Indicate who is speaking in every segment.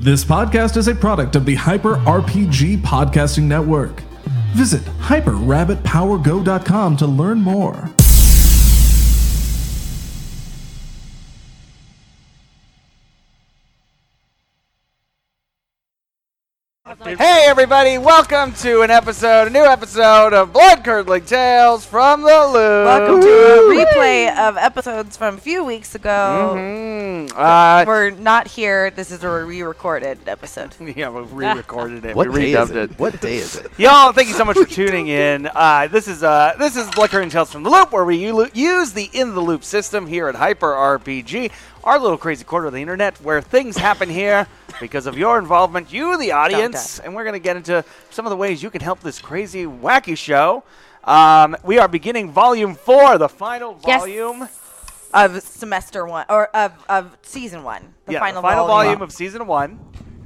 Speaker 1: This podcast is a product of the Hyper RPG Podcasting Network. Visit hyperrabbitpowergo.com to learn more.
Speaker 2: Hey everybody, welcome to an episode, a new episode of Blood Curdling Tales from the Loop.
Speaker 3: Welcome to a replay of episodes from a few weeks ago.
Speaker 2: Mm, uh,
Speaker 3: We're not here. This is a re-recorded episode.
Speaker 2: yeah, we re-recorded it.
Speaker 4: What
Speaker 2: we
Speaker 4: day is
Speaker 2: redubbed
Speaker 4: it? What day is it?
Speaker 2: Y'all, thank you so much for tuning in. Uh, this is uh, this is Blood Curdling Tales from the Loop, where we u- use the in the loop system here at Hyper RPG, our little crazy corner of the internet, where things happen here because of your involvement, you, the audience, and we're going to get into some of the ways you can help this crazy, wacky show. Um, we are beginning volume four, the final
Speaker 3: Yes.
Speaker 2: volume.
Speaker 3: Of semester one, or of, of season one. The
Speaker 2: yeah,
Speaker 3: final,
Speaker 2: the final volume, of season one.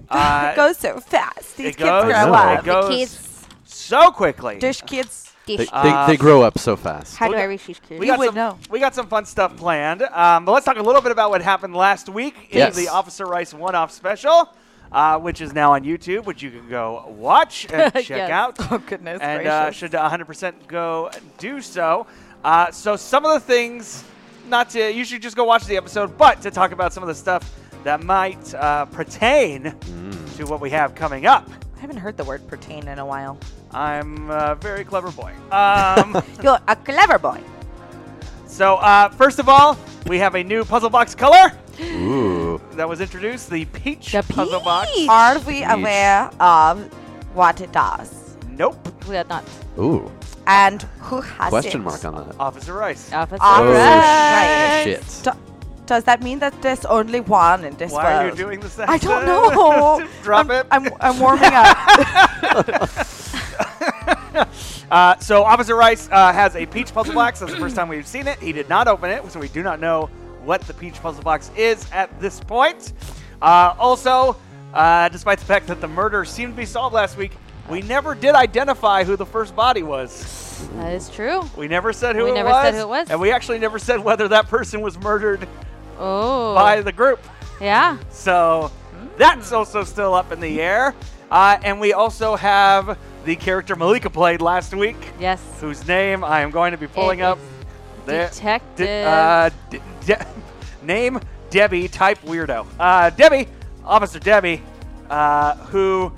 Speaker 2: Uh,
Speaker 3: It goes so fast. These
Speaker 2: it
Speaker 3: kids
Speaker 2: goes,
Speaker 3: grow
Speaker 4: so
Speaker 3: up.
Speaker 2: it goes
Speaker 5: kids.
Speaker 2: so quickly.
Speaker 3: Dish kids.
Speaker 5: Dish.
Speaker 4: They, they,
Speaker 2: uh,
Speaker 4: they grow up so fast.
Speaker 5: How do
Speaker 2: we
Speaker 5: I
Speaker 2: got-
Speaker 5: refuse kids?
Speaker 2: We
Speaker 3: You
Speaker 2: got
Speaker 3: would
Speaker 2: some,
Speaker 3: know.
Speaker 2: We got some fun stuff planned. Um, but let's talk a little bit about what happened last week in
Speaker 4: Yes.
Speaker 2: the Officer Rice one-off special, uh, which is now on YouTube, which you can go watch and check
Speaker 5: Yes.
Speaker 2: out.
Speaker 3: Oh, goodness
Speaker 2: and uh,
Speaker 3: gracious.
Speaker 2: should 100% go do so. Uh, so some of the things, not to, you should just go watch the episode, but to talk about some of the stuff that might uh, pertain to what we have coming up.
Speaker 3: I haven't heard the word pertain in a while.
Speaker 2: I'm a very clever boy. Um,
Speaker 3: You're a clever boy.
Speaker 2: so uh, first of all, we have a new puzzle box color
Speaker 4: Ooh.
Speaker 2: that was introduced, the peach
Speaker 5: The
Speaker 2: puzzle box.
Speaker 5: peach.
Speaker 3: Are we
Speaker 4: Yeesh.
Speaker 3: aware of what it does?
Speaker 2: Nope.
Speaker 5: We are not.
Speaker 4: Ooh.
Speaker 3: And who has
Speaker 4: Question
Speaker 3: it?
Speaker 4: mark on that.
Speaker 2: Officer Rice.
Speaker 5: Officer.
Speaker 2: Ah.
Speaker 3: All right.
Speaker 4: Oh, shit.
Speaker 3: Do- does that mean that there's only one in this
Speaker 2: Why are you
Speaker 3: world?
Speaker 2: doing this?
Speaker 3: I don't know.
Speaker 2: Drop
Speaker 3: I'm,
Speaker 2: it.
Speaker 3: I'm, I'm warming up.
Speaker 2: Uh, so Officer Rice uh, has a peach puzzle box. That's the first time we've seen it. He did not open it, so we do not know what the peach puzzle box is at this point. Uh, also, uh, despite the fact that the murder seemed to be solved last week, we never did identify who the first body was.
Speaker 5: That is true.
Speaker 2: We never said who
Speaker 5: We
Speaker 2: it
Speaker 5: never
Speaker 2: was.
Speaker 5: said who it was.
Speaker 2: And we actually never said whether that person was murdered
Speaker 5: Oh.
Speaker 2: by the group.
Speaker 5: Yeah.
Speaker 2: So that's
Speaker 5: Hmm.
Speaker 2: also still up in the air. Uh, and we also have the character Malika played last week,
Speaker 5: Yes.
Speaker 2: whose name I am going to be pulling
Speaker 5: It
Speaker 2: up.
Speaker 5: is
Speaker 2: There-
Speaker 5: Detective.
Speaker 2: De- uh, de- de- name Debbie, type weirdo. Uh, Debbie, Officer Debbie, uh, who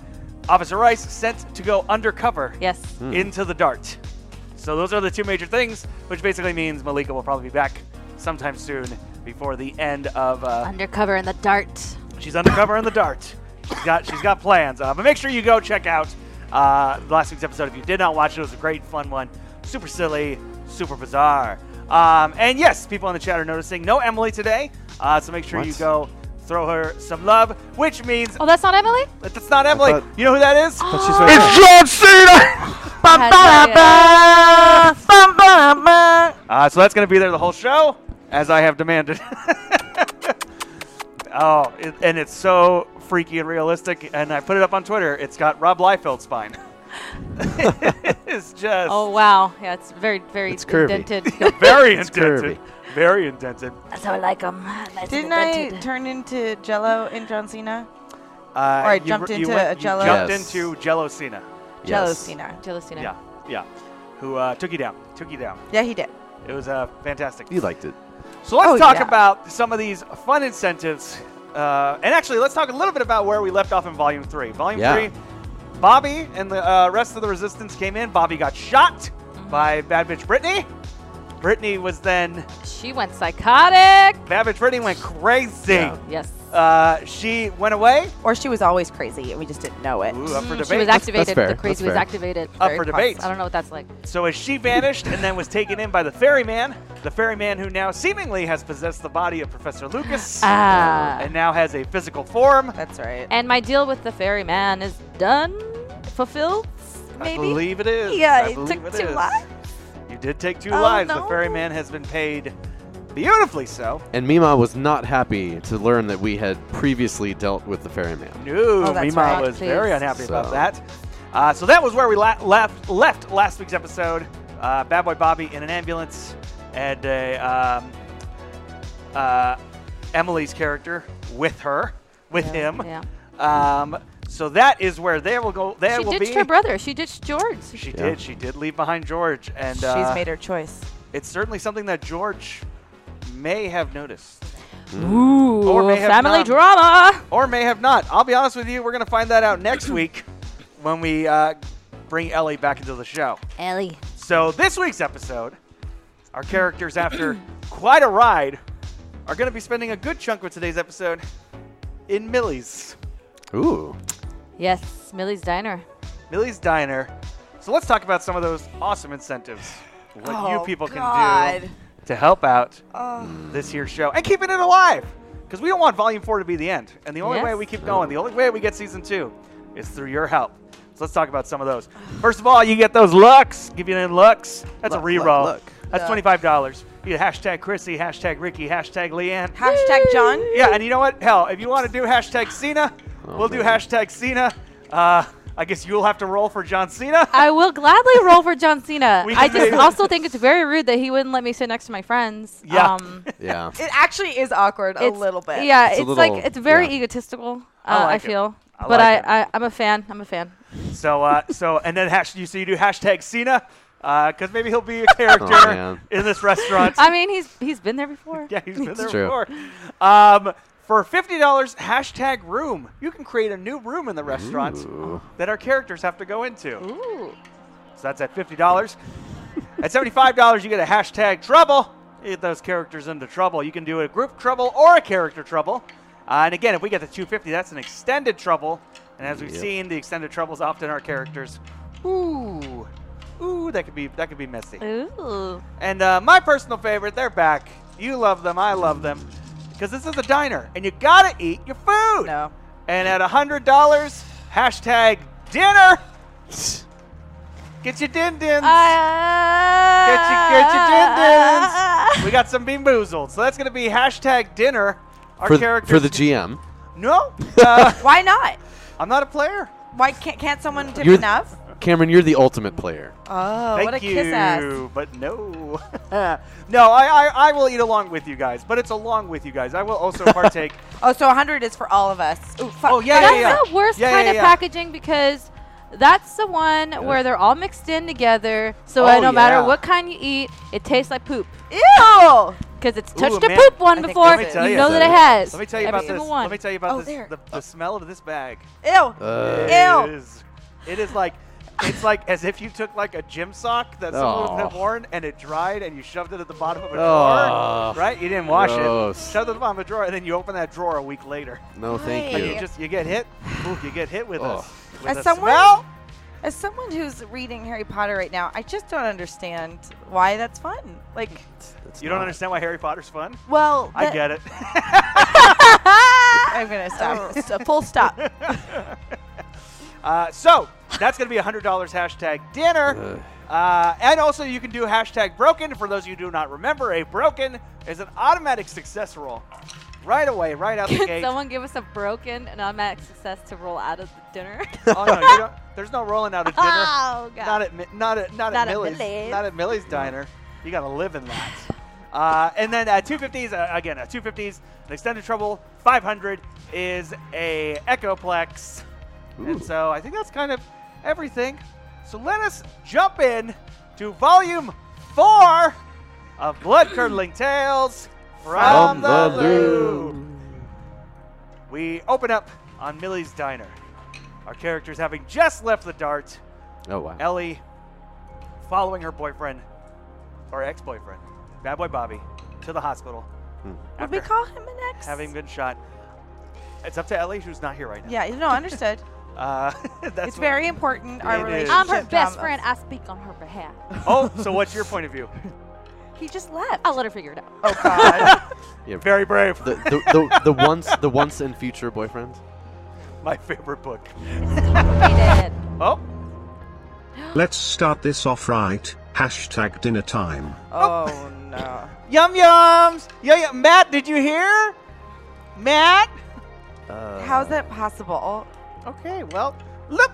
Speaker 2: Officer Rice sent to go undercover
Speaker 5: yes.
Speaker 2: into the dart. So those are the two major things, which basically means Malika will probably be back sometime soon before the end of uh,
Speaker 5: Undercover in the dart.
Speaker 2: She's undercover in the dart. She's got she's got plans. Uh, but make sure you go check out uh, last week's episode if you did not watch it. It was a great fun one. Super silly, super bizarre. Um, and yes, people in the chat are noticing no Emily today. Uh, so make sure you
Speaker 4: What?
Speaker 2: go throw her some love, which means
Speaker 5: Oh, that's not Emily.
Speaker 2: that that's not Emily.
Speaker 4: thought-
Speaker 2: you know who that is?
Speaker 4: But she's right there.
Speaker 2: John Cena.
Speaker 5: Has it-
Speaker 2: Uh, so that's going to be there the whole show, as I have demanded. oh, it, and it's so freaky and realistic. And I put it up on Twitter. It's got Rob Liefeld's spine. it's just
Speaker 5: Oh wow. Yeah, it's very very
Speaker 4: It's curvy.
Speaker 5: indented.
Speaker 2: very
Speaker 4: It's
Speaker 2: indented. Very uh, indented.
Speaker 5: that's how I like them.
Speaker 3: Didn't I turn into Jello in John Cena?
Speaker 2: Uh,
Speaker 3: Or I
Speaker 2: you
Speaker 3: jumped
Speaker 2: br- you
Speaker 3: into
Speaker 2: went-
Speaker 3: a
Speaker 2: you
Speaker 3: Jello.
Speaker 2: Jumped
Speaker 4: Yes.
Speaker 2: into Jello Cena.
Speaker 3: Jello
Speaker 4: Yes.
Speaker 3: Cena.
Speaker 5: Jealousy.
Speaker 2: Yeah, yeah. Who uh, took you down? Took you down.
Speaker 3: Yeah, he did.
Speaker 2: It was uh, fantastic.
Speaker 4: You liked it.
Speaker 2: So let's
Speaker 3: Oh,
Speaker 2: talk
Speaker 3: yeah.
Speaker 2: about some of these fun incentives. Uh, and actually, let's talk a little bit about where we left off in Volume 3. Volume
Speaker 4: Yeah.
Speaker 2: 3, Bobby and the uh, rest of the resistance came in. Bobby got shot by Bad Bitch Brittany. Brittany was then.
Speaker 5: She went psychotic.
Speaker 2: Bad Bitch Brittany went crazy.
Speaker 4: Yeah.
Speaker 5: Yes.
Speaker 2: Uh, she went away.
Speaker 3: Or she was always crazy and we just didn't know it.
Speaker 2: Ooh, up for
Speaker 5: Mm, she was
Speaker 2: debate.
Speaker 5: activated.
Speaker 4: fair,
Speaker 5: The
Speaker 4: that's
Speaker 5: crazy was
Speaker 4: fair.
Speaker 5: activated.
Speaker 2: Up
Speaker 5: Very
Speaker 2: for
Speaker 5: poss-
Speaker 2: debate.
Speaker 5: I don't know what that's like.
Speaker 2: So as she vanished and then was taken in by the ferryman, the ferryman who now seemingly has possessed the body of Professor Lucas
Speaker 5: Ah.
Speaker 2: and now has a physical form.
Speaker 3: That's right.
Speaker 5: And my deal with the ferryman is done, fulfilled,
Speaker 2: I
Speaker 5: maybe.
Speaker 2: believe it is.
Speaker 3: Yeah,
Speaker 2: I
Speaker 3: it
Speaker 2: believe
Speaker 3: took two
Speaker 2: is.
Speaker 3: lives.
Speaker 2: You did take two
Speaker 3: Oh,
Speaker 2: lives. The
Speaker 3: no.
Speaker 2: ferryman has been paid beautifully so.
Speaker 4: And Mima was not happy to learn that we had previously dealt with the ferryman.
Speaker 2: No,
Speaker 3: Oh, that's
Speaker 2: Mima
Speaker 3: right.
Speaker 2: was very
Speaker 5: Please.
Speaker 2: unhappy about
Speaker 4: So.
Speaker 2: that. Uh, so that was where we la- left left last week's episode. Uh, Bad boy Bobby in an ambulance, and a, um, uh, Emily's character with her, with him,
Speaker 5: Yeah.
Speaker 2: Um, so that is where they will go. There
Speaker 5: she
Speaker 2: will be.
Speaker 5: ditched her brother. She ditched George.
Speaker 2: She
Speaker 4: Yeah.
Speaker 2: did. She did leave behind George, and uh,
Speaker 3: She's made her choice.
Speaker 2: it's certainly something that George may have noticed
Speaker 5: Ooh,
Speaker 2: Or may have
Speaker 5: family
Speaker 2: not.
Speaker 5: drama.
Speaker 2: or may have not. I'll be honest with you. We're gonna find that out next week when we uh, bring Ellie back into the show.
Speaker 5: Ellie.
Speaker 2: So this week's episode, our characters, after quite a ride, are going to be spending a good chunk of today's episode in Millie's,
Speaker 4: Ooh.
Speaker 5: Yes, Millie's Diner.
Speaker 2: Millie's Diner. So let's talk about some of those awesome incentives, what you
Speaker 3: Oh,
Speaker 2: people can
Speaker 3: God.
Speaker 2: do to help out
Speaker 3: Oh.
Speaker 2: this here show and keeping it alive, because we don't want Volume Four to be the end. And the only way
Speaker 5: Yes.
Speaker 2: we keep going, the only way we get Season Two, is through your help. So let's talk about some of those. First of all, you get those looks. Give you an looks. That's a
Speaker 4: Look, look,
Speaker 2: reroll.
Speaker 4: look.
Speaker 2: That's
Speaker 3: Look.
Speaker 2: twenty-five dollars. You get hashtag Chrissy, hashtag Ricky, hashtag Leanne.
Speaker 3: Hashtag John.
Speaker 2: yeah, and you know what? Hell, if you want to do hashtag Cena,
Speaker 4: Oh,
Speaker 2: we'll do
Speaker 4: man.
Speaker 2: hashtag Cena. Uh, I guess you'll have to roll for John Cena.
Speaker 5: I will gladly roll for John Cena.
Speaker 2: We
Speaker 5: I
Speaker 2: can
Speaker 5: just
Speaker 2: do-
Speaker 5: also think it's very rude that he wouldn't let me sit next to my friends. Um,
Speaker 2: Yeah.
Speaker 4: Yeah.
Speaker 3: It actually is awkward a
Speaker 5: it's-
Speaker 3: little bit.
Speaker 5: Yeah,
Speaker 4: It's
Speaker 5: it's,
Speaker 4: a
Speaker 5: like
Speaker 4: little-
Speaker 5: it's very
Speaker 4: yeah.
Speaker 5: egotistical. Uh,
Speaker 2: I
Speaker 5: I,
Speaker 2: like it.
Speaker 5: feel,
Speaker 2: I
Speaker 5: but
Speaker 2: like
Speaker 5: I, I I'm a fan. I'm a fan.
Speaker 2: So, uh, so, and then hash, you so you do hashtag Cena, because maybe he'll be a character
Speaker 4: man.
Speaker 2: in this restaurant.
Speaker 5: I mean, he's he's been there before.
Speaker 2: yeah, he's been there
Speaker 4: true.
Speaker 2: before. Um, for fifty dollars, hashtag room. You can create a new room in the restaurant
Speaker 4: Ooh.
Speaker 2: that our characters have to go into.
Speaker 5: Ooh.
Speaker 2: So that's at fifty dollars. at seventy-five dollars, you get a hashtag trouble. You Get those characters into trouble. You can do a group trouble or a character trouble. Uh, and again, if we get the two fifty, that's an extended trouble. And as we've
Speaker 4: Yep.
Speaker 2: seen, the extended troubles often are characters. Ooh, ooh, that could be that could be messy.
Speaker 5: Ooh.
Speaker 2: And uh, my personal favorite, they're back. You love them, I love them, because this is a diner, and you gotta eat your food.
Speaker 3: No.
Speaker 2: And at hundred dollars, hashtag dinner. Get your din dins.
Speaker 3: Uh,
Speaker 5: Uh,
Speaker 2: Get your, get your din-dins. We got some bean boozled. So that's going to be hashtag dinner. Our
Speaker 4: For, th-
Speaker 2: characters.
Speaker 4: for the GM.
Speaker 2: no, uh,
Speaker 3: Why not?
Speaker 2: I'm not a player.
Speaker 3: Why can't can't someone tip
Speaker 4: You're-
Speaker 3: enough?
Speaker 4: Cameron, you're the ultimate player.
Speaker 3: Oh,
Speaker 2: Thank
Speaker 3: what a
Speaker 2: you.
Speaker 3: kiss ass.
Speaker 2: But no. no, I, I, I will eat along with you guys, but it's along with you guys. I will also partake.
Speaker 3: Oh, so 100 is for all of us. Ooh, fuck.
Speaker 2: Oh, yeah,
Speaker 5: That's
Speaker 2: yeah, yeah.
Speaker 5: the worst
Speaker 2: Yeah,
Speaker 5: kind
Speaker 2: yeah,
Speaker 5: of
Speaker 2: yeah.
Speaker 5: packaging because that's the one where they're all mixed in together. So uh,
Speaker 2: Oh,
Speaker 5: no matter
Speaker 2: yeah.
Speaker 5: what kind you eat, it tastes like poop.
Speaker 3: Ew!
Speaker 5: Because it's
Speaker 2: Ooh,
Speaker 5: touched a
Speaker 2: man.
Speaker 5: poop
Speaker 3: I
Speaker 5: one
Speaker 3: think
Speaker 5: before.
Speaker 3: that's it.
Speaker 5: You
Speaker 3: Let me
Speaker 5: know
Speaker 4: tell
Speaker 5: that it
Speaker 4: you.
Speaker 5: has.
Speaker 2: Let me tell you
Speaker 5: Every
Speaker 2: about this.
Speaker 5: single One.
Speaker 2: Let me tell you about
Speaker 3: Oh,
Speaker 2: this.
Speaker 3: there.
Speaker 2: The, the smell of this bag.
Speaker 3: Ew!
Speaker 4: Uh,
Speaker 3: Ew.
Speaker 2: Is, it is like. It's like as if you took like a gym sock that someone would have
Speaker 4: Aw.
Speaker 2: worn and it dried and you shoved it at the bottom of a
Speaker 4: Aw.
Speaker 2: drawer, right? You didn't wash
Speaker 4: Gross.
Speaker 2: it. Shoved it at the bottom of a drawer and then you open that drawer a week later.
Speaker 4: no,
Speaker 3: Why?
Speaker 4: thank
Speaker 2: Like
Speaker 4: you.
Speaker 2: you just you get hit. Oof, you get hit with
Speaker 4: Ugh.
Speaker 2: us. With
Speaker 3: As
Speaker 2: a
Speaker 3: someone,
Speaker 2: smell.
Speaker 3: as someone who's reading Harry Potter right now, I just don't understand why that's fun. Like,
Speaker 4: That's
Speaker 2: You don't
Speaker 4: not-
Speaker 2: understand why Harry Potter's fun?
Speaker 3: well,
Speaker 2: I
Speaker 3: that-
Speaker 2: get it.
Speaker 3: I'm gonna stop. S- Full stop.
Speaker 2: Uh, so that's gonna be a hundred dollars hashtag dinner. Uh, and also you can do hashtag broken. For those of you who do not remember, a broken is an automatic success roll. Right away, right out the
Speaker 5: Can
Speaker 2: gate.
Speaker 5: someone give us a broken and automatic success to roll out of the dinner?
Speaker 2: oh no, you don't, there's no rolling out of dinner.
Speaker 5: Oh, God.
Speaker 2: Not at Mi- not at not, at
Speaker 5: Not at
Speaker 2: Millie's.
Speaker 5: Millie's.
Speaker 2: Not at Millie's diner. You gotta live in that. Uh, and then uh, 250s uh, again. Uh, 250s an extended trouble. 500 is a Echoplex. And so I think that's kind of everything. So let us jump in to volume four of Blood Curdling Tales from, the, Loop. We open up on Millie's diner. Our characters having just left the dart.
Speaker 4: Oh, wow.
Speaker 2: Ellie following her boyfriend or ex-boyfriend, bad boy Bobby, to the hospital
Speaker 3: Would we
Speaker 2: After-
Speaker 3: call him an ex?
Speaker 2: having been shot. It's up to Ellie, who's not here right now.
Speaker 3: Yeah. you know, understood.
Speaker 2: Uh, that's
Speaker 3: it's
Speaker 2: what-
Speaker 3: very important. Our
Speaker 2: It is.
Speaker 3: relationship.
Speaker 5: I'm her best
Speaker 3: dramas.
Speaker 5: friend. I speak on her behalf.
Speaker 2: Oh, so what's your point of view?
Speaker 3: He just left.
Speaker 5: I'll let her figure it out.
Speaker 3: Oh God.
Speaker 2: Very brave.
Speaker 4: The, the, the, the once the once and future boyfriend.
Speaker 2: My favorite book.
Speaker 5: Hated.
Speaker 2: Oh,
Speaker 6: Let's start this off right. Hashtag dinner time.
Speaker 3: oh no.
Speaker 2: yum yums. Yeah, yeah. Matt, did you hear? Matt.
Speaker 4: Uh,
Speaker 3: How's that possible?
Speaker 2: Okay. Well, look.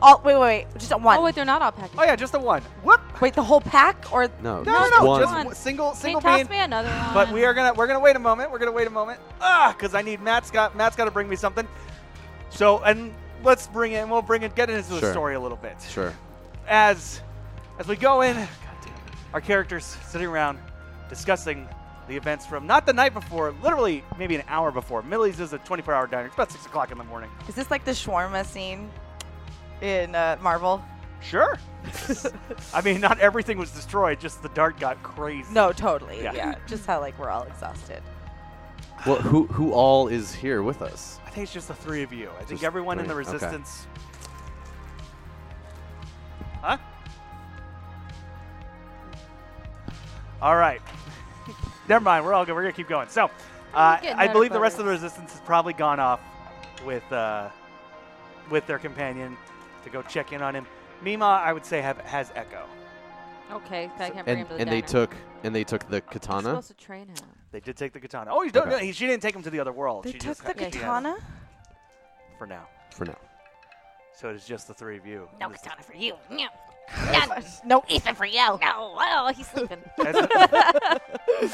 Speaker 3: Oh wait, wait, wait. Just one.
Speaker 5: Oh, wait, they're not all packaged.
Speaker 2: Oh yeah, just the one. Whoop.
Speaker 3: Wait, the whole pack or
Speaker 2: No,
Speaker 4: No,
Speaker 2: no,
Speaker 4: just
Speaker 2: no.
Speaker 4: one.
Speaker 2: Just
Speaker 5: One.
Speaker 2: w- single,
Speaker 5: Can
Speaker 2: single
Speaker 5: you toss
Speaker 2: bean.
Speaker 5: me another one?
Speaker 2: But we are gonna we're gonna wait a moment. We're gonna wait a moment. Ah, because I need Matt's got Matt's got to bring me something. So, and let's bring in, we'll bring it, get into the
Speaker 4: Sure.
Speaker 2: story a little bit.
Speaker 4: Sure.
Speaker 2: As, as we go in, our characters sitting around discussing the events from not the night before, literally maybe an hour before. Millie's is a 24-hour diner. It's about six o'clock in the morning.
Speaker 3: Is this like the shawarma scene in uh, Marvel?
Speaker 2: Sure. I mean, not everything was destroyed. Just the dart got crazy.
Speaker 3: No, totally.
Speaker 2: Yeah.
Speaker 3: Yeah. Just how like we're all exhausted.
Speaker 4: Well, who who all is here with us?
Speaker 2: I think it's just the three of you. I think
Speaker 4: Just
Speaker 2: everyone in the
Speaker 4: three, okay.
Speaker 2: resistance. Huh? All right. Never mind. We're all good. We're gonna keep going. So, uh,
Speaker 5: getting
Speaker 2: I
Speaker 5: out
Speaker 2: believe
Speaker 5: of
Speaker 2: the rest of the resistance has probably gone off with uh, with their companion to go check in on him. Mima, I would say, have has Echo.
Speaker 5: Okay, I can't bring
Speaker 4: And
Speaker 5: him to the
Speaker 4: and they
Speaker 5: diner.
Speaker 4: took and they took the
Speaker 5: I'm
Speaker 4: katana.
Speaker 5: supposed to train him.
Speaker 2: They did take the katana. Oh, you don't.
Speaker 4: Okay.
Speaker 2: No, he, she didn't take him to the other world.
Speaker 3: They
Speaker 2: she
Speaker 3: took
Speaker 2: just
Speaker 3: the
Speaker 2: had- she had him
Speaker 3: katana.
Speaker 2: for now.
Speaker 4: for now.
Speaker 2: So it is just the three of you.
Speaker 7: No
Speaker 2: in this-
Speaker 7: katana for you. No,
Speaker 3: No,
Speaker 7: Ethan for you. No, oh, he's sleeping.
Speaker 2: as,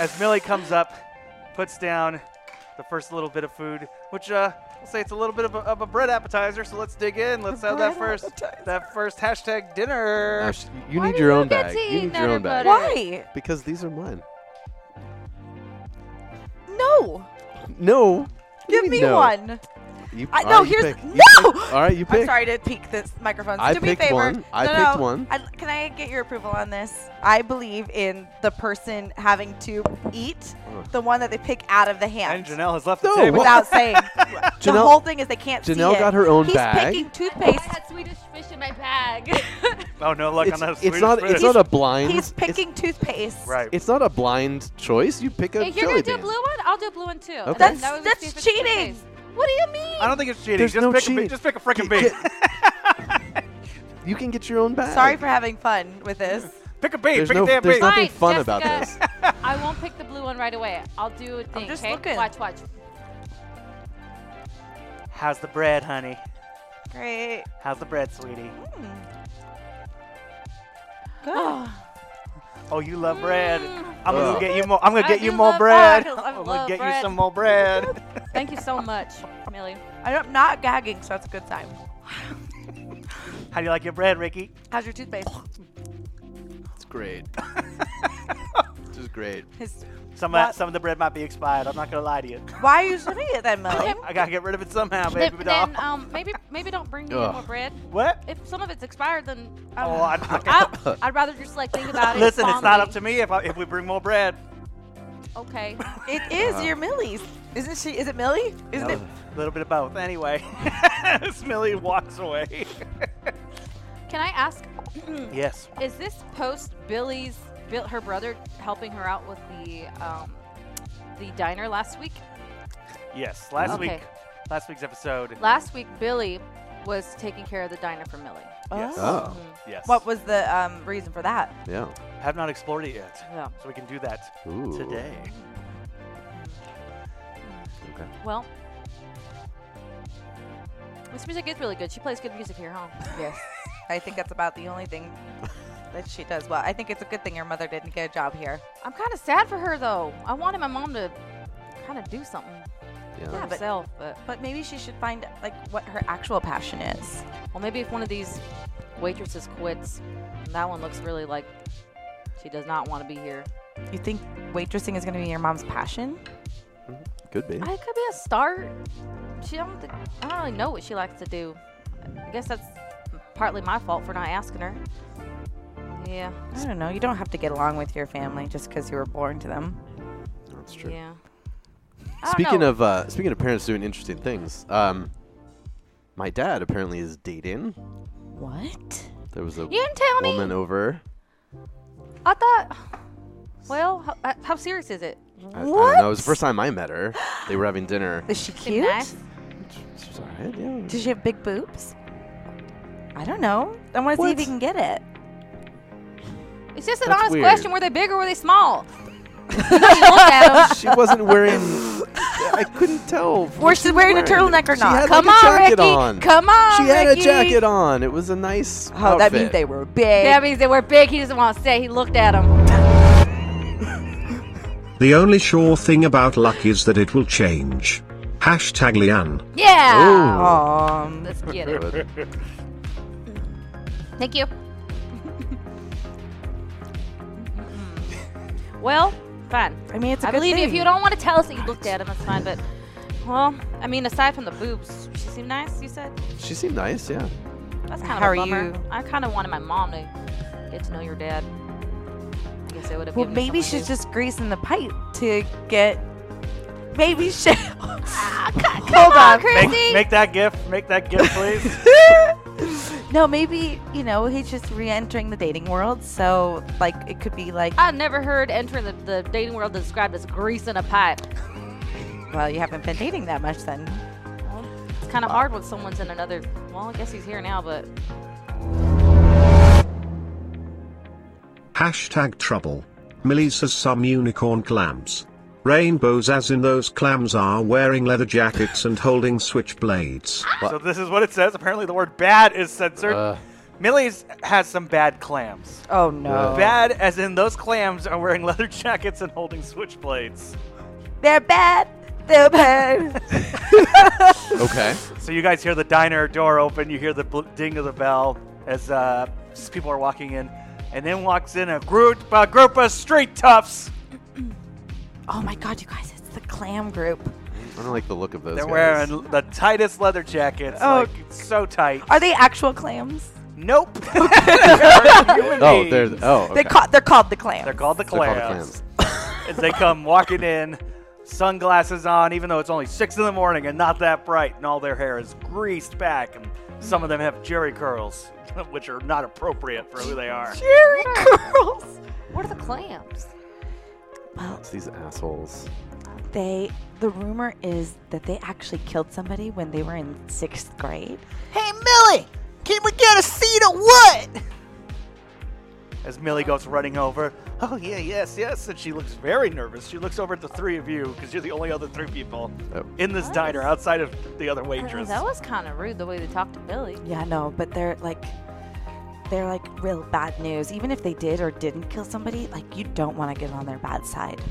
Speaker 2: as Millie comes up, puts down the first little bit of food, which uh, I'll say it's a little bit of a, of a bread appetizer. So let's dig in. Let's have that first that first hashtag dinner.
Speaker 4: Ash, you
Speaker 5: Why
Speaker 4: need
Speaker 5: do
Speaker 4: your
Speaker 5: you
Speaker 4: own
Speaker 5: get
Speaker 4: bag.
Speaker 5: to
Speaker 4: You
Speaker 5: eat
Speaker 4: need
Speaker 5: none
Speaker 4: your own
Speaker 5: of
Speaker 4: bag.
Speaker 5: butter?
Speaker 3: why?
Speaker 4: Because these are mine.
Speaker 3: No.
Speaker 4: No.
Speaker 3: Give me one.
Speaker 4: You,
Speaker 3: I-
Speaker 4: all
Speaker 3: no,
Speaker 4: right, you
Speaker 3: here's-
Speaker 4: pick. You
Speaker 3: no!
Speaker 4: pick. All right, you pick.
Speaker 3: I'm sorry to peek this microphone.
Speaker 4: I
Speaker 3: do me a
Speaker 4: picked
Speaker 3: favor.
Speaker 4: one. I
Speaker 3: no,
Speaker 4: picked
Speaker 3: no.
Speaker 4: one.
Speaker 3: I, can I get your approval on this? I believe in the person having to eat the one that they pick out of the
Speaker 2: And
Speaker 3: hand.
Speaker 2: Janelle has left the
Speaker 4: No,
Speaker 2: table.
Speaker 4: what?
Speaker 3: Without saying. the
Speaker 4: Janelle-
Speaker 3: whole thing is they can't see
Speaker 4: Janelle
Speaker 3: it.
Speaker 4: got her own
Speaker 3: He's
Speaker 4: bag.
Speaker 3: picking
Speaker 5: I
Speaker 3: toothpaste.
Speaker 5: had Swedish fish in my bag.
Speaker 2: Oh no, luck
Speaker 4: It's,
Speaker 2: on that.
Speaker 4: it's
Speaker 2: Swedish
Speaker 4: not.
Speaker 2: food.
Speaker 4: It's not a blind.
Speaker 3: He's
Speaker 4: it's-
Speaker 3: picking toothpaste.
Speaker 2: right.
Speaker 4: It's, not a blind choice. You pick a
Speaker 5: if you're
Speaker 4: jelly
Speaker 5: gonna do a
Speaker 4: bean.
Speaker 5: blue one, I'll do a blue one too. And
Speaker 4: That's-
Speaker 5: that way we
Speaker 3: that's
Speaker 5: see if it's
Speaker 3: cheating.
Speaker 5: two-faced. What do you mean?
Speaker 2: I don't think it's cheating.
Speaker 4: There's
Speaker 2: just
Speaker 4: no
Speaker 2: pick a
Speaker 4: cheat.
Speaker 2: beat. Just pick a freaking
Speaker 4: Get-
Speaker 2: beat.
Speaker 4: You can get your own bag.
Speaker 3: Sorry for having fun with this.
Speaker 2: pick a beat.
Speaker 4: There's
Speaker 2: pick
Speaker 4: no.
Speaker 2: a damn
Speaker 4: There's
Speaker 2: beat.
Speaker 4: nothing
Speaker 5: Fine,
Speaker 4: fun
Speaker 5: Jessica.
Speaker 4: about this.
Speaker 5: I won't pick the blue one right away. I'll do a thing.
Speaker 3: just
Speaker 5: okay?
Speaker 3: looking.
Speaker 5: Watch, watch.
Speaker 2: How's the bread, honey?
Speaker 3: Great.
Speaker 2: How's the bread, sweetie?
Speaker 5: Mm.
Speaker 3: Good.
Speaker 2: Oh, you love bread. I'm
Speaker 4: Ugh.
Speaker 2: gonna get you more. I'm gonna
Speaker 5: Mm. I
Speaker 2: get you
Speaker 5: do
Speaker 2: more
Speaker 5: love-
Speaker 2: bread.
Speaker 5: I love
Speaker 2: I'm gonna get you
Speaker 5: bread.
Speaker 2: some more bread.
Speaker 5: Thank you so much, Millie.
Speaker 3: I'm not gagging, so that's a good sign.
Speaker 2: How do you like your bread, Ricky?
Speaker 3: How's your toothpaste?
Speaker 4: It's great. This is great.
Speaker 3: His,
Speaker 2: Some of,
Speaker 3: What?
Speaker 2: some of the bread might be expired. I'm not gonna lie to you.
Speaker 3: why are you swimming it then, Millie?
Speaker 5: Okay.
Speaker 2: Oh, I gotta get rid of it somehow, baby
Speaker 5: Then,
Speaker 2: doll.
Speaker 5: then, um, maybe maybe don't bring me any
Speaker 4: Ugh.
Speaker 5: more bread.
Speaker 2: what?
Speaker 5: If some of it's expired, then I don't
Speaker 2: Oh,
Speaker 5: know.
Speaker 2: I'm not gonna.
Speaker 5: I, I'd rather just like think about it.
Speaker 2: Listen, it's not up to
Speaker 5: fondly.
Speaker 2: me if I, if we bring more bread.
Speaker 5: Okay.
Speaker 3: It is your Millie's. Isn't she? Is it Millie? Isn't it?
Speaker 2: A little bit of both. Anyway, Smilly walks away.
Speaker 5: Can I ask?
Speaker 2: yes.
Speaker 5: Is this post Billy's Bill, her brother helping her out with the um, the diner last week?
Speaker 2: Yes. Last
Speaker 5: Okay.
Speaker 2: week, last week's episode.
Speaker 5: Last week Billy was taking care of the diner for Millie.
Speaker 2: Yes.
Speaker 4: Oh,
Speaker 2: Yes.
Speaker 3: What was the um, reason for that?
Speaker 4: yeah.
Speaker 2: Have not explored it yet,
Speaker 5: Yeah.
Speaker 2: so we can do that
Speaker 4: Ooh.
Speaker 2: today.
Speaker 4: Okay.
Speaker 5: Well, this music is really good. She plays good music here, huh?
Speaker 3: Yes. I think that's about the only thing that she does well. I think it's a good thing your mother didn't get a job here.
Speaker 5: I'm kind of sad for her though. I wanted my mom to kind of do something
Speaker 4: Yeah.
Speaker 5: for
Speaker 3: but-
Speaker 5: herself, but
Speaker 3: But maybe she should find like what her actual passion is.
Speaker 5: well, maybe if one of these waitresses quits, that one looks really like she does not want to be here.
Speaker 3: You think waitressing is going to be your mom's passion?
Speaker 4: Could be.
Speaker 5: I it could be a start. She don't. Th- I don't really know what she likes to do. I guess that's partly my fault for not asking her. Yeah.
Speaker 3: I don't know. You don't have to get along with your family just because you were born to them.
Speaker 4: That's true.
Speaker 5: Yeah. I don't
Speaker 4: Speaking
Speaker 5: know.
Speaker 4: of uh, speaking of parents doing interesting things, um, my dad apparently is dating.
Speaker 3: What?
Speaker 4: There was a
Speaker 5: You didn't tell me.
Speaker 4: woman over.
Speaker 5: I thought. Well, how, uh, how serious is it?
Speaker 4: I, I don't know. It was the first time I met her. They were having dinner.
Speaker 3: Is she
Speaker 5: Seem
Speaker 3: cute?
Speaker 5: nice?
Speaker 4: She's all right, yeah.
Speaker 3: Does she have big boobs? I don't know. I want to see if you can get it.
Speaker 5: It's just an
Speaker 4: That's
Speaker 5: honest
Speaker 4: weird.
Speaker 5: question. Were they big or were they small? you know you looked at 'em.
Speaker 4: She wasn't wearing. I couldn't tell. from
Speaker 3: Or
Speaker 4: what
Speaker 3: she's
Speaker 4: she was
Speaker 3: wearing a turtleneck or
Speaker 4: She
Speaker 3: not.
Speaker 4: had,
Speaker 5: Come
Speaker 4: like, a
Speaker 5: on,
Speaker 4: jacket
Speaker 5: Ricky.
Speaker 4: on.
Speaker 5: Come on,
Speaker 4: She had
Speaker 5: Ricky.
Speaker 4: a jacket on. It was a nice.
Speaker 3: Oh, that means
Speaker 4: outfit.
Speaker 3: they were big.
Speaker 5: That means they were big. He doesn't want to say. He looked at them.
Speaker 6: The only sure thing about luck is that it will change. Hashtag Leanne.
Speaker 5: Yeah.
Speaker 3: Um,
Speaker 5: Let's get it.
Speaker 4: Good.
Speaker 5: Thank you. well, fine.
Speaker 3: I mean, it's a
Speaker 5: I
Speaker 3: good
Speaker 5: believe you. if
Speaker 3: thing.
Speaker 5: you don't want to tell us that you looked at him, that's fine. But well, I mean, aside from the boobs, she seemed nice. You said
Speaker 4: She seemed nice, yeah.
Speaker 5: that's kind
Speaker 3: How
Speaker 5: of
Speaker 3: are
Speaker 5: a bummer.
Speaker 3: you?
Speaker 5: I kind of wanted my mom to get to know your dad. I guess it would have.
Speaker 3: Well,
Speaker 5: given me
Speaker 3: maybe
Speaker 5: someone
Speaker 3: she's
Speaker 5: to-
Speaker 3: just greasing the pipe to get. Maybe she.
Speaker 5: Come
Speaker 3: Hold
Speaker 5: on,
Speaker 3: Ah, on.
Speaker 5: Chrissy.
Speaker 2: Make, make that gift. Make that gift, please.
Speaker 3: No, maybe you know he's just re-entering the dating world, so like it could be like,
Speaker 5: I've never heard entering the, the dating world described as greasing a pipe.
Speaker 3: well, you haven't been dating that much then.
Speaker 5: It's kind of hard when someone's in another. Well, I guess he's here now, but
Speaker 6: Hashtag trouble. Millie says some unicorn clams. Rainbows as in those clams are wearing leather jackets and holding switchblades.
Speaker 2: so this is what it says. Apparently, the word "bad" is censored.
Speaker 4: Uh.
Speaker 2: Millie's has some bad clams.
Speaker 3: Oh no,
Speaker 2: Bad, as in those clams are wearing leather jackets and holding switchblades.
Speaker 3: they're bad. They're bad.
Speaker 4: Okay.
Speaker 2: So you guys hear the diner door open. You hear the bl- ding of the bell as uh, s- people are walking in, and then walks in a group, a group of street toughs.
Speaker 3: oh my god, you guys, it's the clam group.
Speaker 4: I don't like the look of those.
Speaker 2: They're wearing
Speaker 4: guys.
Speaker 2: l- the tightest leather jackets.
Speaker 3: Oh.
Speaker 2: Like it's so tight.
Speaker 3: Are they actual clams?
Speaker 2: Nope. They're human
Speaker 4: Oh, they're
Speaker 2: beings.
Speaker 4: oh. Okay.
Speaker 3: They call they're called the clams.
Speaker 2: They're called the
Speaker 4: They're called the
Speaker 2: clams. As they come walking in, sunglasses on, even though it's only six in the morning and not that bright, and all their hair is greased back, and some of them have jerry curls, which are not appropriate for who they are.
Speaker 3: Jerry curls.
Speaker 5: what are the clams?
Speaker 4: It's these assholes.
Speaker 3: They. The rumor is that they actually killed somebody when they were in sixth grade.
Speaker 2: As Millie goes running over, oh yeah, yes, yes, and she looks very nervous. She looks over at the three of you because you're the only other three people
Speaker 4: Oh.
Speaker 2: in this
Speaker 5: Nice.
Speaker 2: diner outside of the other
Speaker 5: Oh,
Speaker 2: waitress.
Speaker 5: that was kind of rude the way they talked to Billy.
Speaker 3: Yeah, no, but they're like, they're like real bad news. Even if they did or didn't kill somebody, like you don't want to get on their bad side.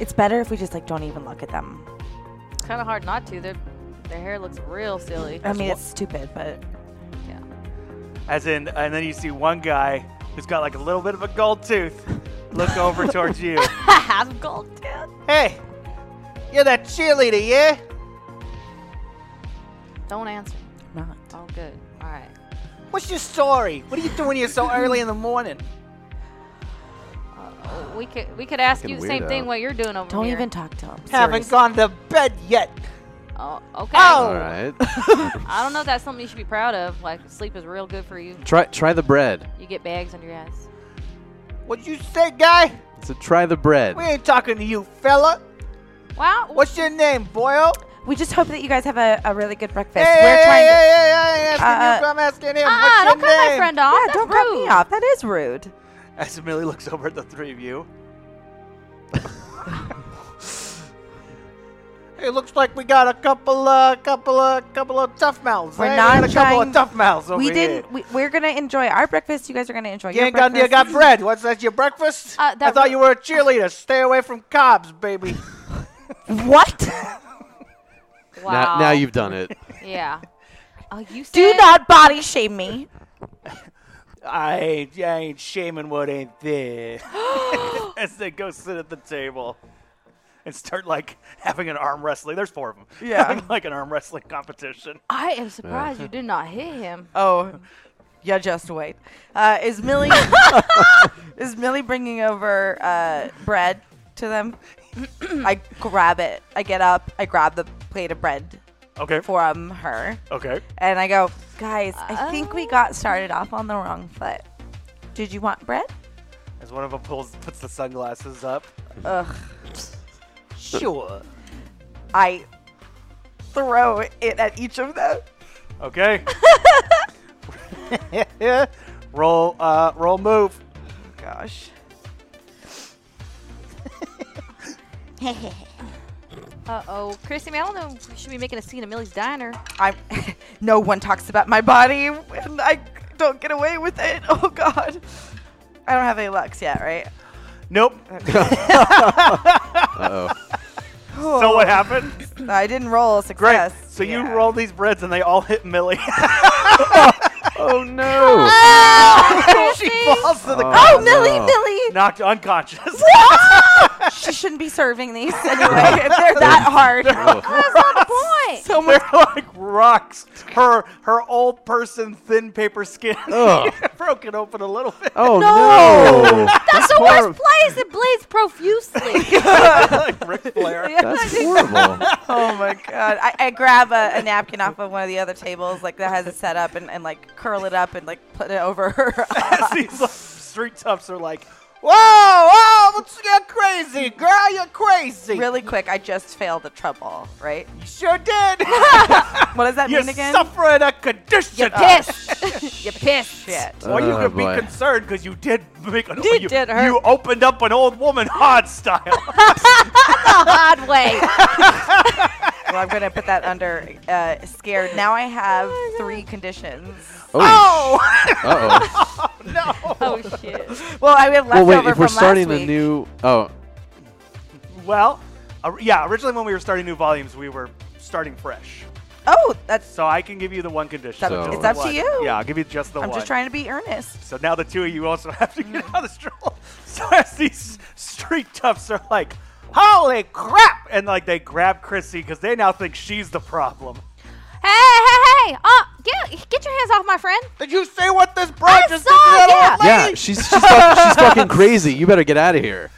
Speaker 3: It's better if we just like don't even look at them.
Speaker 5: It's kind of hard not to. Their their hair looks real silly.
Speaker 3: I mean, it's stupid, but
Speaker 2: As in, and then you see one guy who's got like a little bit of a gold tooth look over towards you.
Speaker 5: I have gold tooth.
Speaker 2: Hey, you're that cheerleader, yeah?
Speaker 5: Don't answer.
Speaker 3: not.
Speaker 5: Oh, good. All right.
Speaker 2: What's your story? What are you doing here so early in the morning?
Speaker 5: Oh, we could we could ask you the
Speaker 4: Fucking
Speaker 5: same
Speaker 4: weirdo.
Speaker 5: thing what you're doing over
Speaker 3: Don't
Speaker 5: here.
Speaker 3: even talk to them.
Speaker 2: Haven't gone to bed yet.
Speaker 5: Oh, okay.
Speaker 4: All
Speaker 2: Oh!
Speaker 4: right.
Speaker 5: I don't know if that's something you should be proud of. Like sleep is real good for you.
Speaker 4: try try the bread.
Speaker 5: You get bags under your ass.
Speaker 2: What'd you say, guy?
Speaker 4: So try the bread.
Speaker 2: We ain't talking to you, fella.
Speaker 5: Wow.
Speaker 2: What's your name, boyo?
Speaker 3: We just hope that you guys have a, a really good breakfast.
Speaker 2: Hey,
Speaker 3: We're
Speaker 2: hey,
Speaker 3: trying
Speaker 2: hey,
Speaker 3: to.
Speaker 2: hey, hey, hey, asking
Speaker 3: Uh,
Speaker 2: you, I'm asking him.
Speaker 5: Ah,
Speaker 2: What's
Speaker 5: don't
Speaker 2: your
Speaker 5: cut my
Speaker 2: name?
Speaker 5: friend off.
Speaker 3: Yeah,
Speaker 5: That's
Speaker 3: don't
Speaker 5: rude.
Speaker 3: cut me off. That is rude.
Speaker 2: As Millie looks over at the three of you. it looks like we got a couple, uh, couple, uh, couple of tough mouths.
Speaker 3: We're
Speaker 2: eh?
Speaker 3: not
Speaker 2: we got a couple
Speaker 3: trying-
Speaker 2: of tough mouths over
Speaker 3: we
Speaker 2: here.
Speaker 3: didn't. We, we're gonna enjoy our breakfast. You guys are gonna enjoy
Speaker 2: You
Speaker 3: your
Speaker 2: ain't got, you
Speaker 3: breakfast.
Speaker 2: got bread. What's that? Your breakfast?
Speaker 5: Uh, that
Speaker 2: I thought
Speaker 5: re-
Speaker 2: you were a cheerleader. Stay away from Cobb's, baby.
Speaker 3: what?
Speaker 5: Wow.
Speaker 4: Now, now you've done it.
Speaker 5: Yeah. Oh, you said.
Speaker 3: Do not body shame me.
Speaker 2: I ain't, I ain't shaming what ain't there. As they go sit at the table and start like having an arm wrestling. There's four of them.
Speaker 3: Yeah.
Speaker 2: Having, like an arm wrestling competition.
Speaker 5: I am surprised
Speaker 2: Uh.
Speaker 5: you did not hit him.
Speaker 3: Oh, yeah, just wait. Uh, is Millie is Millie bringing over uh, bread to them? I grab it. I get up. I grab the plate of bread
Speaker 2: Okay.
Speaker 3: from her,
Speaker 2: Okay.
Speaker 3: and I go, guys. I think we got started off on the wrong foot. Did you want bread?
Speaker 2: As one of them pulls, puts the sunglasses up.
Speaker 3: Ugh.
Speaker 2: Sure.
Speaker 3: I throw it at each of them.
Speaker 2: Okay. roll, uh, roll move.
Speaker 3: Gosh.
Speaker 5: Uh oh, Christy, man, I don't know. if We should be making a scene at Millie's Diner.
Speaker 3: I no one talks about my body and I don't get away with it. Oh god. I don't have any lux yet, right?
Speaker 2: Nope.
Speaker 4: Uh oh.
Speaker 2: So what happened?
Speaker 3: I didn't roll a
Speaker 2: Great.
Speaker 3: success.
Speaker 2: So
Speaker 3: Yeah.
Speaker 2: you roll these breads and they all hit Millie.
Speaker 4: Oh no!
Speaker 3: Ah!
Speaker 2: she falls to the ground,
Speaker 3: Oh, Millie,
Speaker 4: no.
Speaker 3: Millie!
Speaker 2: knocked unconscious.
Speaker 3: She shouldn't be serving these anyway. if they're that hard.
Speaker 5: That's not the point.
Speaker 3: so much.
Speaker 2: They're like rocks. Her her old person thin paper skin
Speaker 4: Ugh.
Speaker 2: broken open a little bit.
Speaker 4: Oh
Speaker 5: No.
Speaker 4: no!
Speaker 5: That's the worst place. It bleeds profusely.
Speaker 2: like Ric Flair.
Speaker 4: That's horrible.
Speaker 3: Oh my god! I, I grab a, a napkin off of one of the other tables, like that has it set up, and, and like curl it up and like put it over her.
Speaker 2: These like, street toughs are like, whoa, whoa, let's get crazy, girl, you're crazy.
Speaker 3: really quick, I just failed the trouble, right?
Speaker 2: You sure did.
Speaker 3: What does that
Speaker 2: You're
Speaker 3: mean again?
Speaker 2: suffering a condition.
Speaker 5: you pissed. you pissed.
Speaker 3: Shit.
Speaker 2: Well, you
Speaker 4: Oh,
Speaker 2: could
Speaker 4: boy.
Speaker 2: be concerned because you did make an.
Speaker 5: You
Speaker 2: you,
Speaker 5: did hurt.
Speaker 2: you opened up an old woman hard style.
Speaker 5: Odd way.
Speaker 3: Well, I'm gonna put that under uh, scared. Now I have three conditions.
Speaker 4: Oh. Uh oh.
Speaker 5: Oh shit.
Speaker 3: Well, I have leftover
Speaker 4: Well, wait. If
Speaker 3: from
Speaker 4: we're
Speaker 3: last
Speaker 4: starting a
Speaker 3: week.
Speaker 4: new, oh,
Speaker 2: well, uh, yeah. Originally, when we were starting new volumes, we were starting fresh.
Speaker 3: Oh, that's.
Speaker 2: So I can give you the one condition.
Speaker 3: It's
Speaker 4: up-
Speaker 2: Just
Speaker 4: it's
Speaker 2: the
Speaker 3: up to
Speaker 2: one.
Speaker 3: you.
Speaker 2: Yeah, I'll give you just the
Speaker 3: I'm
Speaker 2: one.
Speaker 3: just trying to be earnest.
Speaker 2: So now the two of you also have to
Speaker 3: Mm.
Speaker 2: get out of the stroll. So as these street toughs are like, holy crap! And like they grab Chrissy because they now think she's the problem.
Speaker 5: Hey, hey, hey! Uh, get get your hands off my friend.
Speaker 2: Did you see what this
Speaker 5: I
Speaker 2: broad just did
Speaker 5: saw,
Speaker 2: to that
Speaker 5: yeah.
Speaker 2: old lady?
Speaker 4: yeah. She's she's, fuck, she's fucking crazy. You better get out of here.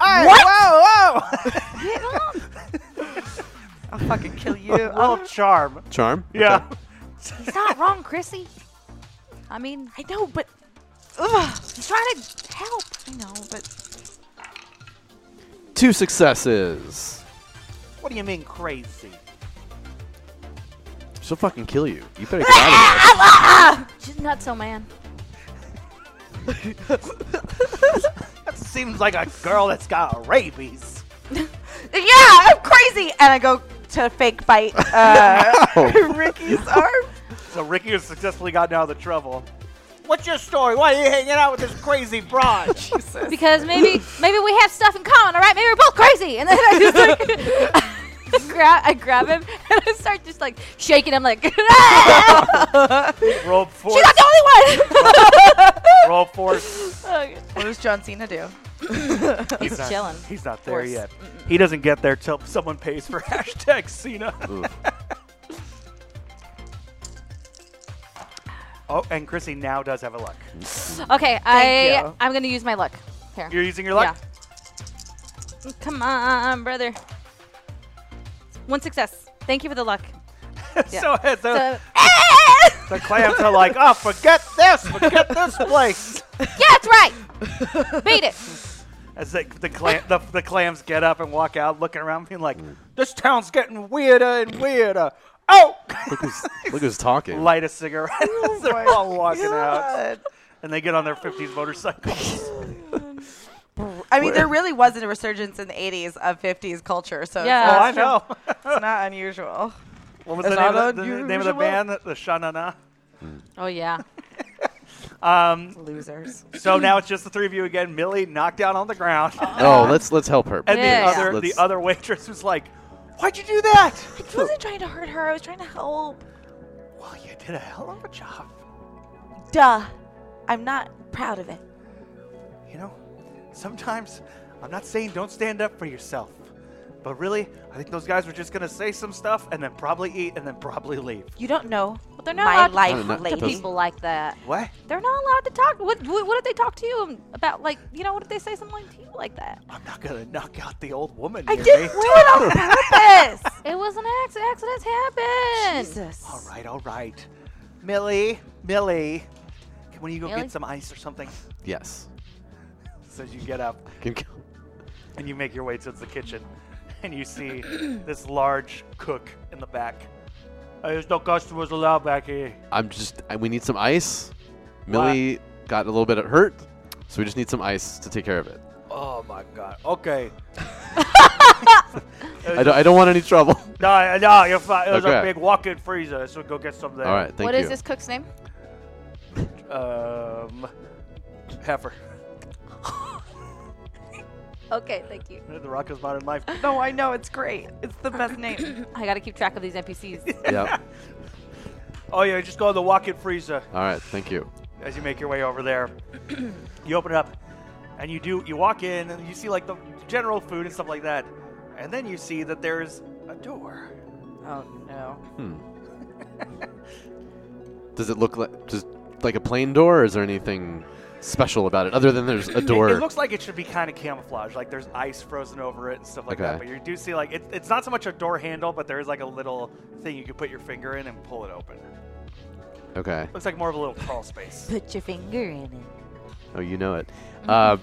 Speaker 2: Hey,
Speaker 5: What?
Speaker 2: Whoa, whoa!
Speaker 3: I'll fucking kill you.
Speaker 2: Little charm.
Speaker 4: Charm.
Speaker 2: Yeah.
Speaker 4: Okay.
Speaker 5: He's not wrong, Chrissy. I mean,
Speaker 3: I know, but
Speaker 5: he's trying to help.
Speaker 3: I know, but
Speaker 4: Two successes.
Speaker 2: What do you mean crazy?
Speaker 4: She'll fucking kill you. You better get out of here.
Speaker 5: She's nutso, man.
Speaker 2: That seems like a girl that's got rabies.
Speaker 3: yeah, I'm crazy, and I go to fake bite uh, Ricky's arm.
Speaker 2: So Ricky has successfully gotten out of the trouble. What's your story? Why are you hanging out with this crazy broad?
Speaker 5: Because maybe maybe we have stuff in common, all right? Maybe we're both crazy. And then I just like grab I grab him and I start just like shaking him like ah,
Speaker 2: roll force.
Speaker 5: she's not the only one.
Speaker 2: roll force.
Speaker 3: What does John Cena do?
Speaker 2: He's, not,
Speaker 5: chilling.
Speaker 2: He's not there
Speaker 5: Force.
Speaker 2: yet. He doesn't get there till someone pays for hashtag Cena. oh, and Chrissy now does have a luck.
Speaker 5: okay, I
Speaker 2: you.
Speaker 5: I'm gonna use my luck. Here.
Speaker 2: You're using your luck.
Speaker 5: Come on, brother. One success. Thank you for the luck. Yeah.
Speaker 2: so as the,
Speaker 5: So-
Speaker 2: the clams are like, oh, forget this, forget this place.
Speaker 5: yeah, that's right. Beat it.
Speaker 2: As the the, clam, the the clams get up and walk out, looking around, being like, this town's getting weirder and weirder. Oh,
Speaker 4: Look who's, look who's talking.
Speaker 2: light a cigarette
Speaker 5: Oh
Speaker 2: as they're all walking out,
Speaker 3: God.
Speaker 2: and they get on their 50s motorcycles.
Speaker 3: I mean, there really wasn't a resurgence in the 80s of 50s culture, so
Speaker 5: Yeah.
Speaker 2: oh, I
Speaker 3: it's, not,
Speaker 2: know.
Speaker 3: it's not unusual.
Speaker 2: What was the
Speaker 3: It's
Speaker 2: name,
Speaker 3: not
Speaker 2: of the, the name of the
Speaker 3: unusual.
Speaker 2: band? The Shanana.
Speaker 5: Oh yeah.
Speaker 3: Losers.
Speaker 2: So now it's just the three of you again. Millie knocked down on the ground,
Speaker 4: Oh, let's let's help her.
Speaker 2: and the
Speaker 5: Yeah.
Speaker 2: other the
Speaker 4: Let's-
Speaker 2: other waitress was like, "Why'd you do that?"
Speaker 3: I wasn't trying to hurt her. I was trying to help.
Speaker 2: Well, you did a hell of a job.
Speaker 3: Duh. I'm not proud of it.
Speaker 2: You know, sometimes I'm not saying don't stand up for yourself, but really, I think those guys were just gonna say some stuff and then probably eat and then probably leave.
Speaker 3: You don't know
Speaker 5: But they're not
Speaker 3: my
Speaker 5: allowed to
Speaker 3: life,
Speaker 4: No, not-
Speaker 3: lady.
Speaker 5: to people like that.
Speaker 2: What?
Speaker 5: They're not allowed to talk. What, what, what did they talk to you about? Like, you know, what did they say something like to you like that?
Speaker 2: I'm not gonna knock out the old woman.
Speaker 3: I
Speaker 2: near
Speaker 3: didn't
Speaker 2: me.
Speaker 3: do it on purpose.
Speaker 5: It was an accident. Accidents happen.
Speaker 3: Jesus.
Speaker 2: All right, all right, Millie, Millie, can when you go
Speaker 5: Millie?
Speaker 2: get some ice or something?
Speaker 4: Yes.
Speaker 2: So you get up.
Speaker 4: Can kill.
Speaker 2: and you make your way towards the kitchen and you see this large cook in the back "Uh, there's no customers allowed back here
Speaker 4: I'm just. I, we need some ice. Millie got a little bit hurt, so we just need some ice to take care of it.
Speaker 2: oh my god okay
Speaker 4: I don't, I don't want any trouble.
Speaker 2: no no you're fine there's a
Speaker 4: Okay.
Speaker 2: big walk-in freezer so go get some there
Speaker 4: All right. Thank
Speaker 5: What
Speaker 4: you.
Speaker 5: is this cook's name?
Speaker 2: um heifer
Speaker 5: Okay, thank you.
Speaker 2: The Rocco's Modern Life.
Speaker 3: No, I know it's great. It's the best name.
Speaker 5: I gotta keep track of these NPCs.
Speaker 4: Yep.
Speaker 2: Oh yeah, just go in the walk-in freezer
Speaker 4: All right. Thank you.
Speaker 2: as you make your way over there. you open it up, and you do. You walk in, and you see like the general food and stuff like that, and then you see that there's a door.
Speaker 3: Oh no.
Speaker 4: Does it look like just like a plain door, or is there anything special about it other than there's a
Speaker 2: It-
Speaker 4: door?
Speaker 2: It, looks like it should be kind of camouflage, like there's ice frozen over it and stuff like that.
Speaker 4: Okay.
Speaker 2: But you do see like it, it's not so much a door handle, but there is like a little thing you can put your finger in and pull it open.
Speaker 4: okay.
Speaker 2: Looks like more of a little crawl space.
Speaker 5: Put your finger in it.
Speaker 4: Oh, you know it. Uh,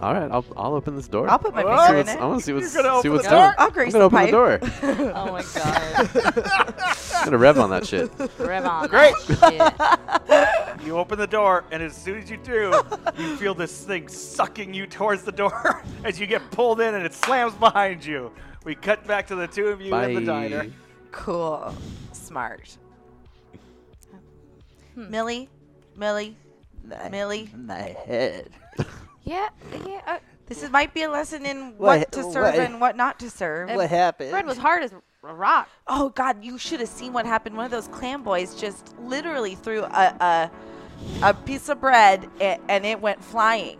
Speaker 4: all right. I'll I'll open this door.
Speaker 3: I'll put my
Speaker 2: Oh,
Speaker 3: finger
Speaker 4: See
Speaker 3: in
Speaker 4: what's-
Speaker 3: it.
Speaker 4: I want to see what's
Speaker 2: You're gonna
Speaker 4: see
Speaker 2: open
Speaker 4: what's
Speaker 2: the
Speaker 4: down.
Speaker 2: door?
Speaker 3: I'll grease
Speaker 4: I'm gonna
Speaker 3: the
Speaker 4: open the door.
Speaker 5: Oh my god.
Speaker 4: I'm gonna rev on that shit.
Speaker 5: Rev on. Great.
Speaker 2: You open the door, and as soon as you do, you feel this thing sucking you towards the door as you get pulled in, and it slams behind you. We cut back to the two of you in the diner.
Speaker 4: Bye.
Speaker 3: Cool. Smart.
Speaker 5: Hmm.
Speaker 3: Millie, Millie, Millie.
Speaker 5: Yeah, yeah. Uh,
Speaker 3: This is, might be a lesson in what,
Speaker 8: What-
Speaker 3: to serve
Speaker 8: what-
Speaker 3: and what not to serve.
Speaker 8: What happened?
Speaker 5: Fred was hard as a rock.
Speaker 3: Oh God, you should have seen what happened. One of those clam boys just literally threw a a, a piece of bread a- and it went flying.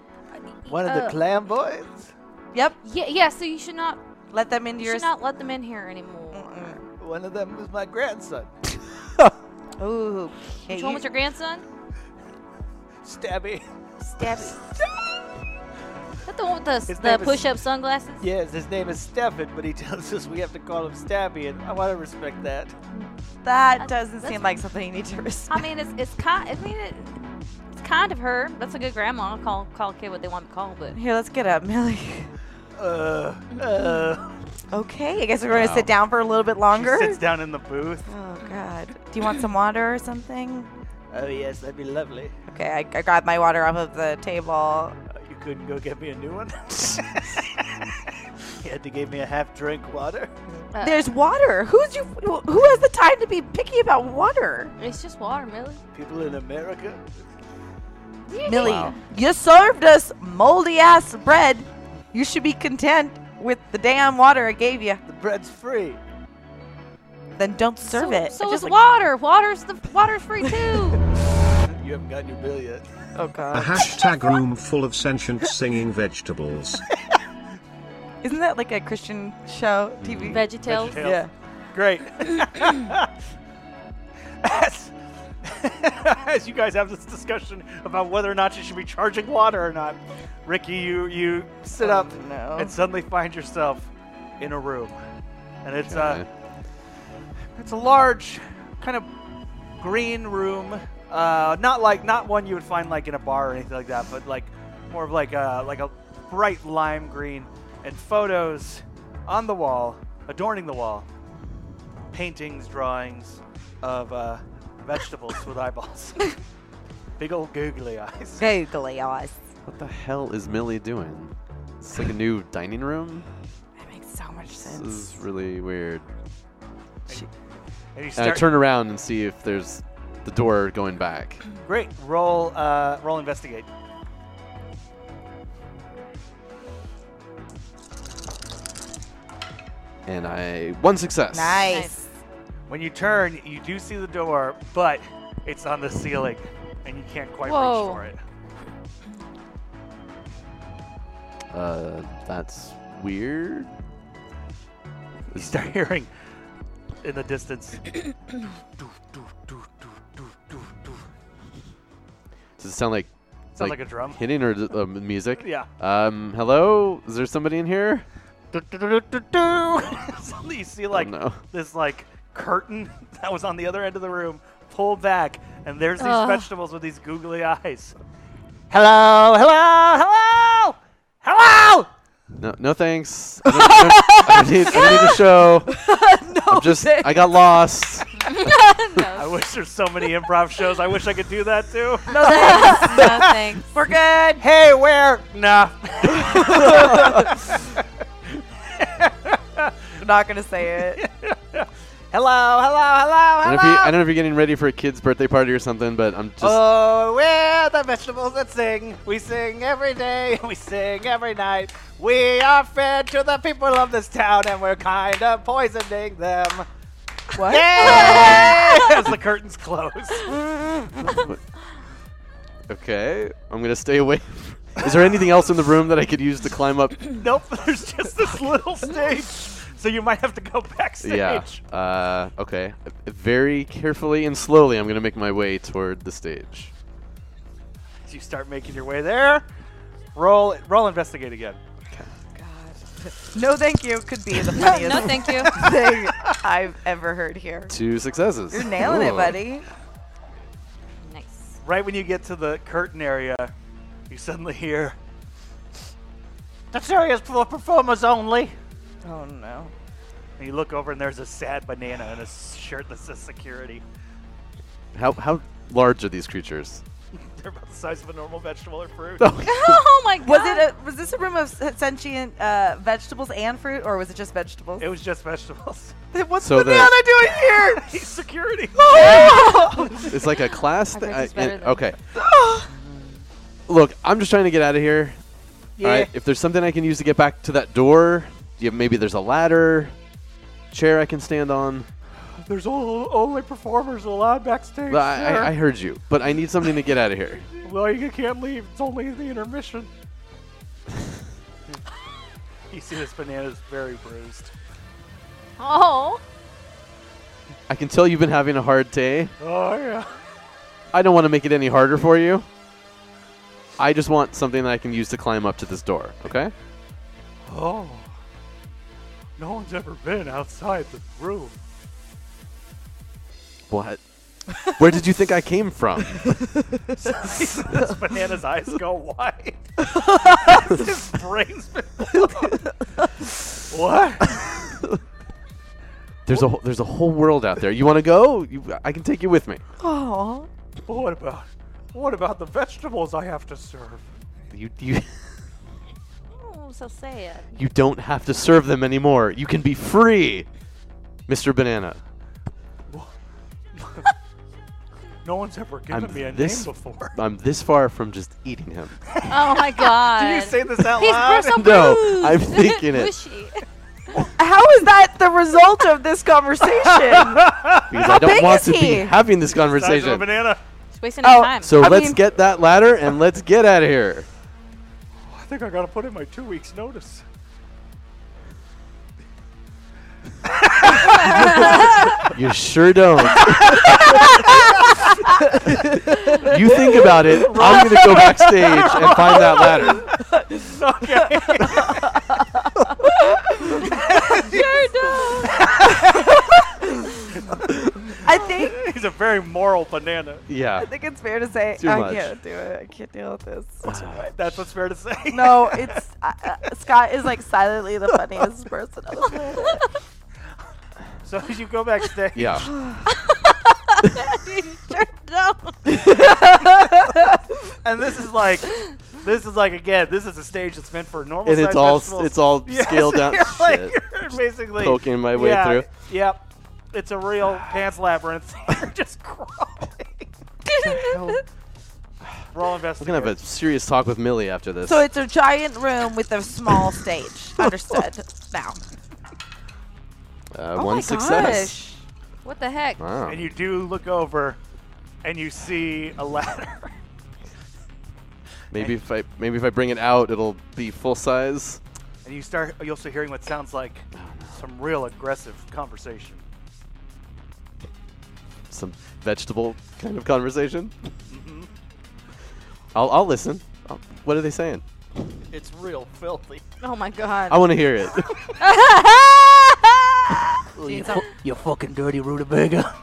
Speaker 8: One of
Speaker 5: Uh,
Speaker 8: the clam boys?
Speaker 3: Yep,
Speaker 5: Yeah, yeah. So you should not,
Speaker 3: let them into
Speaker 5: you
Speaker 3: your.
Speaker 5: should not let them in here anymore.
Speaker 8: One of them was my grandson.
Speaker 3: Ooh, okay.
Speaker 5: Which one was your grandson?
Speaker 8: Stabby.
Speaker 3: stab?
Speaker 5: Is that the one with the,
Speaker 8: His
Speaker 5: the
Speaker 8: name is-
Speaker 5: push-up sunglasses?
Speaker 8: Yes, his name is Stefan, but he tells us we have to call him Stabby, and I want to respect that.
Speaker 5: Uh,
Speaker 3: That doesn't
Speaker 5: that's-
Speaker 3: seem like something you need to respect.
Speaker 5: I mean, it's it's kind. I mean, it, it's kind of her. That's a good grandma. I'll call call a kid what they want to call, but
Speaker 3: Here, let's get up, Millie.
Speaker 8: Uh, uh.
Speaker 3: Okay, I guess we're gonna sit down for a little bit longer.
Speaker 2: She sits down in the booth.
Speaker 3: Oh God, do you want some water or something?
Speaker 8: Oh, yes, that'd be lovely.
Speaker 3: Okay, I, I grabbed my water off of the table.
Speaker 8: Uh, you couldn't go get me a new one? you had to give me a half drink water?
Speaker 5: Uh,
Speaker 3: There's water. Who's you? Who has the time to be picky about water?
Speaker 5: it's just water, Millie.
Speaker 8: People in America?
Speaker 3: Millie, you served us moldy ass bread. You should be content with the damn water I gave you.
Speaker 8: The bread's free.
Speaker 3: Then don't serve
Speaker 5: so,
Speaker 3: it.
Speaker 5: So
Speaker 3: I
Speaker 5: is
Speaker 3: just, like-
Speaker 5: water. Water's the water's free too.
Speaker 8: You haven't gotten your bill yet.
Speaker 3: Oh
Speaker 6: A
Speaker 3: god.
Speaker 6: hashtag room full of sentient singing vegetables.
Speaker 3: Isn't that like a Christian show TV?
Speaker 5: VeggieTales.
Speaker 2: Veggie-
Speaker 3: Yeah.
Speaker 2: Great. as, as you guys have this discussion about whether or not you should be charging water or not, Ricky, you you sit up
Speaker 3: no.
Speaker 2: and suddenly find yourself in a room, and it's uh,
Speaker 4: Okay.
Speaker 2: it's a large, kind of green room. Uh, not like not one you would find like in a bar or anything like that, but like more of like a like a bright lime green, and photos on the wall, adorning the wall, paintings, drawings of uh, vegetables with eyeballs, big old googly eyes.
Speaker 3: Googly eyes.
Speaker 4: What the hell is Millie doing? It's like a new dining room.
Speaker 3: That makes so much
Speaker 4: This
Speaker 3: sense.
Speaker 4: is really weird.
Speaker 2: And you
Speaker 4: And I
Speaker 2: start
Speaker 4: turn around and see if there's the door going back.
Speaker 2: great roll uh, roll investigate.
Speaker 4: And I one success.
Speaker 3: Nice.
Speaker 2: When you turn, you do see the door, but it's on the ceiling, and you can't quite
Speaker 5: Whoa.
Speaker 2: reach for it.
Speaker 4: Uh, that's weird.
Speaker 2: You start hearing in the distance. doof, doof, doof, doof, doof, doof, doof.
Speaker 4: Does it sound like
Speaker 2: Sounds like a drum.
Speaker 4: hitting or d- uh, m- music?
Speaker 2: Yeah.
Speaker 4: Um, hello. Is there somebody in here?
Speaker 2: Doo, doo, doo, doo, doo, doo. Suddenly you see like
Speaker 4: no.
Speaker 2: this like curtain that was on the other end of the room pull back, and there's these
Speaker 5: Ugh.
Speaker 2: vegetables with these googly eyes. Hello, hello, hello, hello.
Speaker 4: No, no thanks. I don't, I don't need, I don't need a show. no I'm just I got lost.
Speaker 2: I wish there's so many improv shows. I wish I could do that too. No,
Speaker 5: no thanks.
Speaker 3: We're good.
Speaker 2: hey, where? Nah.
Speaker 3: I'm not gonna say it.
Speaker 2: Hello, hello, hello,
Speaker 4: I don't, know if you, I don't know if you're getting ready for a kid's birthday party or something, but I'm just.
Speaker 2: Oh, we're the vegetables that sing. We sing every day. We sing every night. We are fed to the people of this town, and we're kind of poisoning them.
Speaker 3: What?
Speaker 2: Yay! As the curtains close.
Speaker 4: okay, I'm gonna stay away. Is there anything else in the room that I could use to climb up?
Speaker 2: Nope, there's just this little stage. So you might have to go backstage.
Speaker 4: yeah. Uh, okay. Very carefully and slowly, I'm gonna make my way toward the stage.
Speaker 2: As you start making your way there, roll roll investigate again.
Speaker 3: No, thank you. Could be the funniest
Speaker 5: No, thank you.
Speaker 3: thing I've ever heard here.
Speaker 4: Two successes.
Speaker 3: You're nailing it,
Speaker 4: Ooh.
Speaker 3: buddy.
Speaker 5: nice.
Speaker 2: Right when you get to the curtain area, you suddenly hear. That area is for performers only.
Speaker 3: Oh no.
Speaker 2: And you look over and there's a sad banana in a shirt that says security.
Speaker 4: How how large are these creatures?
Speaker 2: They're about the size of a normal vegetable or fruit.
Speaker 5: oh my god.
Speaker 3: Was it a, was this a room of s- sentient uh, vegetables and fruit, or was it just vegetables?
Speaker 2: It was just vegetables.
Speaker 3: What's
Speaker 4: So
Speaker 3: the
Speaker 4: the-
Speaker 3: banana doing here?
Speaker 2: He's security.
Speaker 4: It's like a class.
Speaker 5: I
Speaker 4: thi-
Speaker 5: think
Speaker 4: I-
Speaker 5: it's better
Speaker 4: and-
Speaker 5: than-
Speaker 4: okay. Look, I'm just trying to get out of here.
Speaker 2: Yeah.
Speaker 4: All right. If there's something I can use to get back to that door, yeah, maybe there's a ladder, chair I can stand on.
Speaker 2: There's all, only performers allowed backstage.
Speaker 4: But I, I, I heard you, but I need something to get out of here.
Speaker 2: well, you can't leave. It's only the intermission. you see this banana's very bruised.
Speaker 5: Oh.
Speaker 4: I can tell you've been having a hard day.
Speaker 2: Oh, yeah.
Speaker 4: I don't want to make it any harder for you. I just want something that I can use to climb up to this door. Okay.
Speaker 2: Oh. No one's ever been outside the room.
Speaker 4: What? Where did you think I came from?
Speaker 2: this banana's eyes go wide. His brain's been blown. What?
Speaker 4: There's a whole, there's a whole world out there. You want to go? You, I can take you with me.
Speaker 3: Oh.
Speaker 2: But what about what about the vegetables I have to serve?
Speaker 4: You you
Speaker 5: Oh, so sad.
Speaker 4: you don't have to serve them anymore. You can be free, Mr. Banana.
Speaker 2: No one's ever given
Speaker 4: I'm
Speaker 2: me a
Speaker 4: this-
Speaker 2: name before.
Speaker 4: I'm this far from just eating him.
Speaker 5: Oh my god.
Speaker 2: Did you say this out
Speaker 5: He's
Speaker 2: loud?
Speaker 5: so
Speaker 4: No,
Speaker 5: bruised.
Speaker 4: I'm thinking it.
Speaker 5: Squishy.
Speaker 3: How is that the result of this conversation?
Speaker 4: Because
Speaker 3: How
Speaker 4: I don't
Speaker 3: big
Speaker 4: want
Speaker 3: is
Speaker 4: to
Speaker 3: he?
Speaker 4: be having this
Speaker 2: Size of a
Speaker 4: conversation.
Speaker 2: banana.
Speaker 5: He's wasting his
Speaker 3: Oh,
Speaker 5: time.
Speaker 4: So
Speaker 3: I
Speaker 4: let's
Speaker 3: mean-
Speaker 4: get that ladder and let's get out of here.
Speaker 2: I think I gotta put in my two weeks notice.
Speaker 4: You sure don't. you think about it. I'm gonna go backstage and find that ladder.
Speaker 2: Okay.
Speaker 3: I think
Speaker 2: He's a very moral banana.
Speaker 4: Yeah.
Speaker 3: I think it's fair to say
Speaker 4: Too
Speaker 3: I
Speaker 4: much.
Speaker 3: can't do it. I can't deal with this.
Speaker 2: That's what's fair to say.
Speaker 3: no, it's uh, uh, Scott is like silently the funniest person. on the planet.
Speaker 2: So as you go backstage,
Speaker 4: Yeah.
Speaker 2: and this is like, this is like again, this is a stage that's meant for normal.
Speaker 4: And
Speaker 2: sized
Speaker 4: it's all s-
Speaker 2: vegetables.
Speaker 4: it's all
Speaker 2: Yes,
Speaker 4: scaled down.
Speaker 2: You're like,
Speaker 4: Shit.
Speaker 2: you're basically
Speaker 4: poking my way
Speaker 2: yeah,
Speaker 4: through.
Speaker 2: Yep, it's a real pants labyrinth. you're just crawling. Roll
Speaker 4: We're gonna
Speaker 2: investigate.
Speaker 4: have a serious talk with Millie after this.
Speaker 3: So it's a giant room with a small stage. Understood. Now.
Speaker 4: Uh,
Speaker 3: Oh
Speaker 4: one
Speaker 3: my
Speaker 4: success.
Speaker 3: gosh.
Speaker 5: what the heck?
Speaker 4: Wow.
Speaker 2: and you do look over, and you see a ladder.
Speaker 4: Maybe if I maybe if I bring it out, it'll be full size.
Speaker 2: And you start you also hearing what sounds like
Speaker 4: Oh,
Speaker 2: some real aggressive conversation.
Speaker 4: Some vegetable kind of conversation. I'll I'll listen. I'll- what are they saying?
Speaker 2: It's real filthy.
Speaker 5: Oh my god.
Speaker 4: I want to hear it.
Speaker 5: Jeez, I'm-
Speaker 2: You fucking dirty rutabaga.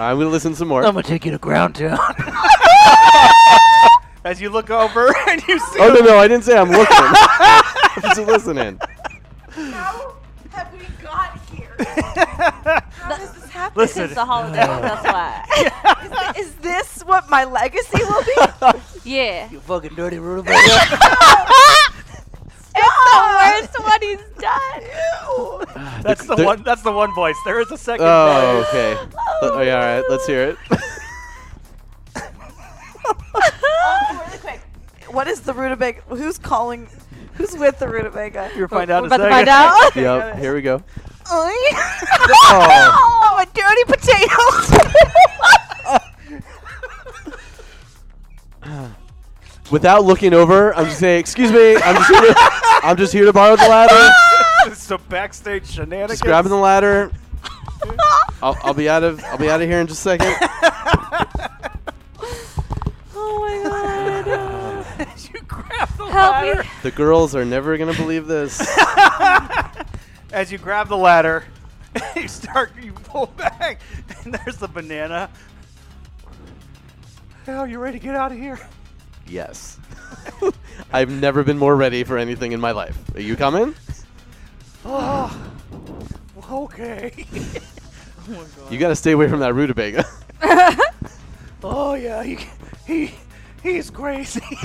Speaker 4: I'm gonna listen some more.
Speaker 2: gonna take you to ground town. As you look over and you see
Speaker 4: oh no no, I didn't say I'm looking. I'm just listening.
Speaker 3: How have we got here? How does this happen?
Speaker 5: this
Speaker 2: Listen,
Speaker 5: is the holiday. that's why.
Speaker 3: Is this what my legacy will be?
Speaker 5: Yeah.
Speaker 2: you fucking dirty rutabaga.
Speaker 5: It's the worst one he's done.
Speaker 2: That's the
Speaker 4: the-
Speaker 2: one. That's the one voice. There is a second.
Speaker 4: Oh, okay. Let- oh, yeah, all right. Let's hear it.
Speaker 3: really quick. What is the rutabaga? Who's calling? Who's with the rutabaga?
Speaker 2: You'll find out
Speaker 5: We're
Speaker 2: in
Speaker 5: about
Speaker 2: a
Speaker 5: to
Speaker 2: second.
Speaker 5: find out.
Speaker 4: yep. Here we go.
Speaker 3: Oy.
Speaker 4: Oh,
Speaker 3: oh, a dirty potato.
Speaker 4: without looking over, I'm just saying, excuse me. I'm just here to, I'm just here to borrow the ladder.
Speaker 2: It's the backstage shenanigans.
Speaker 4: Just grabbing the ladder. I'll, I'll be out of I'll be out of here in just a second.
Speaker 5: Help me.
Speaker 4: The girls are never gonna believe this.
Speaker 2: As you grab the ladder, you start. You pull back, and there's the banana. Oh, you ready to get out of here?
Speaker 4: Yes. I've never been more ready for anything in my life. Are you coming?
Speaker 2: Okay.
Speaker 4: You gotta stay away from that rutabaga.
Speaker 2: Oh yeah, he he he's crazy.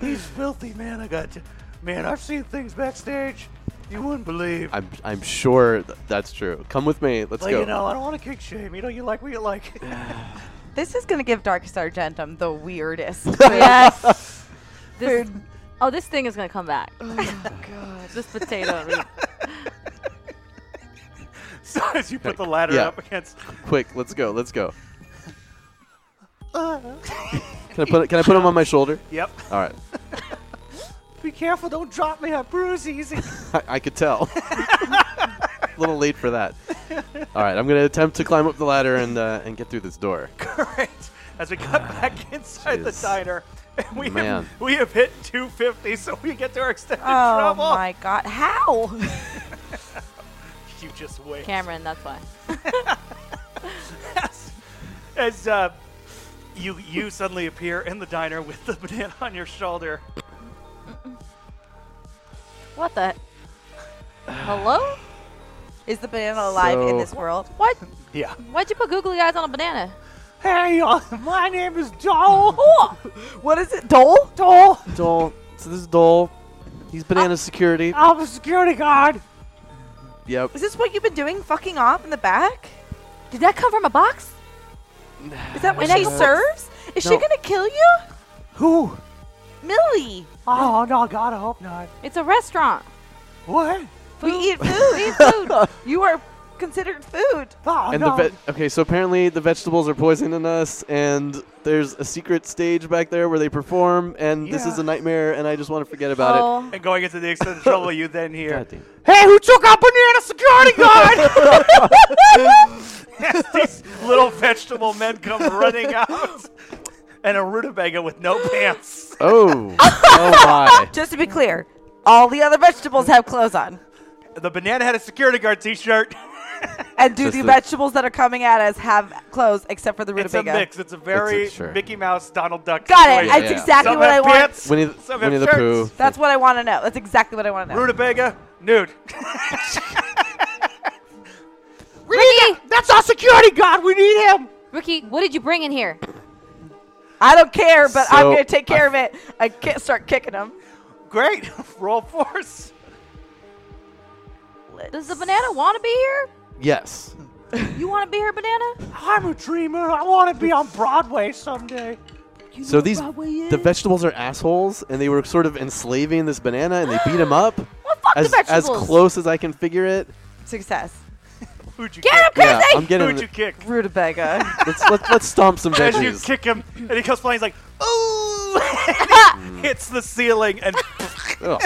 Speaker 2: he's filthy, man. I got you, man. I've seen things backstage you wouldn't believe.
Speaker 4: I'm I'm sure th- that's true. Come with me. Let's
Speaker 2: But
Speaker 4: go.
Speaker 2: you know, I don't want to kick shame. You know, you like what you like.
Speaker 3: this is gonna give Dark Sargentum the weirdest. Oh
Speaker 5: Yes. This, oh, this thing is gonna come back. this potato. re-
Speaker 2: so as you put the ladder
Speaker 4: Yeah.
Speaker 2: up against,
Speaker 4: Quick, let's go. Let's go. can I put it- can I put him on my shoulder?
Speaker 2: yep.
Speaker 4: All right.
Speaker 2: Be careful, don't drop me. I bruise easy.
Speaker 4: I, I could tell. A little late for that. All right, I'm gonna attempt to climb up the ladder and uh, and get through this door.
Speaker 2: Great. As we cut back inside
Speaker 4: Ah, Jeez.
Speaker 2: the diner, and we
Speaker 4: Man.
Speaker 2: Have, we have hit 250, so we get to our extended
Speaker 3: oh
Speaker 2: trouble.
Speaker 3: my god! How?
Speaker 2: You just wait.
Speaker 5: Cameron, that's why.
Speaker 2: As uh, you you suddenly appear in the diner with the banana on your shoulder.
Speaker 5: What the? Hello?
Speaker 3: Is the banana alive in
Speaker 4: So-
Speaker 3: this world?
Speaker 5: What?
Speaker 2: Yeah.
Speaker 5: Why'd you put googly eyes on a banana?
Speaker 2: Hey, y'all, my name is Joel.
Speaker 3: What is it? Dole?
Speaker 2: Joel,
Speaker 4: Dole. So this is Dole. He's banana security.
Speaker 2: I'm a security guard. ah,
Speaker 4: Yep.
Speaker 3: Is this what you've been doing? Fucking off in the back?
Speaker 5: Did that come from a box?
Speaker 3: Is that what
Speaker 5: And
Speaker 3: she
Speaker 5: I-
Speaker 3: serves? Is she
Speaker 4: No.
Speaker 3: gonna kill you,
Speaker 2: Who?
Speaker 3: Millie?
Speaker 2: Oh no, God, I hope not.
Speaker 5: It's a restaurant.
Speaker 2: What?
Speaker 3: We eat food. we eat food. You are considered food.
Speaker 2: Oh
Speaker 4: And
Speaker 2: no.
Speaker 4: the ve- okay, so apparently the vegetables are poisoning us, and there's a secret stage back there where they perform, and this is
Speaker 2: Yeah.
Speaker 4: a nightmare, and I just want to forget about
Speaker 5: oh.
Speaker 2: and going into the extended trouble, you then
Speaker 4: it.
Speaker 2: hear,
Speaker 4: God damn.
Speaker 2: "Hey, who took out banana security guard?" As these little vegetable men come running out, and a rutabaga with no pants.
Speaker 4: Oh. oh my.
Speaker 3: Just to be clear, all the other vegetables have clothes on.
Speaker 2: The banana had a security guard T-shirt.
Speaker 3: And do
Speaker 4: Just
Speaker 3: the
Speaker 4: the-
Speaker 3: vegetables that are coming at us have clothes except for the
Speaker 2: It's a
Speaker 3: rutabaga?
Speaker 2: mix. It's a very
Speaker 4: sure.
Speaker 2: Mickey Mouse, Donald Duck.
Speaker 3: Got it.
Speaker 2: situation.
Speaker 3: That's
Speaker 4: Yeah.
Speaker 3: exactly
Speaker 2: Some
Speaker 3: what I
Speaker 2: have
Speaker 3: want.
Speaker 2: pants,
Speaker 4: Winnie, the,
Speaker 2: some
Speaker 4: Winnie
Speaker 2: have
Speaker 4: the Pooh.
Speaker 2: shirts.
Speaker 3: That's what I want to know. That's exactly what I want to know.
Speaker 2: Rutabaga, nude.
Speaker 5: Ricky!
Speaker 2: That's our security guard. We need him.
Speaker 5: Ricky, what did you bring in here?
Speaker 3: I don't care, but I'm
Speaker 4: So-
Speaker 3: gonna take care of it. I can't start kicking them.
Speaker 2: Great. Roll force.
Speaker 5: Does the banana want to be here?
Speaker 4: Yes.
Speaker 5: You want to be here, banana?
Speaker 2: I'm a dreamer. I want to be on Broadway someday.
Speaker 4: So these the vegetables are assholes, and they were sort of enslaving this banana, and they beat him up.
Speaker 5: Well, fuck
Speaker 4: as,
Speaker 5: the
Speaker 4: as
Speaker 5: vegetables.
Speaker 4: close as I can figure it.
Speaker 3: Success.
Speaker 2: Who'd you
Speaker 5: Get him,
Speaker 2: kick?
Speaker 5: crazy!
Speaker 4: I'm getting.
Speaker 2: Who'd you kick?
Speaker 3: Rutabaga.
Speaker 4: Let's let's, let's stomp some
Speaker 2: As you
Speaker 4: veggies.
Speaker 2: kick him, and he comes flying. He's like, ooh, hits the ceiling, and
Speaker 4: Ugh.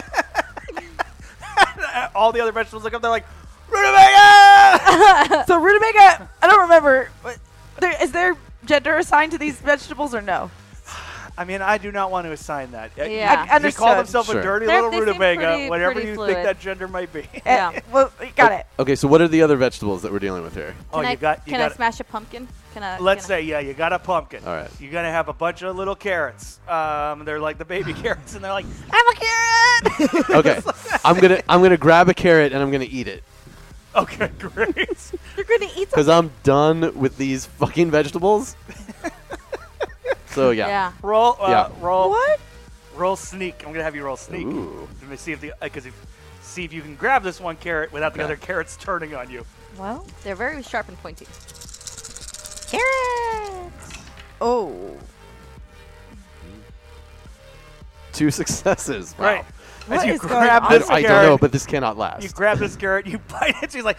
Speaker 2: all the other vegetables look up. They're like, rutabaga.
Speaker 3: so rutabaga, I don't remember. But there, is there gender assigned to these vegetables or no?
Speaker 2: I mean, I do not want to assign that. Uh,
Speaker 5: Yeah.
Speaker 3: I
Speaker 2: He called
Speaker 3: understood.
Speaker 2: himself a
Speaker 4: Sure.
Speaker 2: dirty
Speaker 5: They're-
Speaker 2: little
Speaker 5: they seem
Speaker 2: rutabaga,
Speaker 5: pretty-
Speaker 2: whatever
Speaker 5: pretty
Speaker 2: you think
Speaker 5: fluid.
Speaker 2: that gender might be.
Speaker 3: Eh,
Speaker 5: Yeah.
Speaker 3: well, got it.
Speaker 4: Okay, so what are the other vegetables that we're dealing with here?
Speaker 2: oh,
Speaker 5: can I,
Speaker 2: you got you
Speaker 5: can
Speaker 2: got.
Speaker 5: I smash a pumpkin? Can I?
Speaker 2: let's
Speaker 5: can I-
Speaker 2: say yeah, you got a pumpkin.
Speaker 4: All right.
Speaker 2: You gotta have a bunch of little carrots. Um, they're like the baby carrots, and they're like,
Speaker 4: Okay, I'm gonna I'm gonna grab a carrot and I'm gonna eat it
Speaker 2: okay, great.
Speaker 3: You're gonna eat some.
Speaker 4: because I'm done with these fucking vegetables. So yeah,
Speaker 5: Yeah.
Speaker 2: roll, uh,
Speaker 4: Yeah.
Speaker 3: Oh.
Speaker 2: roll.
Speaker 3: What?
Speaker 2: Roll sneak. I'm gonna have you roll sneak.
Speaker 4: Ooh.
Speaker 2: Let me see if the because if see if you can grab this one carrot without the other carrots turning on you.
Speaker 5: Well, they're very sharp and pointy. Carrots.
Speaker 3: Oh.
Speaker 4: Two successes. Wow.
Speaker 2: Right. As
Speaker 3: What
Speaker 2: you
Speaker 3: is going
Speaker 2: grab
Speaker 3: on?
Speaker 4: I,
Speaker 2: this
Speaker 4: I
Speaker 2: carrot,
Speaker 4: don't know, but this cannot last.
Speaker 2: you grab this carrot, you bite it. She's like,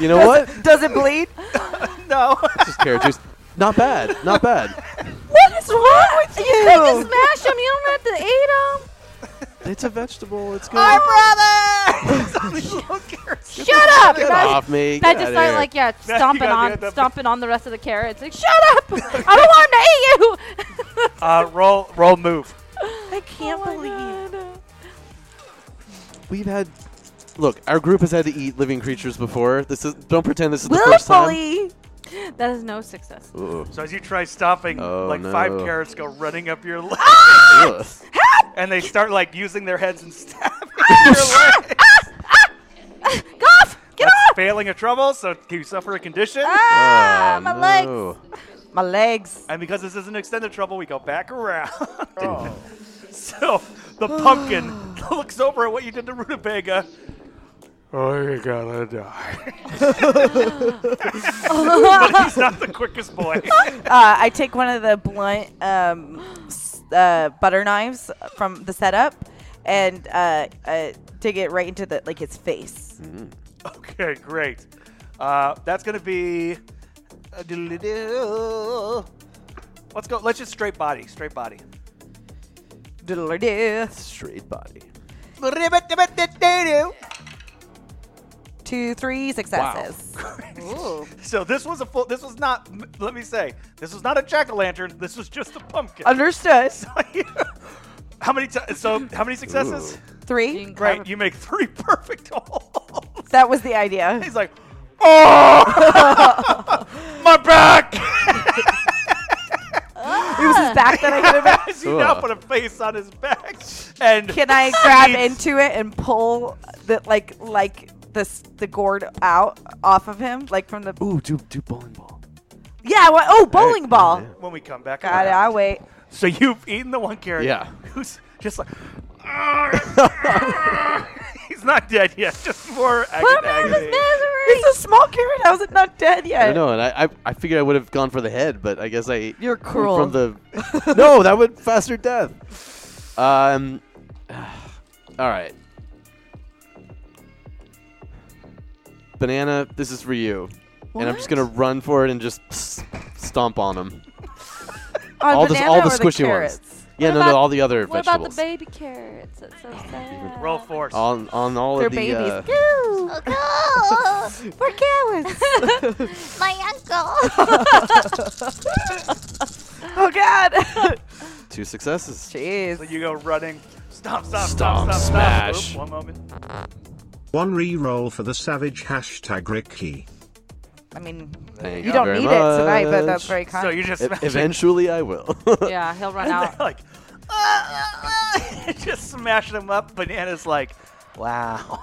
Speaker 4: You know what?
Speaker 3: Does it bleed?
Speaker 2: no.
Speaker 4: Just carrot juice. Not bad. Not bad.
Speaker 3: what is wrong with you?
Speaker 5: You can smash them. You don't have to eat
Speaker 4: It's a vegetable. It's good.
Speaker 2: My brother! It's all these little carrots.
Speaker 5: them. Shut up.
Speaker 4: Get
Speaker 5: Guys,
Speaker 4: off me.
Speaker 5: I
Speaker 4: Get
Speaker 5: just
Speaker 4: outta
Speaker 5: started
Speaker 4: here.
Speaker 5: like yeah,
Speaker 2: you
Speaker 5: stomping
Speaker 2: gotta
Speaker 5: on
Speaker 2: do it.
Speaker 5: stomping on the rest of the carrots. Like, shut up! I don't want to eat you. Oh
Speaker 2: Uh, roll, roll, move.
Speaker 3: I can't believe.
Speaker 4: we've had. Look, our group has had to eat living creatures before. This is. Don't pretend this is the first time.
Speaker 3: Willfully.
Speaker 5: that is no success.
Speaker 4: Ooh.
Speaker 2: So as you try stomping,
Speaker 4: Oh,
Speaker 2: like five
Speaker 4: no.
Speaker 2: carrots go running up your leg,
Speaker 4: Ugh.
Speaker 2: and they start like using their heads and stabbing your leg.
Speaker 5: Golf, get
Speaker 2: That's
Speaker 5: off!
Speaker 2: failing a trouble, so do you suffer a condition?
Speaker 5: Ah,
Speaker 4: Oh,
Speaker 5: my
Speaker 4: no.
Speaker 5: legs.
Speaker 3: My legs.
Speaker 2: And because this is an extended trouble, we go back around. so the pumpkin looks over at what you did to Rutabaga. Oh, you're gonna die. but he's not the quickest boy.
Speaker 3: Uh, I take one of the blunt um, s- uh, butter knives from the setup and uh, uh, dig it right into the like his face.
Speaker 2: okay, great. Uh, that's gonna be. Let's go. Let's just straight body. Straight body.
Speaker 3: Diddle-a-doo.
Speaker 4: Straight body.
Speaker 3: Two, three successes.
Speaker 2: So this was a full. This was not. Let me say. This was not a jack o' lantern. This was just a pumpkin.
Speaker 3: Understood.
Speaker 2: how many? T- so how many successes?
Speaker 3: Three.
Speaker 5: um,
Speaker 2: Right, you make three perfect holes.
Speaker 3: That was the idea.
Speaker 2: He's like, oh, my back.
Speaker 3: It was his back that I could have.
Speaker 2: you now
Speaker 4: Ugh.
Speaker 2: put a face on his back, and
Speaker 3: Can I grab
Speaker 2: Sneeze.
Speaker 3: into it and pull the like like this the gourd out off of him like from the
Speaker 4: Ooh, do do bowling ball.
Speaker 3: yeah what, oh bowling ball.
Speaker 2: when we come back,
Speaker 3: Got it. I wait.
Speaker 2: So you've eaten the one carrot.
Speaker 4: Yeah.
Speaker 2: Who's just like. "Ah!" He's not dead yet. Just more
Speaker 5: Put him out of his
Speaker 2: agony.
Speaker 5: misery.
Speaker 3: It's a small carrot. How's it not dead
Speaker 4: I
Speaker 3: yet?
Speaker 4: know, and I, I, I figured I would have gone for the head, but I guess I
Speaker 3: You're
Speaker 4: went
Speaker 3: cruel.
Speaker 4: From the no, that would faster death. Um, all right. Banana, this is for you, and I'm just gonna run for it and just s- stomp on him.
Speaker 3: On
Speaker 4: all this-
Speaker 3: banana
Speaker 4: all the
Speaker 3: or
Speaker 4: squishy ones.
Speaker 3: carrots?
Speaker 4: Yeah,
Speaker 5: What
Speaker 4: no,
Speaker 5: about-
Speaker 4: no, all the other
Speaker 5: What about
Speaker 4: vegetables. Oh,
Speaker 5: the baby carrots? That's so sad.
Speaker 2: Roll force.
Speaker 4: on on all
Speaker 3: They're
Speaker 4: of the
Speaker 3: babies.
Speaker 4: uh,
Speaker 7: Oh, no.
Speaker 3: We're carrots.
Speaker 7: My uncle.
Speaker 3: oh God.
Speaker 4: two successes.
Speaker 2: So
Speaker 3: Jeez.
Speaker 2: you go running. Stop, stop,
Speaker 4: Stomp,
Speaker 2: stop, stop,
Speaker 4: smash.
Speaker 2: Stop. Oop, one moment.
Speaker 6: One re-roll for the savage hashtag Ricky.
Speaker 3: I mean,
Speaker 4: Thank
Speaker 3: you don't
Speaker 4: very
Speaker 3: need it tonight, but that's
Speaker 4: much.
Speaker 3: very
Speaker 2: So
Speaker 3: kind.
Speaker 2: you just
Speaker 4: E-
Speaker 2: smash it.
Speaker 4: Eventually, I will.
Speaker 5: Yeah, he'll run
Speaker 2: And
Speaker 5: out.
Speaker 2: they're like, "Ah, ah, ah," just smash them up. Banana's like, wow.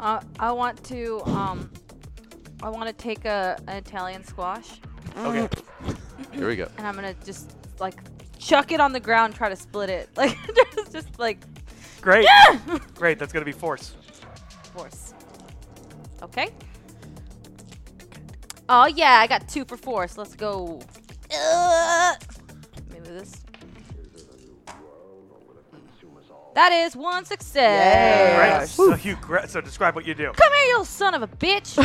Speaker 5: Uh, I want to um, I want to take a an Italian squash
Speaker 2: okay.
Speaker 4: Here we go.
Speaker 5: and I'm gonna just like chuck it on the ground, try to split it, like just, just like
Speaker 2: Great. Great. That's going to be force.
Speaker 5: force. Okay. Oh yeah, I got two for force. Let's go. Uh, maybe this. That is one success.
Speaker 3: Yeah.
Speaker 2: Right. So you gra- so describe what you do.
Speaker 5: Come here, you son of a bitch.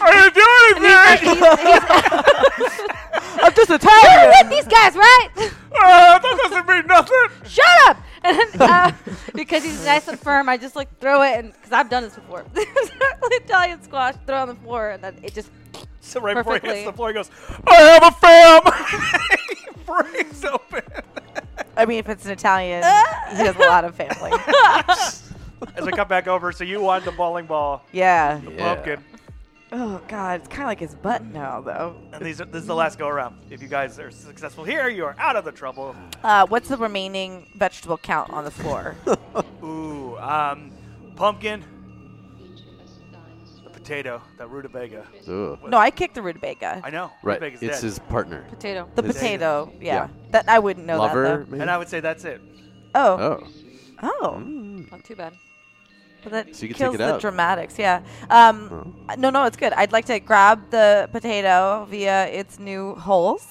Speaker 2: I didn't do
Speaker 5: He's-
Speaker 2: anything.
Speaker 5: he's- he's-
Speaker 3: I'm just
Speaker 5: You're
Speaker 3: Italian.
Speaker 5: with these guys, right?
Speaker 2: Ah, that doesn't mean nothing.
Speaker 5: shut up! And then, uh, because he's nice and firm, I just like throw it, and because I've done this before, Italian squash, throw it on the floor, and then it just
Speaker 2: So right before he
Speaker 5: Perfectly.
Speaker 2: hits the floor, he goes, I have a fam. he breaks open.
Speaker 3: I mean, if it's an Italian, he has a lot of family.
Speaker 2: As I come back over, so you won the bowling ball
Speaker 3: Yeah.
Speaker 4: Yeah.
Speaker 2: pumpkin.
Speaker 3: Oh God, it's kind of like his butt now, though.
Speaker 2: And these are, this is the last go around. If you guys are successful here, you are out of the trouble.
Speaker 3: Uh, what's the remaining vegetable count on the floor?
Speaker 2: Ooh, um, pumpkin, potato, that rutabaga.
Speaker 4: Ugh.
Speaker 3: No, I kicked the rutabaga.
Speaker 2: I know.
Speaker 4: Right.
Speaker 2: Rutabagas
Speaker 4: It's
Speaker 2: dead.
Speaker 4: his partner.
Speaker 5: Potato.
Speaker 3: the
Speaker 4: His-
Speaker 3: potato. Yeah.
Speaker 4: yeah.
Speaker 3: That I wouldn't know
Speaker 4: Lover,
Speaker 3: that
Speaker 4: maybe?
Speaker 2: and I would say that's it.
Speaker 3: though. Oh.
Speaker 4: oh.
Speaker 3: Oh.
Speaker 5: Not too bad.
Speaker 3: But that
Speaker 4: So you can take
Speaker 3: kills
Speaker 4: it
Speaker 3: the
Speaker 4: out.
Speaker 3: dramatics. Yeah. Um, No, no, it's good. I'd like to grab the potato via its new holes.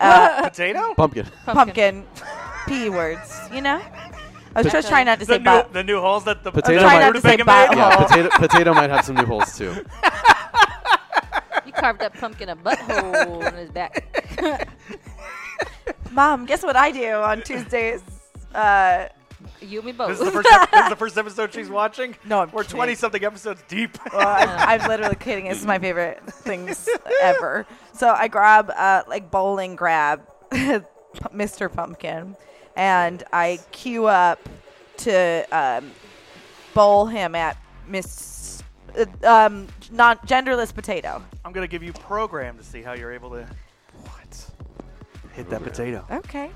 Speaker 3: Uh,
Speaker 2: Potato?
Speaker 4: Pumpkin.
Speaker 3: pumpkin. P words. You know. I was just trying not to
Speaker 2: The
Speaker 3: say
Speaker 2: new,
Speaker 3: bop.
Speaker 2: the new holes that the
Speaker 4: Potato
Speaker 2: that
Speaker 4: might-
Speaker 2: the
Speaker 4: Try not
Speaker 3: to say
Speaker 2: rutabaga
Speaker 3: bop.
Speaker 2: made?
Speaker 4: yeah,
Speaker 3: Oh.
Speaker 4: potato, potato might have some new holes too.
Speaker 5: You carved that pumpkin a butthole in his back.
Speaker 3: Mom, guess what I do on Tuesdays? Uh,
Speaker 5: You and me
Speaker 2: This is the
Speaker 5: both.
Speaker 2: first. ep- this is the first episode she's watching.
Speaker 3: No, I'm
Speaker 2: we're
Speaker 3: kidding.
Speaker 2: twenty something episodes deep.
Speaker 3: Well, I'm, I'm literally kidding. This is my favorite things ever. So I grab, uh, like bowling grab, Mr. Pumpkin, and I queue up to um, bowl him at Miss uh, um, non genderless potato.
Speaker 2: I'm gonna give you program to see how you're able to. What? Hit that potato.
Speaker 3: Okay.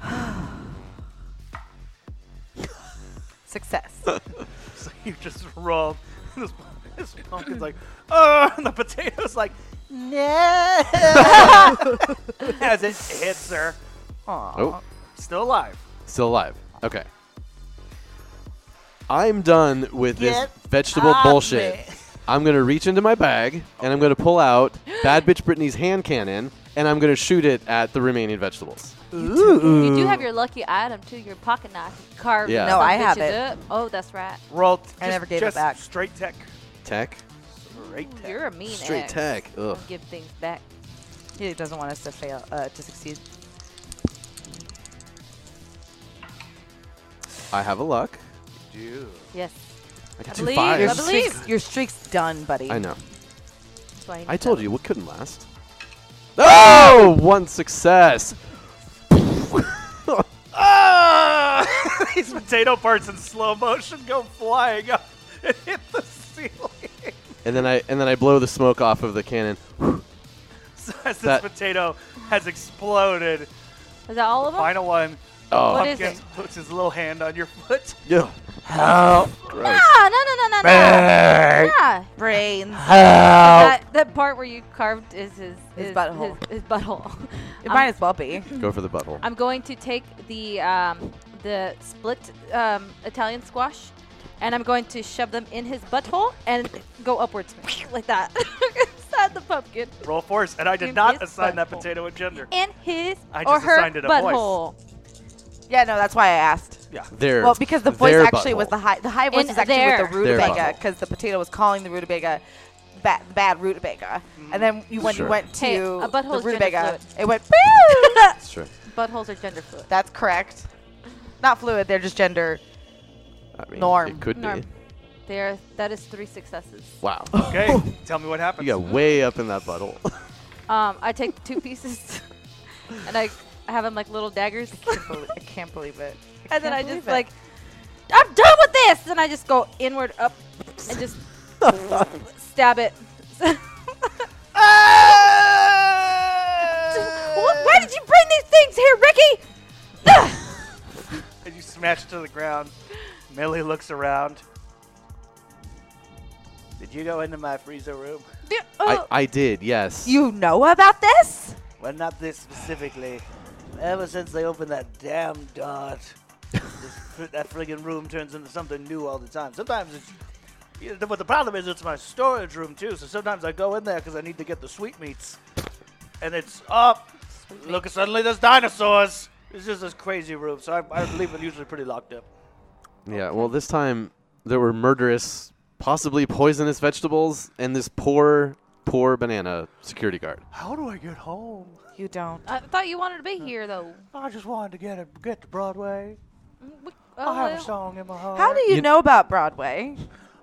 Speaker 3: Success.
Speaker 2: So you just rolled. This, this pumpkin's like, oh, and the potato's like, no. As it hits her,
Speaker 4: Oh,
Speaker 2: still alive.
Speaker 4: still alive. Okay. I'm done with this
Speaker 8: Get
Speaker 4: vegetable
Speaker 8: off
Speaker 4: bullshit.
Speaker 8: me.
Speaker 4: I'm gonna reach into my bag and I'm gonna pull out Bad Bitch Brittany's hand cannon and I'm gonna shoot it at the remaining vegetables.
Speaker 5: You do have your lucky item too, your pocket knife carved.
Speaker 4: Yeah.
Speaker 5: some
Speaker 4: No,
Speaker 3: I have
Speaker 5: bitches
Speaker 3: it.
Speaker 5: Up. Oh, that's right.
Speaker 2: Roll.
Speaker 3: I
Speaker 2: just-
Speaker 3: never gave it
Speaker 2: just
Speaker 3: back.
Speaker 2: Straight tech.
Speaker 4: Tech.
Speaker 2: Straight tech.
Speaker 5: You're a mean
Speaker 4: Straight
Speaker 5: ex.
Speaker 4: tech. Ugh.
Speaker 5: Don't give things back.
Speaker 3: He doesn't want us to fail uh, to succeed.
Speaker 4: I have a luck.
Speaker 5: Yes.
Speaker 4: I got
Speaker 5: I
Speaker 4: two
Speaker 5: believe. I
Speaker 4: fives.
Speaker 5: believe.
Speaker 3: Your streak's done, buddy.
Speaker 4: I know.
Speaker 5: That's why
Speaker 4: I told you what couldn't last. Oh, one success.
Speaker 2: Ah! These potato parts in slow motion go flying up and hit the ceiling.
Speaker 4: And then I and then I blow the smoke off of the cannon.
Speaker 2: So as this
Speaker 4: That-
Speaker 2: potato has exploded,
Speaker 5: Is that all of them?
Speaker 2: final one.
Speaker 4: Oh,
Speaker 5: What is
Speaker 2: Pumpkin
Speaker 5: it?
Speaker 2: puts his little hand on your foot.
Speaker 4: yeah.
Speaker 5: Ah, no, no, no, no, no. Yeah.
Speaker 3: Brains.
Speaker 5: That, that part where you carved is his,
Speaker 3: His butthole.
Speaker 5: His, his butthole.
Speaker 3: It
Speaker 5: I'm-
Speaker 3: might as well be.
Speaker 4: Go for the butthole.
Speaker 5: I'm going to take the um, the split um, Italian squash, and I'm going to shove them in his butthole and go upwards like that inside the pumpkin
Speaker 2: Roll force, and I
Speaker 5: You
Speaker 2: did not
Speaker 5: missed
Speaker 2: assign that
Speaker 5: butthole.
Speaker 2: potato a gender.
Speaker 5: in his
Speaker 2: I
Speaker 5: or
Speaker 2: just
Speaker 5: her
Speaker 2: assigned it a voice.
Speaker 5: butthole.
Speaker 3: Yeah, no, that's why I asked.
Speaker 2: Yeah.
Speaker 4: There.
Speaker 3: Well, because the voice
Speaker 4: their
Speaker 3: actually was
Speaker 4: butthole.
Speaker 3: the high. The high voice
Speaker 5: In
Speaker 3: is actually
Speaker 5: their-
Speaker 3: with the
Speaker 5: Their
Speaker 3: rutabaga
Speaker 4: butthole.
Speaker 3: because the potato was calling the rutabaga bad, bad rutabaga, and then you, when
Speaker 4: Sure.
Speaker 3: you went to
Speaker 5: Hey, a butthole
Speaker 3: the
Speaker 5: is gender
Speaker 3: rutabaga,
Speaker 5: fluid.
Speaker 3: it went. "Boo!"
Speaker 4: That's true.
Speaker 5: Buttholes are gender fluid.
Speaker 3: that's correct. Not fluid. They're just gender.
Speaker 4: I mean,
Speaker 3: Norm.
Speaker 4: It could
Speaker 5: Norm.
Speaker 4: be.
Speaker 5: There, that is three successes.
Speaker 4: Wow.
Speaker 2: Okay, tell me what
Speaker 4: you
Speaker 2: happens.
Speaker 4: got way up in that butthole.
Speaker 5: Um, I take two pieces, and I have them like little daggers,
Speaker 3: I can't believe, I can't believe it.
Speaker 5: and then
Speaker 3: can't
Speaker 5: I
Speaker 3: believe
Speaker 5: just
Speaker 3: it.
Speaker 5: like, I'm done with this, and I just go inward up, and just stab it.
Speaker 3: Ah!
Speaker 5: Wh- Why did you bring these things here, Ricky?
Speaker 2: And you smash to the ground. Millie looks around. Did you go into my freezer room?
Speaker 4: I, I did, yes.
Speaker 3: You know about this?
Speaker 8: Well, not this specifically. Ever since they opened that damn dot, this, fr- that friggin' room turns into something new all the time. Sometimes it's. You know, but the problem is, it's my storage room too, so sometimes I go in there because I need to get the sweetmeats. And it's up. Look, suddenly there's dinosaurs. It's just this crazy room, so I, I leave it usually pretty locked up.
Speaker 4: Yeah, well, this time there were murderous, possibly poisonous vegetables, and this poor, poor banana security guard.
Speaker 8: How do I get home?
Speaker 3: You don't.
Speaker 5: I thought you wanted to be here, though.
Speaker 8: I just wanted to get a, get to Broadway.
Speaker 5: Mm, we-
Speaker 8: I have
Speaker 5: well,
Speaker 8: a song in my heart.
Speaker 3: How do you,
Speaker 4: You-
Speaker 3: know about Broadway?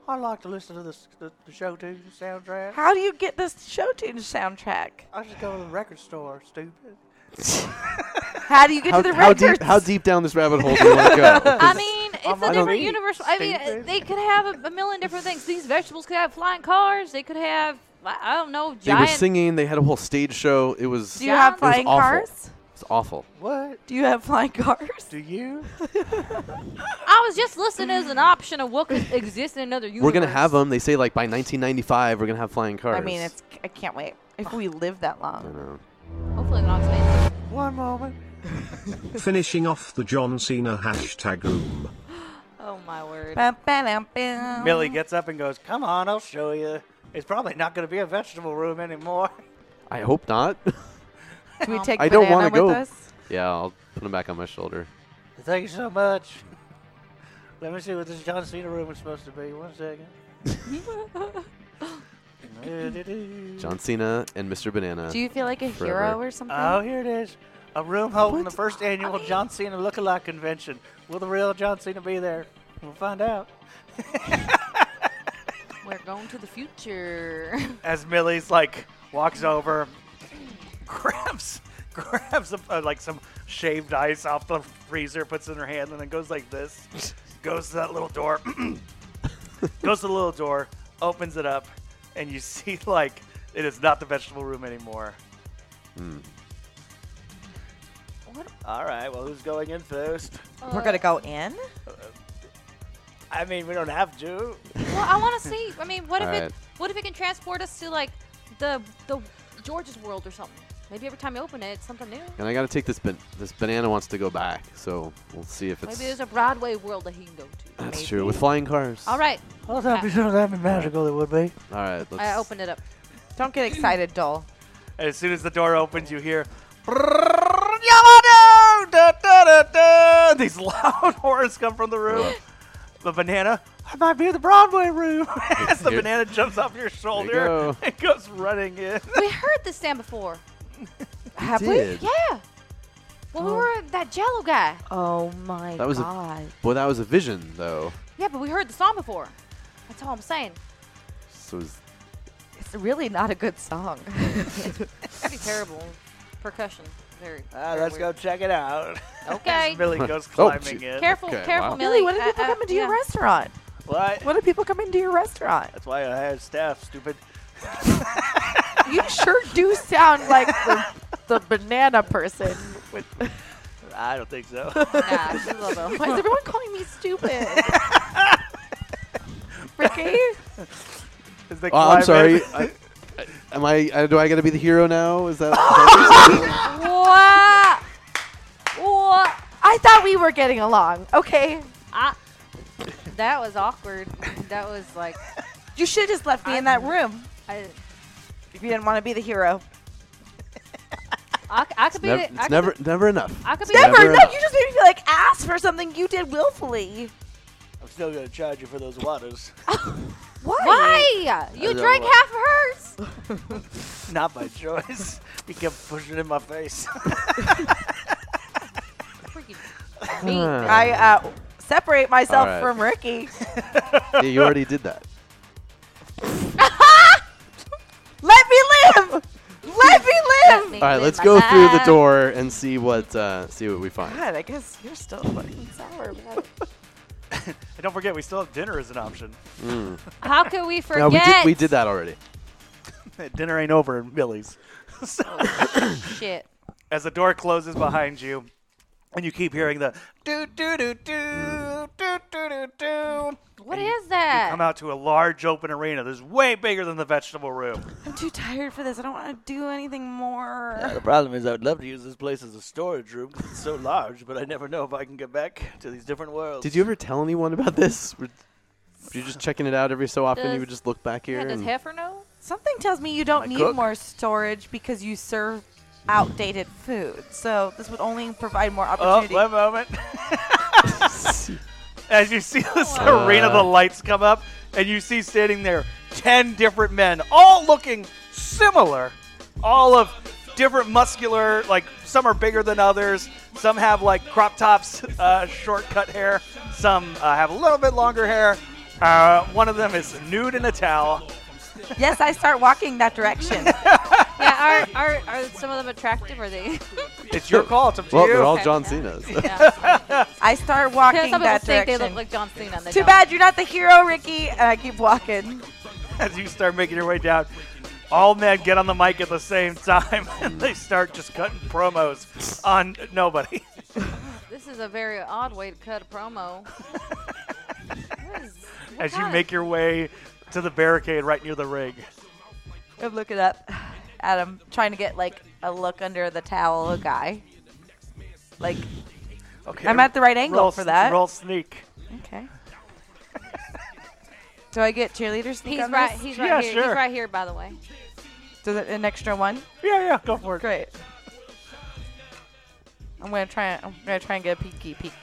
Speaker 8: I like to listen to the, s- the, the show tune soundtrack.
Speaker 3: How do you get this show tune soundtrack?
Speaker 8: I just go to the record store, stupid.
Speaker 3: How do you get
Speaker 4: How,
Speaker 3: to the
Speaker 4: how
Speaker 3: records?
Speaker 4: deep, how deep down this rabbit hole do you want to go? 'Cause
Speaker 5: I mean, it's
Speaker 8: I'm
Speaker 5: a
Speaker 4: on
Speaker 5: different
Speaker 4: leave,
Speaker 5: universe. I mean, uh,
Speaker 8: stupid.
Speaker 5: they could have a, a million different things. These vegetables could have flying cars. They could have, I I don't know,
Speaker 4: they were
Speaker 5: giant.
Speaker 4: singing, they had a whole stage show. It was.
Speaker 3: do you have
Speaker 5: Sounds
Speaker 3: flying
Speaker 4: awful.
Speaker 3: cars?
Speaker 4: It's awful.
Speaker 2: What?
Speaker 3: Do you have flying cars?
Speaker 2: Do you?
Speaker 5: I was just listed as an option of what could exist in another universe.
Speaker 4: We're gonna have them. They say like by 1995 we're gonna have flying cars.
Speaker 3: I mean, it's I can't wait. If we live that long.
Speaker 5: Hopefully, they're not expensive.
Speaker 2: One moment.
Speaker 6: Finishing off the John Cena hashtag room.
Speaker 5: Oh my word.
Speaker 3: Ba-ba-dum-bum.
Speaker 2: Millie gets up and goes, "Come on, I'll show you." It's probably not going to be a vegetable room anymore.
Speaker 4: I hope not.
Speaker 3: Do we take
Speaker 4: I don't
Speaker 3: banana
Speaker 4: wanna
Speaker 3: with
Speaker 4: go.
Speaker 3: us?
Speaker 4: yeah, I'll put them back on my shoulder.
Speaker 2: Thank you so much. Let me see what this John Cena room is supposed to be. One second.
Speaker 4: John Cena and Mr. Banana.
Speaker 3: Do you feel like a
Speaker 4: Forever.
Speaker 3: hero or something?
Speaker 8: Uh,
Speaker 2: Oh, here it is. A room holding the first annual John Cena lookalike convention. Will the real John Cena be there? We'll find out.
Speaker 5: We're going to the future.
Speaker 2: As Millie's like walks over, grabs grabs a, uh, like some shaved ice off the freezer, puts it in her hand, and then goes like this. Goes to that little door. goes to the little door, opens it up, and you see like it is not the vegetable room anymore. What? All right. Well, who's going in first?
Speaker 3: We're gonna go in.
Speaker 2: I mean, we don't have to.
Speaker 5: Well, I want to see. I mean, what if
Speaker 4: Alright.
Speaker 5: it? What if it can transport us to like the the George's world or something? Maybe every time you open it, it's something new.
Speaker 4: and I gotta take this. Ban- this banana wants to go back, so we'll see if it's.
Speaker 5: Maybe there's a Broadway world that he can go to.
Speaker 4: that's true. With flying cars.
Speaker 5: All right,
Speaker 2: Well, that'd be sure that'd be magical. It would be.
Speaker 4: All right. Let's,
Speaker 5: I opened it up.
Speaker 3: Don't get excited, doll.
Speaker 2: And as soon as the door opens, you hear Yamado! Da, da, da, da. These loud horns come from the room. The banana, I might be in the Broadway room. as the
Speaker 4: Here-
Speaker 2: banana jumps off your shoulder
Speaker 4: go.
Speaker 2: and goes running in.
Speaker 5: We heard this damn before.
Speaker 3: Have
Speaker 4: Did.
Speaker 5: Yeah. Well, we were that Jello guy.
Speaker 3: Oh my
Speaker 4: That was a-
Speaker 3: god.
Speaker 4: Well, that was a vision though.
Speaker 5: Yeah, but we heard the song before. That's all I'm saying.
Speaker 4: So is-
Speaker 3: It's really not a good song.
Speaker 5: Pretty terrible percussion. Very.
Speaker 2: Ah,
Speaker 5: very
Speaker 2: let's go
Speaker 5: weird.
Speaker 2: check it out.
Speaker 5: Okay.
Speaker 2: Billy goes
Speaker 4: Oh,
Speaker 2: climbing
Speaker 4: shoot.
Speaker 2: in.
Speaker 5: Careful,
Speaker 4: Okay,
Speaker 5: careful,
Speaker 4: wow.
Speaker 3: Millie,
Speaker 5: Millie.
Speaker 3: what do
Speaker 5: Uh,
Speaker 3: people
Speaker 5: uh,
Speaker 3: come into your
Speaker 5: yeah.
Speaker 3: restaurant?
Speaker 2: Why?
Speaker 3: What do people come into your restaurant?
Speaker 2: That's why I hired staff, stupid.
Speaker 3: You sure do sound like the, the banana person. With,
Speaker 2: I don't think so.
Speaker 5: Nah, she's a little bit-
Speaker 3: why is everyone calling me stupid? Ricky?
Speaker 2: As they
Speaker 4: oh, I'm
Speaker 2: climb in-
Speaker 4: sorry. I, I- am I, I? Do I gotta be the hero now? Is that? is that what you're saying?
Speaker 5: Wha- wha-
Speaker 3: I thought we were getting along. Okay.
Speaker 5: I- Ah. That was awkward. That was like,
Speaker 3: You should have just left me in that room
Speaker 5: I,
Speaker 3: if you didn't want to be the hero.
Speaker 5: I, c- I could be.
Speaker 4: Nev-
Speaker 5: the, I
Speaker 4: it's
Speaker 5: could
Speaker 4: never,
Speaker 5: Be,
Speaker 4: never enough.
Speaker 5: I could be.
Speaker 3: Never,
Speaker 4: Never
Speaker 3: no,
Speaker 4: enough.
Speaker 3: you just made me feel like ass for something you did willfully.
Speaker 2: I'm still going to charge you for those waters.
Speaker 3: Why?
Speaker 5: Why? You
Speaker 4: don't
Speaker 5: drank
Speaker 4: know.
Speaker 5: half of hers.
Speaker 2: Not by choice. You kept pushing it in my face.
Speaker 5: Freaking me.
Speaker 3: I uh, separate myself
Speaker 4: Alright.
Speaker 3: from Ricky.
Speaker 4: Yeah, you already did that.
Speaker 3: Let me live. Let me live.
Speaker 4: All right, let's go through the door and see what uh, see what we find.
Speaker 3: God, I guess you're still fucking sour. about it.
Speaker 2: And don't forget, we still have dinner as an option.
Speaker 5: How could we forget?
Speaker 4: No, we did, we did that already.
Speaker 2: dinner ain't over in Millie's.
Speaker 5: Shit.
Speaker 2: As the door closes behind you, and you keep hearing the doo doo doo doo doo doo doo doo.
Speaker 5: What
Speaker 2: and you-
Speaker 5: is
Speaker 2: You
Speaker 5: that?
Speaker 2: come out to a large open arena. This is way bigger than the vegetable room.
Speaker 3: I'm too tired for this. I don't want to do anything more.
Speaker 2: the problem is, I would love to use this place as a storage room because it's so large, but I never know if I can get back to these different worlds.
Speaker 4: Did you ever tell anyone about this? Were you just checking it out every so often?
Speaker 5: Does-
Speaker 4: you would just look back here.
Speaker 5: yeah, does
Speaker 4: and-
Speaker 5: Heifer know?
Speaker 3: Something tells me you don't need
Speaker 2: cook?
Speaker 3: more storage because you serve outdated food. So this would only provide more
Speaker 2: Oh,
Speaker 3: opportunity.
Speaker 2: one moment. As you see this arena, the lights come up, and you see standing there 10 different men, all looking similar, all of different muscular, like some are bigger than others, some have like crop tops, uh, short cut hair, some uh, have a little bit longer hair. Uh, one of them is nude in a towel.
Speaker 3: yes, I start walking that direction.
Speaker 5: Yeah, are, are, are some of them attractive? Are they?
Speaker 2: It's your call, it's up to
Speaker 4: well,
Speaker 2: you.
Speaker 4: they're all
Speaker 5: Okay.
Speaker 4: John Cena's.
Speaker 3: I start
Speaker 5: Yeah,
Speaker 3: walking
Speaker 5: some people
Speaker 3: that
Speaker 5: think they
Speaker 3: direction.
Speaker 5: look like John Cena. and they
Speaker 3: Too
Speaker 5: don't.
Speaker 3: bad you're not the hero, Ricky. And I keep walking.
Speaker 2: as you start making your way down. all men get on the mic at the same time and they start just cutting promos on nobody.
Speaker 5: This is a very odd way to cut a promo. What is- what
Speaker 2: As you
Speaker 5: kind of-
Speaker 2: make your way to the barricade right near the ring.
Speaker 3: I'm looking up at him, trying to get like a look under the towel of guy. Like
Speaker 2: Okay.
Speaker 3: I'm at the right angle
Speaker 2: roll
Speaker 3: for
Speaker 2: s-
Speaker 3: that.
Speaker 2: Roll sneak.
Speaker 3: Okay. Do I get cheerleader sneak
Speaker 5: He's
Speaker 3: on
Speaker 5: right.
Speaker 3: this?
Speaker 5: He's right
Speaker 2: Yeah,
Speaker 5: here.
Speaker 2: sure.
Speaker 5: He's right here, by the way.
Speaker 3: Does it an extra one?
Speaker 2: Yeah, yeah, go for it.
Speaker 3: Great. I'm gonna try. I'm gonna try and get a peeky peek.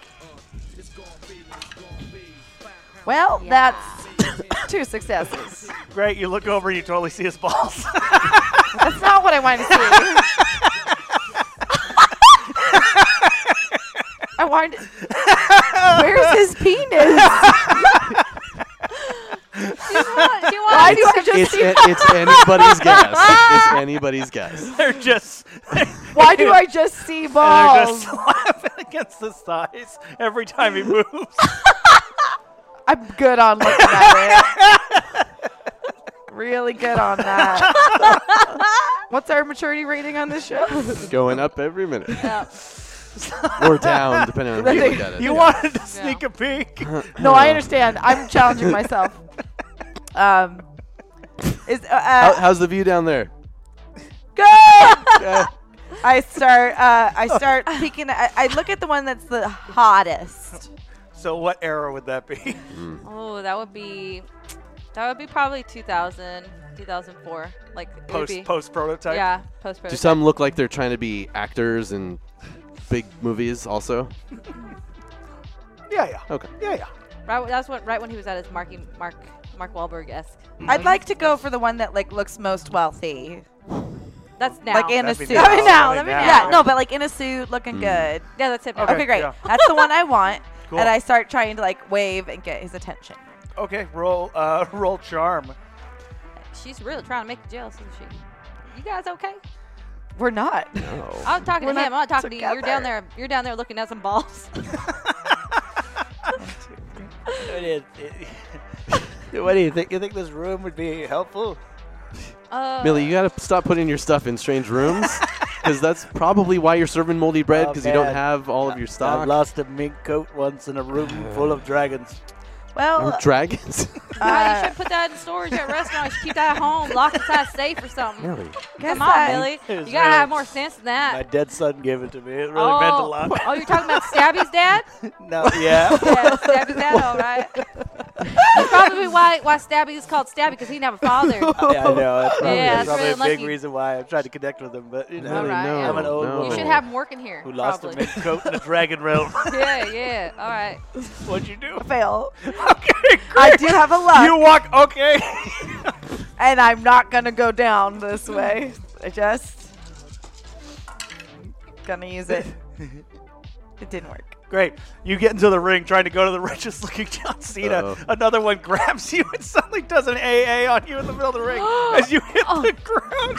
Speaker 3: Well, that's two successes.
Speaker 2: Great, you look over and you totally see his balls.
Speaker 3: That's not what I wanted to see. I wanted. Where's his penis?
Speaker 5: Do you want? Do you want
Speaker 3: Why do I just
Speaker 4: It's,
Speaker 3: see?
Speaker 4: a- it's anybody's guess. It's anybody's guess.
Speaker 2: they're just
Speaker 3: Why do I just see
Speaker 2: they're just
Speaker 3: balls?
Speaker 2: slapping against his thighs every time he moves.
Speaker 3: I'm good on looking at it. really good on that. What's our maturity rating on this show?
Speaker 4: Going up every minute.
Speaker 5: Yeah.
Speaker 4: or down, depending on how you look at it.
Speaker 2: You
Speaker 4: Yeah.
Speaker 2: wanted to sneak a peek.
Speaker 3: No, I understand. I'm challenging myself. Um, is uh,
Speaker 4: How,
Speaker 2: Oh.
Speaker 3: uh,
Speaker 4: how's the view down there?
Speaker 3: good. I start. Uh, I start peeking. I, I look at the one that's the hottest.
Speaker 2: So what era would that be?
Speaker 5: Oh, that would be. That would be probably 2000, 2004. Like it would be-
Speaker 2: Post post prototype.
Speaker 5: Yeah, post
Speaker 4: Do
Speaker 5: prototype.
Speaker 4: some look like they're trying to be actors in big movies also?
Speaker 2: yeah, yeah.
Speaker 4: Okay.
Speaker 2: Yeah, yeah.
Speaker 5: Right, that's what right when he was at his Marky Mark Mark Wahlberg esque.
Speaker 3: I'd like to go for the one that like looks most wealthy,
Speaker 5: That's now.
Speaker 3: like in
Speaker 2: That'd
Speaker 3: a
Speaker 2: be
Speaker 3: suit.
Speaker 2: now. That'd be now, that'd be now. Mm.
Speaker 3: Yeah, no, but like in a suit, looking good.
Speaker 5: yeah, that's it.
Speaker 3: Okay,
Speaker 2: Okay,
Speaker 3: great.
Speaker 2: yeah.
Speaker 3: That's the one I want.
Speaker 2: Cool.
Speaker 3: And I start trying to like wave and get his attention.
Speaker 2: Okay, roll uh roll charm.
Speaker 5: She's really trying to make you jealous, isn't she? You guys okay?
Speaker 3: We're not.
Speaker 2: Oh.
Speaker 5: I'm talking
Speaker 3: We're
Speaker 5: to him.
Speaker 3: not
Speaker 5: I'm not talking to you. You're down
Speaker 3: together.
Speaker 5: there. You're down there looking at some balls.
Speaker 2: Uh, It is- what do you think? You think this room would be helpful?
Speaker 5: Uh,
Speaker 4: Millie, you gotta stop putting your stuff in strange rooms. Because that's probably why you're serving moldy bread,
Speaker 2: Oh,
Speaker 4: because you don't
Speaker 2: man.
Speaker 4: have all of your
Speaker 2: I
Speaker 4: stock.
Speaker 2: lost a mink coat once in a room full of dragons.
Speaker 3: Well,
Speaker 4: Or dragons.
Speaker 5: why you
Speaker 3: uh,
Speaker 5: should put that in storage at a restaurant. You should keep that at home, lock inside safe or something.
Speaker 4: Millie.
Speaker 3: guess
Speaker 5: Come on,
Speaker 3: I-
Speaker 5: Billy. You
Speaker 2: It
Speaker 5: gotta
Speaker 2: was really-
Speaker 5: have more sense than
Speaker 2: My
Speaker 5: that.
Speaker 2: dead son gave it to me. It really
Speaker 5: oh.
Speaker 2: meant a lot.
Speaker 5: oh, you're talking about Stabby's dad?
Speaker 2: No, yeah.
Speaker 5: Yeah, Stabby's dad, all right. That's probably why why Stabby is called Stabby because he didn't have a father.
Speaker 2: yeah, I know. That's probably,
Speaker 5: Yeah,
Speaker 2: that's
Speaker 5: that's
Speaker 2: probably
Speaker 5: really
Speaker 2: a big
Speaker 5: unlucky.
Speaker 2: reason why I'm trying to connect with him. But you know,
Speaker 4: Millie,
Speaker 5: All right,
Speaker 4: no,
Speaker 5: I'm
Speaker 2: an old
Speaker 4: no.
Speaker 2: woman.
Speaker 5: You should have him working here.
Speaker 2: Oh. who lost a
Speaker 5: probably.
Speaker 2: mink coat in the dragon realm?
Speaker 5: Yeah, yeah. All right.
Speaker 2: What'd you do?
Speaker 3: fail.
Speaker 2: Okay,
Speaker 3: I
Speaker 2: great.
Speaker 3: do have a luck,
Speaker 2: You walk. Okay.
Speaker 3: and I'm not gonna go down this way. I just gonna use it. It didn't work.
Speaker 2: Great. You get into the ring trying to go to the richest looking John Cena.
Speaker 4: Uh-oh.
Speaker 2: Another one grabs you and suddenly does an AA on you in the middle of the ring as you hit
Speaker 5: Oh.
Speaker 2: the ground.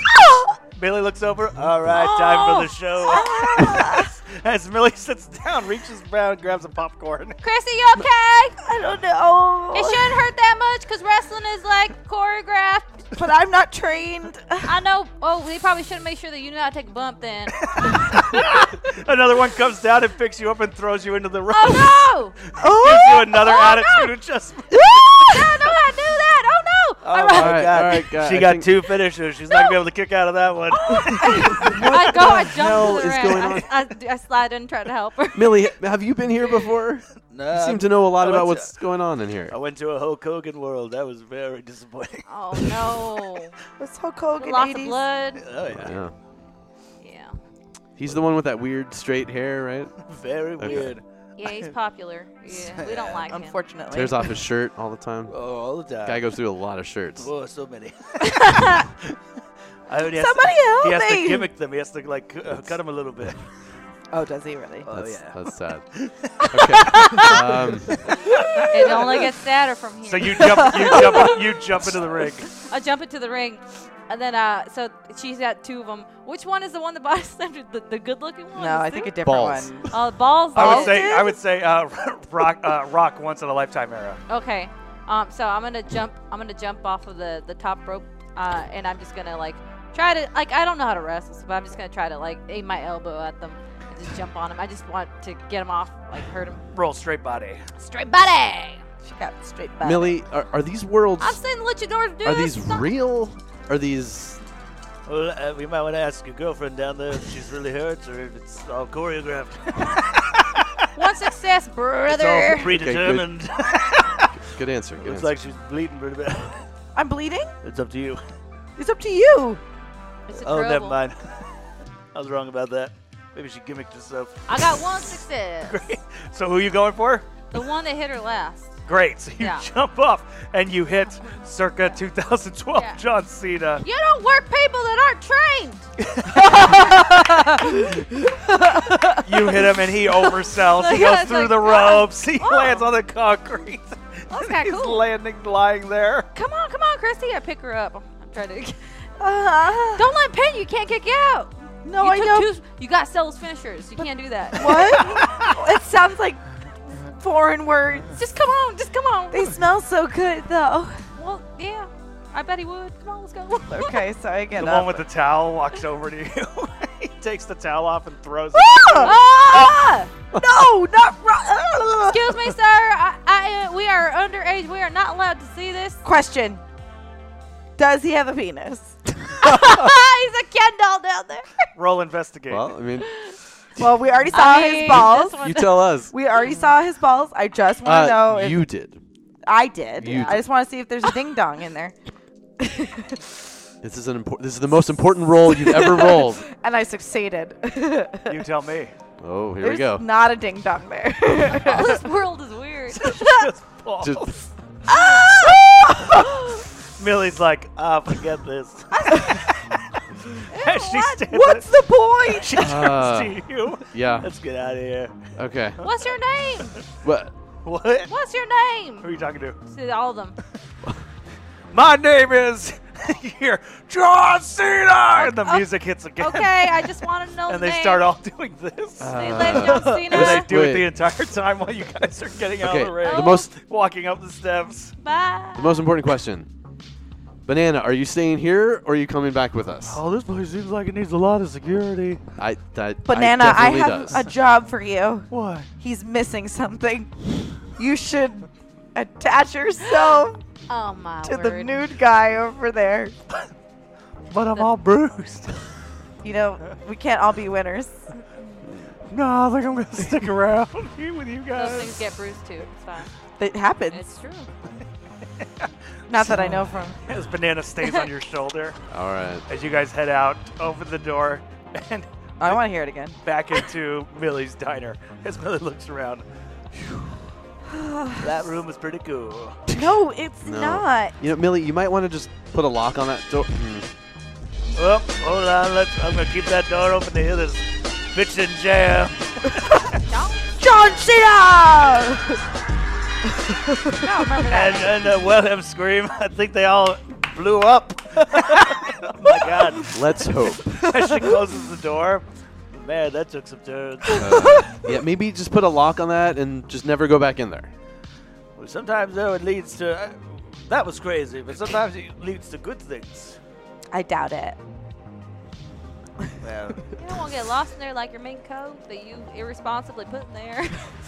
Speaker 2: Millie looks over. All right, time for the show.
Speaker 5: Ah.
Speaker 2: as Millie sits down, reaches down, grabs a popcorn.
Speaker 5: Chrissy, you okay?
Speaker 3: I don't know.
Speaker 5: It shouldn't hurt that much because wrestling is like choreographed.
Speaker 3: but I'm not trained.
Speaker 5: I know. Oh, we probably should make sure that you know how to take a bump then.
Speaker 2: Another one comes down and picks you up and throws you into the ring.
Speaker 5: Oh no!
Speaker 2: Gives you another
Speaker 5: Oh,
Speaker 2: attitude adjustment.
Speaker 5: no, no, I do that. Oh no! All
Speaker 4: All
Speaker 5: right.
Speaker 4: right, all right, guys.
Speaker 2: She
Speaker 4: I
Speaker 2: got
Speaker 4: think-
Speaker 2: two finishers. She's not gonna be able to kick out of that one.
Speaker 5: Oh. I go. I jump
Speaker 4: hell
Speaker 5: to the
Speaker 4: is
Speaker 5: ring.
Speaker 4: going
Speaker 5: I, I, I slide in, try to help her.
Speaker 4: Millie, have you been here before? You seem to know a lot
Speaker 2: I
Speaker 4: about
Speaker 2: went to-
Speaker 4: what's going on in here.
Speaker 2: I went to a Hulk Hogan world. That was very disappointing.
Speaker 5: Oh no!
Speaker 3: It's Hulk Hogan
Speaker 5: Lots
Speaker 3: 80s.
Speaker 5: of blood.
Speaker 2: Oh yeah,
Speaker 4: Yeah.
Speaker 5: Yeah.
Speaker 4: He's the one with that weird straight hair, right?
Speaker 2: very weird.
Speaker 5: Yeah, he's popular. Yeah, we don't like him.
Speaker 3: Unfortunately,
Speaker 4: Tears off his shirt all the time.
Speaker 2: Oh, all the time.
Speaker 4: Guy goes through a lot of shirts.
Speaker 2: Oh, so many. I already
Speaker 3: Somebody
Speaker 2: has to,
Speaker 3: help
Speaker 2: He has
Speaker 3: me.
Speaker 2: to gimmick them. He has to like cu- uh, cut them a little bit.
Speaker 3: oh, does he really?
Speaker 2: Oh
Speaker 4: That's,
Speaker 2: yeah.
Speaker 4: that's sad. Okay. um,
Speaker 5: It only gets sadder from here.
Speaker 2: So you jump, you jump, you jump into the ring.
Speaker 5: I jump into the ring, and then uh, so she's got two of them. Which one is the one that body slammed her? The, the good-looking one?
Speaker 3: No,
Speaker 5: The
Speaker 3: I think a
Speaker 5: suit?
Speaker 3: different
Speaker 4: Balls.
Speaker 3: one.
Speaker 5: Oh, the balls.
Speaker 2: I
Speaker 5: Oh.
Speaker 2: would say, I would say, uh, rock, uh, rock once in a lifetime era.
Speaker 5: Okay. Um. So I'm gonna jump. I'm gonna jump off of the the top rope uh, and I'm just gonna like try to like I don't know how to wrestle, so- but I'm just gonna try to like aim my elbow at them and just jump on them. I just want to get them off, like hurt them.
Speaker 2: Roll straight body.
Speaker 5: Straight buddy.
Speaker 3: She got straight back.
Speaker 4: Millie, are, are these worlds?
Speaker 5: I'm saying luchadors do
Speaker 4: Are
Speaker 5: this
Speaker 4: these
Speaker 5: stuff.
Speaker 4: real? Are these?
Speaker 2: Well, uh, we might want to ask your girlfriend down there if she's really hurt or if it's all choreographed.
Speaker 5: One success,
Speaker 2: It's all
Speaker 5: brother.
Speaker 2: predetermined.
Speaker 4: Good answer. Good
Speaker 2: Looks
Speaker 4: answer.
Speaker 2: like she's bleeding pretty bad.
Speaker 3: I'm bleeding?
Speaker 2: It's up to you.
Speaker 3: It's up to you.
Speaker 5: It's
Speaker 2: Oh, never
Speaker 5: adorable.
Speaker 2: mind. I was wrong about that. Maybe she gimmicked herself.
Speaker 5: I got one success.
Speaker 2: So who you going for?
Speaker 5: the one that hit her last.
Speaker 2: Great. So you
Speaker 5: Yeah.
Speaker 2: jump off and you hit circa 2012
Speaker 5: Yeah.
Speaker 2: John Cena.
Speaker 5: You don't work people that aren't trained.
Speaker 2: You hit him and he oversells. he
Speaker 5: Yeah,
Speaker 2: goes
Speaker 5: it's
Speaker 2: through
Speaker 5: like,
Speaker 2: the
Speaker 5: ah,
Speaker 2: ropes. He
Speaker 5: oh.
Speaker 2: lands on the concrete.
Speaker 5: That's kinda
Speaker 2: He's
Speaker 5: cool.
Speaker 2: landing, lying there.
Speaker 5: Come on, come on, Christy. I pick her up. I'm, I'm trying to.
Speaker 3: Uh,
Speaker 5: Don't let him pin you. You Can't kick out.
Speaker 3: no,
Speaker 5: you
Speaker 3: I
Speaker 5: took
Speaker 3: know.
Speaker 5: Two, you got sales finishers. You can't do that.
Speaker 3: What? it sounds like foreign words.
Speaker 5: just come on. Just come on.
Speaker 3: They smell so good, though.
Speaker 5: well, yeah. I bet he would. Come on, let's go.
Speaker 3: Okay, so I get
Speaker 2: The
Speaker 3: up.
Speaker 2: one with the towel walks over to you. he takes the towel off and throws it.
Speaker 5: Ah!
Speaker 3: Oh, no, not Ah. right.
Speaker 5: Excuse me, sir. I, I, uh, we are underage. We are not allowed to see this.
Speaker 3: Question: Does he have a penis?
Speaker 5: He's a Ken doll down there.
Speaker 2: Roll investigate.
Speaker 4: Well, I mean,
Speaker 3: Well, we already saw
Speaker 5: I-
Speaker 3: his balls.
Speaker 5: this one-
Speaker 4: you tell us.
Speaker 3: We already saw his balls. I just want to know
Speaker 4: Uh,
Speaker 3: if
Speaker 4: you did.
Speaker 3: I did.
Speaker 4: you
Speaker 3: I just want to see if there's a ding dong in there,
Speaker 4: This is an important. This is the most important role you've ever rolled.
Speaker 3: and I succeeded.
Speaker 2: You tell me.
Speaker 4: Oh, here we
Speaker 3: there's
Speaker 4: go.
Speaker 3: not a ding dong there.
Speaker 5: this world is weird.
Speaker 2: Just balls.
Speaker 4: Just-
Speaker 2: Millie's like, ah, forget this. And she stands
Speaker 3: What's the point?
Speaker 2: she turns
Speaker 4: Uh.
Speaker 2: to you.
Speaker 4: yeah.
Speaker 2: Let's get out of here.
Speaker 4: Okay.
Speaker 5: What's your name?
Speaker 4: What?
Speaker 2: What?
Speaker 5: What's your
Speaker 2: Who
Speaker 5: name?
Speaker 2: are you talking to?
Speaker 5: To all of them.
Speaker 2: My name is here, John Cena, and the
Speaker 5: oh,
Speaker 2: music hits again.
Speaker 5: Okay, I just want to know.
Speaker 2: And
Speaker 5: the
Speaker 2: they
Speaker 5: name.
Speaker 2: start all doing
Speaker 4: Uh,
Speaker 2: this.
Speaker 5: They let John Cena.
Speaker 2: and they do it
Speaker 4: Wait.
Speaker 2: the entire time while you guys are getting out
Speaker 4: Okay.
Speaker 2: of the ring,
Speaker 4: The most.
Speaker 2: walking up the steps.
Speaker 4: The
Speaker 5: Bye.
Speaker 4: most important question. Banana, are you staying here or are you coming back with us?
Speaker 2: Oh, this place seems like it needs a lot of security.
Speaker 4: I. That.
Speaker 3: Banana,
Speaker 4: I,
Speaker 3: I
Speaker 4: definitely
Speaker 3: have
Speaker 4: does.
Speaker 3: a job for you.
Speaker 2: Why?
Speaker 3: He's missing something. You should attach yourself
Speaker 5: Oh my
Speaker 3: to
Speaker 5: word.
Speaker 3: the nude guy over there.
Speaker 2: But I'm all bruised.
Speaker 3: You know, we can't all be winners.
Speaker 2: no, I think I'm gonna stick around here with you
Speaker 5: Those
Speaker 2: guys.
Speaker 5: things get bruised too. It's fine.
Speaker 3: It happens.
Speaker 5: It's true.
Speaker 3: Not that I know from.
Speaker 2: As banana stays on your shoulder
Speaker 4: All right.
Speaker 2: as you guys head out over the door and
Speaker 3: I want to hear it again.
Speaker 2: back into Millie's diner. As Millie looks around. Phew. that room is pretty cool.
Speaker 3: No, it's
Speaker 4: No.
Speaker 3: not.
Speaker 4: You know, Millie, you might want to just put a lock on that door. Hmm.
Speaker 2: Well, hold on. Let's, I'm gonna keep that door open to hear this bitchin' jam.
Speaker 5: Don't
Speaker 3: John Cena!
Speaker 5: don't remember that.
Speaker 2: And, and uh, well, him scream. I think they all blew up. oh my god.
Speaker 4: Let's hope.
Speaker 2: As she closes the door, man, that took some turns.
Speaker 4: Uh, yeah, maybe just put a lock on that and just never go back in there.
Speaker 2: Well, sometimes though it leads to uh, that was crazy, but sometimes it leads to good things.
Speaker 3: I doubt it.
Speaker 2: Well,
Speaker 5: You don't want to get lost in there like your main coat that you irresponsibly put in there.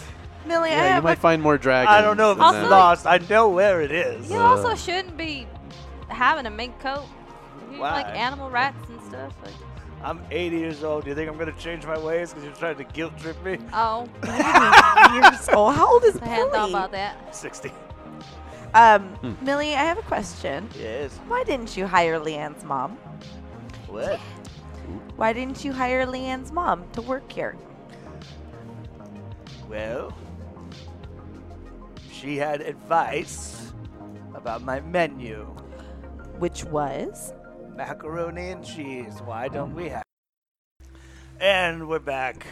Speaker 3: Millie, I
Speaker 4: Yeah, you
Speaker 3: have
Speaker 4: might
Speaker 3: a,
Speaker 4: find more dragons.
Speaker 2: I don't know if
Speaker 4: than
Speaker 5: Also,
Speaker 2: it's
Speaker 4: that.
Speaker 2: lost. I know where it is.
Speaker 5: you also shouldn't be having a mink coat. You
Speaker 2: Why?
Speaker 5: like animal rights and stuff. Like,
Speaker 2: I'm 80 years old. Do you think I'm gonna change my ways because you're trying to guilt trip me?
Speaker 5: oh,
Speaker 3: years old. How old is
Speaker 5: I hadn't thought about
Speaker 3: Millie?
Speaker 5: that.
Speaker 2: 60.
Speaker 3: Um,
Speaker 4: Hmm.
Speaker 3: Millie, I have a question.
Speaker 2: Yes.
Speaker 3: Why didn't you hire Leanne's mom?
Speaker 2: What?
Speaker 3: Why didn't you hire Leanne's mom to work here?
Speaker 2: Well, she had advice about my menu.
Speaker 3: Which was?
Speaker 2: macaroni and cheese. Why don't we have? And we're back.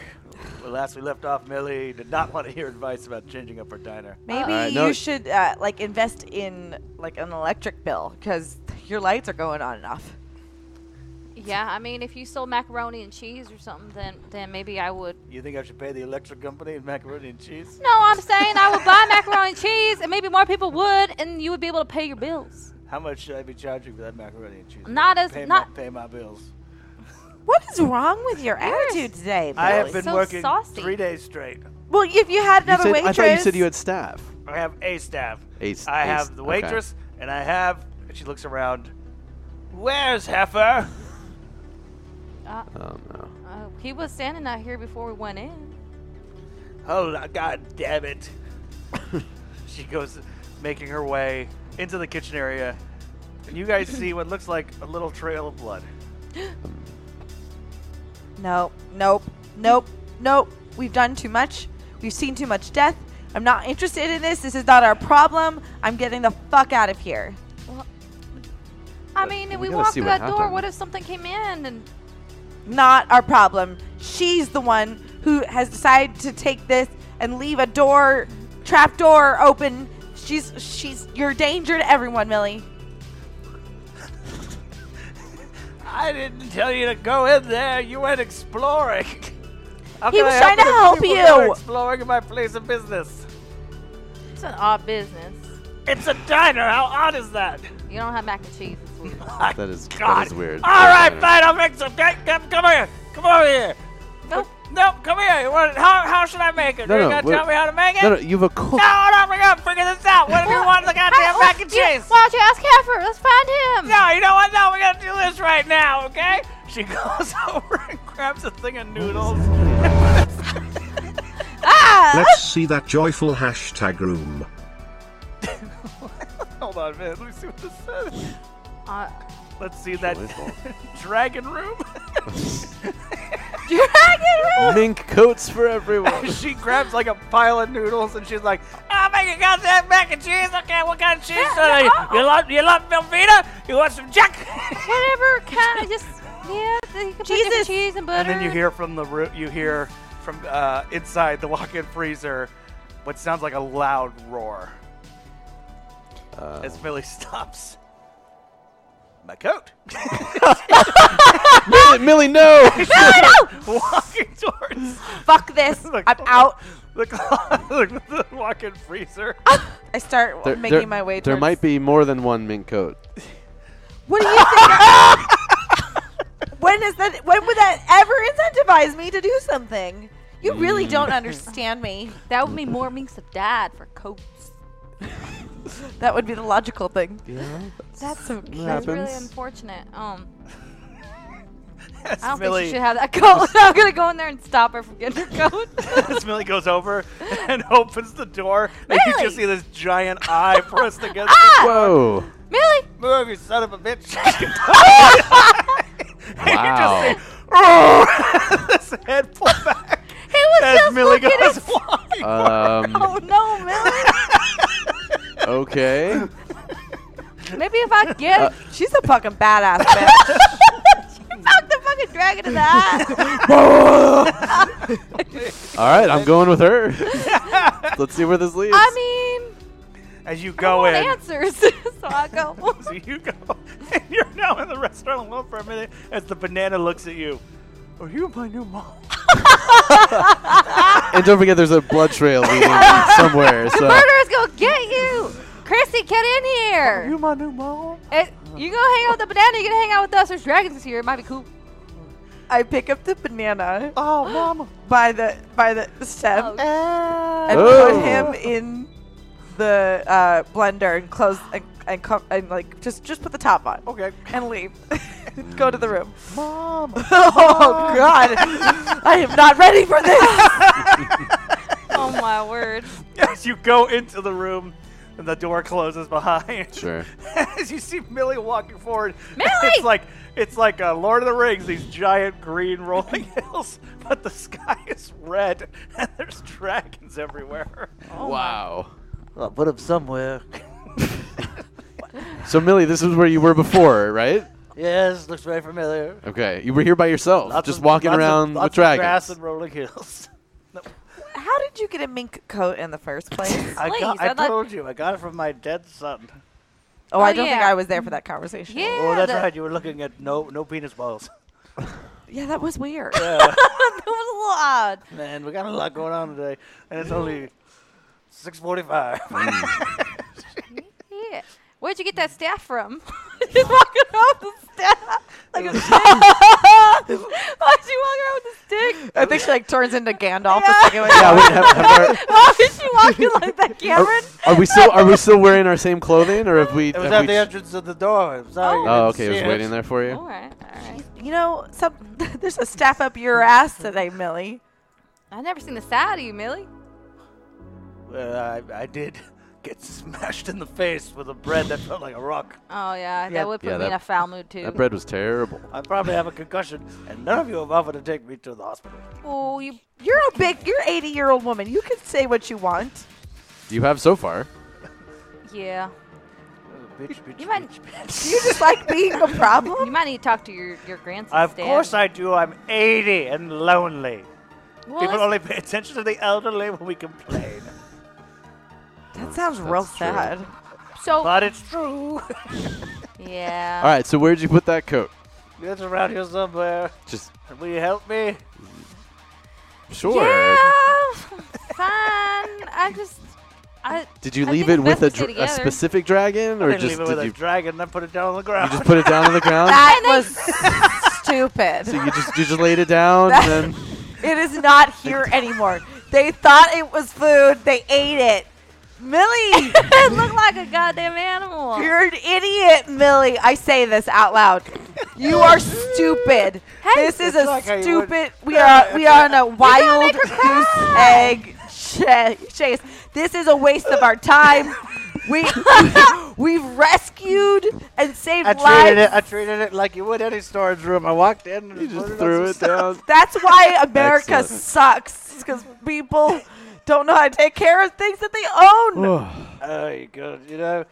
Speaker 2: Well, last we left off, Millie did not want to hear advice about changing up her diner.
Speaker 3: Maybe
Speaker 4: Alright, no-
Speaker 3: you should uh, like invest in like an electric bill because your lights are going on and off.
Speaker 5: Yeah, I mean, if you sold macaroni and cheese or something, then then maybe I would.
Speaker 2: You think I should pay the electric company and macaroni and cheese?
Speaker 5: No, I'm saying I would buy macaroni and cheese, and maybe more people would, and you would be able to pay your bills.
Speaker 2: How much should I be charging for that macaroni and cheese?
Speaker 5: Not as-
Speaker 2: pay
Speaker 5: not-
Speaker 2: my, pay my bills.
Speaker 3: What is wrong with your attitude today,
Speaker 2: I have
Speaker 3: Billy?
Speaker 2: been
Speaker 5: so
Speaker 2: working
Speaker 5: saucy.
Speaker 2: three days straight.
Speaker 3: well, if you had
Speaker 4: You
Speaker 3: another
Speaker 4: said, I
Speaker 3: waitress,
Speaker 4: thought you said you had staff.
Speaker 2: I have a staff.
Speaker 4: A s-
Speaker 2: I
Speaker 4: a s-
Speaker 2: have the
Speaker 4: okay.
Speaker 2: waitress, and I have. And she looks around. Where's Heifer?
Speaker 4: Oh no.
Speaker 5: Uh, he was standing out here before we went in.
Speaker 2: Oh la- God damn it! she goes, making her way into the kitchen area, and you guys see what looks like a little trail of blood.
Speaker 3: no, nope, nope, nope. We've done too much. We've seen too much death. I'm not interested in this. This is not our problem. I'm getting the fuck out of here.
Speaker 5: I mean, if
Speaker 4: we
Speaker 5: we
Speaker 4: gotta
Speaker 5: walked
Speaker 4: see
Speaker 5: through
Speaker 4: what
Speaker 5: that door,
Speaker 4: happened.
Speaker 5: what if something came in and
Speaker 3: Not our problem. She's the one who has decided to take this and leave a door, trap door open. She's she's you're a danger to everyone, Millie.
Speaker 2: I didn't tell you to go in there. You went exploring. How
Speaker 3: He
Speaker 2: can
Speaker 3: was
Speaker 2: I
Speaker 3: trying to
Speaker 2: if
Speaker 3: help
Speaker 2: people go
Speaker 3: you.
Speaker 2: Exploring in my place of business.
Speaker 5: it's an odd business?
Speaker 2: It's a diner. How odd is that?
Speaker 5: You don't have mac and cheese. It's weird.
Speaker 4: That is
Speaker 2: God.
Speaker 4: that is weird.
Speaker 2: All right,
Speaker 4: That's
Speaker 2: fine. I'll make some. Come, come, come here. Come over here.
Speaker 5: Nope.
Speaker 2: No, come here. You want- How, how should I make it?
Speaker 4: No,
Speaker 2: Are you
Speaker 4: no,
Speaker 2: gonna
Speaker 4: we're-
Speaker 2: tell me how to make it?
Speaker 4: No, no, you have a cook.
Speaker 2: No, hold on. We're gonna figure this out. What if you want the goddamn
Speaker 5: How-
Speaker 2: mac and
Speaker 5: you-
Speaker 2: cheese?
Speaker 5: Why don't you ask Heifer? Let's find him.
Speaker 2: No, you know what? No, we're gonna do this right now, okay? She goes over and grabs a thing of noodles.
Speaker 6: Let's see that joyful hashtag room.
Speaker 2: Hold on, man. Let me see what this says.
Speaker 5: Uh,
Speaker 2: Let's see that
Speaker 4: Joyful.
Speaker 2: dragon room.
Speaker 4: Mink coats for everyone.
Speaker 2: she grabs like a pile of noodles and she's like, "I'm making goddamn mac and cheese. Okay, what kind of cheese?
Speaker 5: Yeah, oh.
Speaker 2: you, you love you love Velveeta? You want some jack?"
Speaker 5: whatever kind of just yeah, you can put
Speaker 3: Jesus.
Speaker 5: different cheese and butter.
Speaker 2: and then you hear from the roo- you hear from uh, inside the walk-in freezer what sounds like a loud roar as Billy stops. My coat.
Speaker 4: Millie, Millie, no!
Speaker 2: Walking towards
Speaker 3: Fuck this.
Speaker 2: Look.
Speaker 3: I'm out.
Speaker 2: the, clo- the walk-in freezer.
Speaker 3: I start
Speaker 4: There-
Speaker 3: making
Speaker 4: there-
Speaker 3: my way.
Speaker 4: There
Speaker 3: towards-
Speaker 4: might be more than one mink coat.
Speaker 3: What do you think? when is that? When would that ever incentivize me to do something? You really
Speaker 4: Mm.
Speaker 3: don't understand me.
Speaker 5: that would be more minks have died for coats.
Speaker 3: That would be the logical thing.
Speaker 5: That's so cute. That's
Speaker 4: happens.
Speaker 5: really unfortunate. Um,
Speaker 2: As
Speaker 5: I don't
Speaker 2: Millie,
Speaker 5: think she should have that coat. I'm gonna go in there and stop her from getting her coat.
Speaker 2: as Millie goes over and opens the door, and you
Speaker 5: Millie!
Speaker 2: just see this giant eye pressed against the
Speaker 4: Whoa!
Speaker 5: Millie,
Speaker 2: Move, you son of a bitch.
Speaker 4: Wow!
Speaker 2: His head pulled back
Speaker 5: he was
Speaker 2: as
Speaker 5: just
Speaker 2: Millie
Speaker 5: looking
Speaker 2: goes
Speaker 5: at.
Speaker 2: walking.
Speaker 4: Um,
Speaker 5: Oh no, Millie.
Speaker 4: okay.
Speaker 5: Maybe if I get
Speaker 3: She's a fucking badass bitch.
Speaker 5: fuck the fucking dragon in the eye.
Speaker 4: All right, I'm going with her. Let's see where this leads.
Speaker 5: I mean,
Speaker 2: As you
Speaker 5: I
Speaker 2: go
Speaker 5: want
Speaker 2: in,
Speaker 5: answers, so I go.
Speaker 2: so you go, and you're now in the restaurant alone for a minute as the banana looks at you. Are you my new mom?
Speaker 4: and don't forget, there's a blood trail leading somewhere. So
Speaker 5: Murderer's gonna get you. Chrissy, get in
Speaker 2: Are
Speaker 5: here.
Speaker 2: you my new mom?
Speaker 5: It, you gonna hang out with the banana? You gonna hang out with us? There's dragons here. It might be cool.
Speaker 3: I pick up the banana
Speaker 2: Oh, mama.
Speaker 3: by the by the stem
Speaker 5: Oh.
Speaker 3: and
Speaker 4: Oh.
Speaker 3: put him in the uh, blender and close and and, co- and like just just put the top on
Speaker 2: Okay.
Speaker 3: and leave. Go to the room.
Speaker 2: Mom.
Speaker 3: Oh God, I am not ready for this.
Speaker 5: Oh my word.
Speaker 2: As you go into the room, and the door closes behind.
Speaker 4: sure.
Speaker 2: As you see Millie walking forward,
Speaker 5: Millie!
Speaker 2: it's like it's like uh, Lord of the Rings. These giant green rolling hills, but the sky is red and there's dragons everywhere.
Speaker 4: wow.
Speaker 2: I'll put them somewhere.
Speaker 4: So Millie, this is where you were before, right?
Speaker 2: yes, looks very familiar.
Speaker 4: Okay, you were here by yourself, just walking around with dragons.
Speaker 2: grass and rolling hills.
Speaker 3: How did you get a mink coat in the first place?
Speaker 2: I,
Speaker 5: Please,
Speaker 2: got, I
Speaker 5: I'd like-
Speaker 2: told you, I got it from my dead son.
Speaker 3: Oh, I
Speaker 5: Oh,
Speaker 3: don't think
Speaker 5: yeah.
Speaker 3: I was there for that conversation.
Speaker 5: Yeah.
Speaker 2: oh, that's
Speaker 5: the-
Speaker 2: right. You were looking at no no penis balls.
Speaker 3: Yeah, that was weird.
Speaker 5: It was a little odd.
Speaker 2: Man, we got a lot going on today, and it's only six forty-five.
Speaker 5: Yeah. Where'd you get that staff from? He's walking around with the staff. Like a stick. Why'd you walk around with a stick?
Speaker 3: I think she like turns into Gandalf. the second one.
Speaker 4: Yeah, we have, have our,
Speaker 5: Why is she walking like that, Cameron?
Speaker 4: are we still are we still wearing our same clothing, or have we?
Speaker 8: It was
Speaker 4: have
Speaker 8: at
Speaker 4: we
Speaker 8: the
Speaker 4: ch-
Speaker 8: entrance of the door. I'm sorry.
Speaker 4: oh,
Speaker 8: you didn't
Speaker 4: okay. It was
Speaker 8: see
Speaker 4: waiting there for you.
Speaker 5: all right, all right.
Speaker 3: You know, some there's a staff up your ass today, Millie.
Speaker 5: I've never seen the side of you, Millie.
Speaker 8: Well, Uh, I, I did get smashed in the face with a bread that felt like a rock.
Speaker 5: Oh yeah,
Speaker 3: Yeah.
Speaker 5: that would put
Speaker 4: Yeah,
Speaker 5: me in
Speaker 4: that-
Speaker 5: a foul mood too.
Speaker 4: That bread was terrible.
Speaker 8: I probably have a concussion, and none of you have offered to take me to the hospital.
Speaker 5: oh, you.
Speaker 3: You're a big, you're 80 year old woman. You can say what you want.
Speaker 4: You have so far.
Speaker 5: Yeah.
Speaker 8: Oh, bitch, bitch,
Speaker 5: You might.
Speaker 8: bitch.
Speaker 3: Do you just like being a
Speaker 5: You
Speaker 3: problem?
Speaker 5: might need to talk to your your grandson.
Speaker 8: Of
Speaker 5: Stan.
Speaker 8: course I do. I'm 80 and lonely.
Speaker 5: Well,
Speaker 8: People
Speaker 5: it's-
Speaker 8: only pay attention to the elderly when we complain.
Speaker 3: That sounds real
Speaker 4: That's true.
Speaker 3: sad.
Speaker 5: so
Speaker 8: but it's true.
Speaker 5: yeah.
Speaker 4: All right. So where'd you put that coat?
Speaker 8: it's around here somewhere.
Speaker 4: Just
Speaker 8: Will you help me?
Speaker 4: sure.
Speaker 5: Yeah. Fine. I just. I.
Speaker 4: Did you
Speaker 5: I
Speaker 4: leave
Speaker 5: think
Speaker 4: it
Speaker 5: it's
Speaker 4: with a,
Speaker 5: best we
Speaker 4: dra-
Speaker 5: stay
Speaker 4: a
Speaker 5: together.
Speaker 4: specific dragon,
Speaker 8: I
Speaker 4: or
Speaker 8: didn't
Speaker 4: just
Speaker 8: leave it
Speaker 4: did
Speaker 8: with
Speaker 4: you,
Speaker 8: a dragon, then put it down on the
Speaker 4: you
Speaker 8: ground.
Speaker 4: just put it down on the ground?
Speaker 3: That was stupid.
Speaker 4: so you just you just laid it down, and then
Speaker 3: It is not here anymore. They thought it was food. They ate it. Millie,
Speaker 5: it looked like a goddamn animal.
Speaker 3: you're an idiot, Millie. I say this out loud. You are stupid. this is
Speaker 8: It's
Speaker 3: a
Speaker 8: like how you would-
Speaker 3: stupid. We are we are on a wild
Speaker 5: make her
Speaker 3: goose egg cha- chase. This is a waste of our time. We we've rescued and saved
Speaker 8: I treated it.
Speaker 3: lives.
Speaker 8: I treated it like you would any storage room. I walked in and
Speaker 4: you just
Speaker 8: put on
Speaker 4: threw
Speaker 8: some
Speaker 4: it
Speaker 8: stuff.
Speaker 4: down.
Speaker 3: That's why America
Speaker 4: Excellent.
Speaker 3: sucks because people don't know how to take care of things that they own.
Speaker 8: Oh, you good? You know,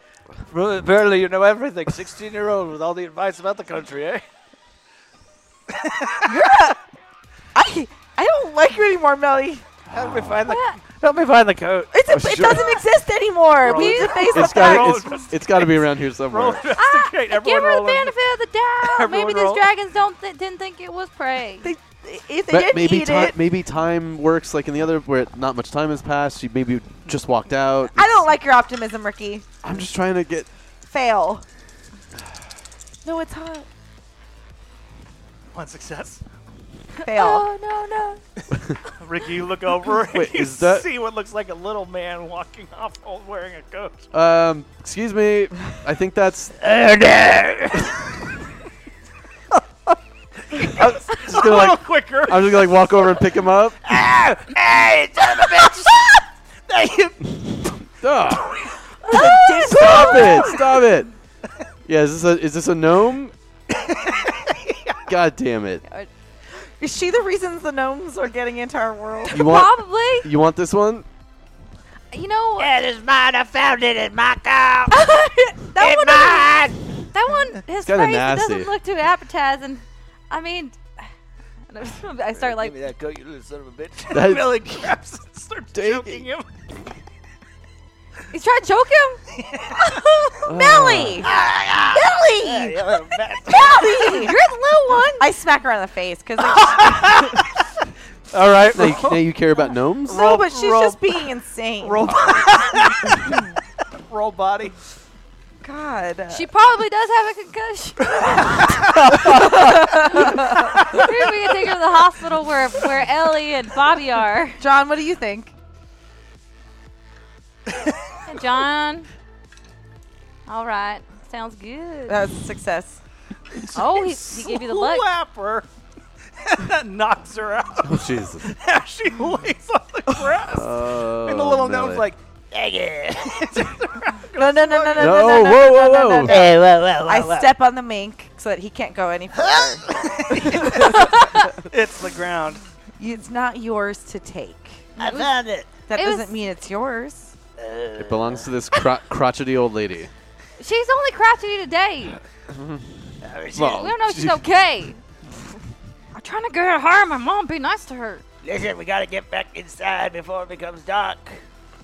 Speaker 8: really, barely you know everything. Sixteen-year-old with all the advice about the country, eh?
Speaker 3: I I don't like you anymore, Melly.
Speaker 8: Help me find the. Help me find the coat.
Speaker 3: It's a,
Speaker 4: Oh,
Speaker 3: it
Speaker 4: sure.
Speaker 3: doesn't exist anymore. We need to face
Speaker 4: It's
Speaker 3: up
Speaker 4: got
Speaker 8: Roll
Speaker 4: to it's, it's got to be around here somewhere.
Speaker 8: Roll investigate.
Speaker 5: Give
Speaker 8: Everyone
Speaker 5: her
Speaker 8: roll.
Speaker 5: the benefit of the doubt.
Speaker 8: Everyone
Speaker 5: Maybe
Speaker 8: roll.
Speaker 5: these dragons don't th- didn't think it was prey.
Speaker 3: They, if they
Speaker 4: But
Speaker 3: didn't
Speaker 4: maybe
Speaker 3: eat
Speaker 4: time
Speaker 3: it,
Speaker 4: maybe time works like in the other where not much time has passed. She maybe just walked out.
Speaker 3: I don't like your optimism, Ricky.
Speaker 4: I'm just trying to get.
Speaker 3: Fail. No, it's hot.
Speaker 8: One success.
Speaker 3: Fail.
Speaker 5: Oh no no.
Speaker 8: Ricky, you look over and
Speaker 4: Wait,
Speaker 8: you
Speaker 4: is that-
Speaker 8: see what looks like a little man walking off all wearing a coat.
Speaker 4: Um, excuse me. I think that's I'm just
Speaker 8: a
Speaker 4: gonna
Speaker 8: little
Speaker 4: like
Speaker 8: quicker.
Speaker 4: I'm just gonna like walk over and pick him up.
Speaker 8: hey, son of a bitch! Thank you.
Speaker 4: Ugh. Stop it! Stop it! Yeah, is this a is this a gnome? God damn it!
Speaker 3: Is she the reasons the gnomes are getting into our world?
Speaker 4: You want
Speaker 5: Probably.
Speaker 4: you want this one?
Speaker 5: You know
Speaker 8: It is mine. I found it. It's my coat.
Speaker 5: that one. doesn't-
Speaker 8: mine.
Speaker 5: That one, his
Speaker 4: kinda
Speaker 5: face it
Speaker 4: nasty.
Speaker 5: doesn't look too appetizing. I mean, I start like,
Speaker 8: Give me that coat, you little son of a bitch.
Speaker 4: That's-
Speaker 8: Billy grabs and starts choking him.
Speaker 5: he's trying to choke him. Millie,
Speaker 8: Uh, Yeah, you little bastard.
Speaker 3: You're the little one. I smack her on the face because like,
Speaker 8: All right,
Speaker 4: Now you, now you care about gnomes?
Speaker 3: no, but she's just being insane.
Speaker 8: roll, roll body.
Speaker 3: God.
Speaker 5: she probably does have a concussion. Maybe we can take her to the hospital where where Ellie and Bobby are.
Speaker 3: John, what do you think?
Speaker 5: And John. All right, sounds good.
Speaker 3: That was a success.
Speaker 5: Oh, he, he gave you the look.
Speaker 8: Slap her. And that knocks her out.
Speaker 4: Oh, Jesus.
Speaker 8: As she lays on the grass.
Speaker 4: Oh,
Speaker 8: and the little gnome's like,
Speaker 3: No, no, no, no, no, no, no,
Speaker 4: No,
Speaker 3: no,
Speaker 4: whoa,
Speaker 3: no, no,
Speaker 4: whoa,
Speaker 3: no,
Speaker 4: whoa.
Speaker 3: no.
Speaker 8: hey, whoa, whoa, whoa,
Speaker 3: I step on the mink so that he can't go any further.
Speaker 8: It's the ground.
Speaker 3: it's not yours to take.
Speaker 8: I found it.
Speaker 3: That
Speaker 5: It
Speaker 3: doesn't
Speaker 5: was-
Speaker 3: mean it's yours.
Speaker 4: It belongs to this cro- crotchety old lady.
Speaker 5: She's only crotchety today.
Speaker 8: Oh,
Speaker 4: Well,
Speaker 5: We don't know if she's okay. I'm trying to get her home. My mom be nice to her.
Speaker 8: Listen, we gotta get back inside before it becomes dark.